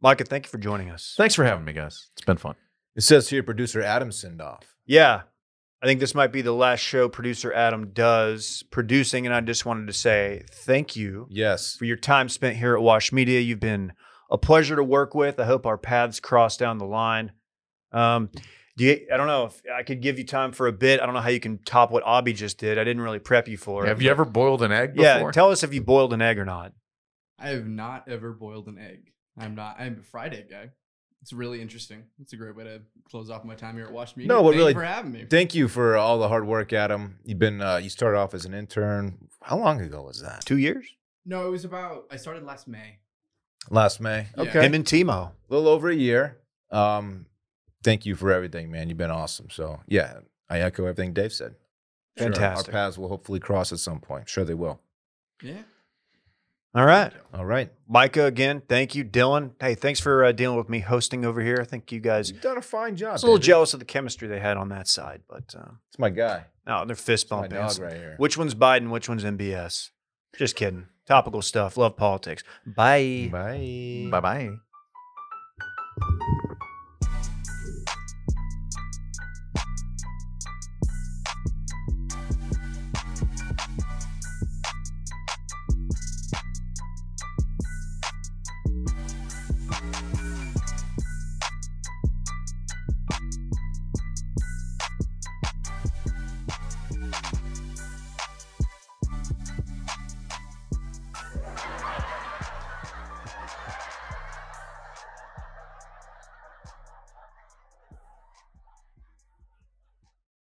[SPEAKER 1] Micah, thank you for joining us.
[SPEAKER 4] Thanks for having me, guys. It's been fun.
[SPEAKER 3] It says here, producer Adam Sindoff.
[SPEAKER 1] Yeah. I think this might be the last show producer Adam does producing. And I just wanted to say thank you
[SPEAKER 3] Yes,
[SPEAKER 1] for your time spent here at Wash Media. You've been a pleasure to work with. I hope our paths cross down the line. Um, do you, I don't know if I could give you time for a bit. I don't know how you can top what Abby just did. I didn't really prep you for it.
[SPEAKER 4] Have you ever boiled an egg before?
[SPEAKER 1] Yeah, tell us if you boiled an egg or not.
[SPEAKER 6] I have not ever boiled an egg. I'm not. I'm a fried egg guy. It's really interesting. It's a great way to close off my time here at Watch Media.
[SPEAKER 3] No, but
[SPEAKER 6] Thank you
[SPEAKER 3] really,
[SPEAKER 6] for having me.
[SPEAKER 3] Thank you for all the hard work, Adam. You've been uh, you started off as an intern. How long ago was that?
[SPEAKER 1] Two years?
[SPEAKER 6] no, it was about. I started last May.
[SPEAKER 3] Last May.
[SPEAKER 6] Yeah.
[SPEAKER 3] Okay,
[SPEAKER 1] Him and Timo.
[SPEAKER 3] a little over a year. Um, thank you for everything, man. You've been awesome. So yeah, I echo everything Dave said. Sure,
[SPEAKER 1] Fantastic.
[SPEAKER 3] our paths will hopefully cross at some point. Sure, they will.
[SPEAKER 6] Yeah.
[SPEAKER 1] All right.
[SPEAKER 3] All right.
[SPEAKER 1] Micah, again, thank you. Dylan, hey, thanks for uh, dealing with me hosting over here. I think you guys.
[SPEAKER 3] You've done a fine
[SPEAKER 1] I
[SPEAKER 3] job.
[SPEAKER 1] was a little
[SPEAKER 3] David.
[SPEAKER 1] jealous of the chemistry they had on that side, but um,
[SPEAKER 3] It's my guy.
[SPEAKER 1] no, they're fist
[SPEAKER 3] It's my
[SPEAKER 1] bumping.
[SPEAKER 3] dog right here.
[SPEAKER 1] Which one's Biden? Which one's MBS? Just kidding. Topical stuff. Love politics. Bye.
[SPEAKER 3] Bye.
[SPEAKER 4] Bye bye.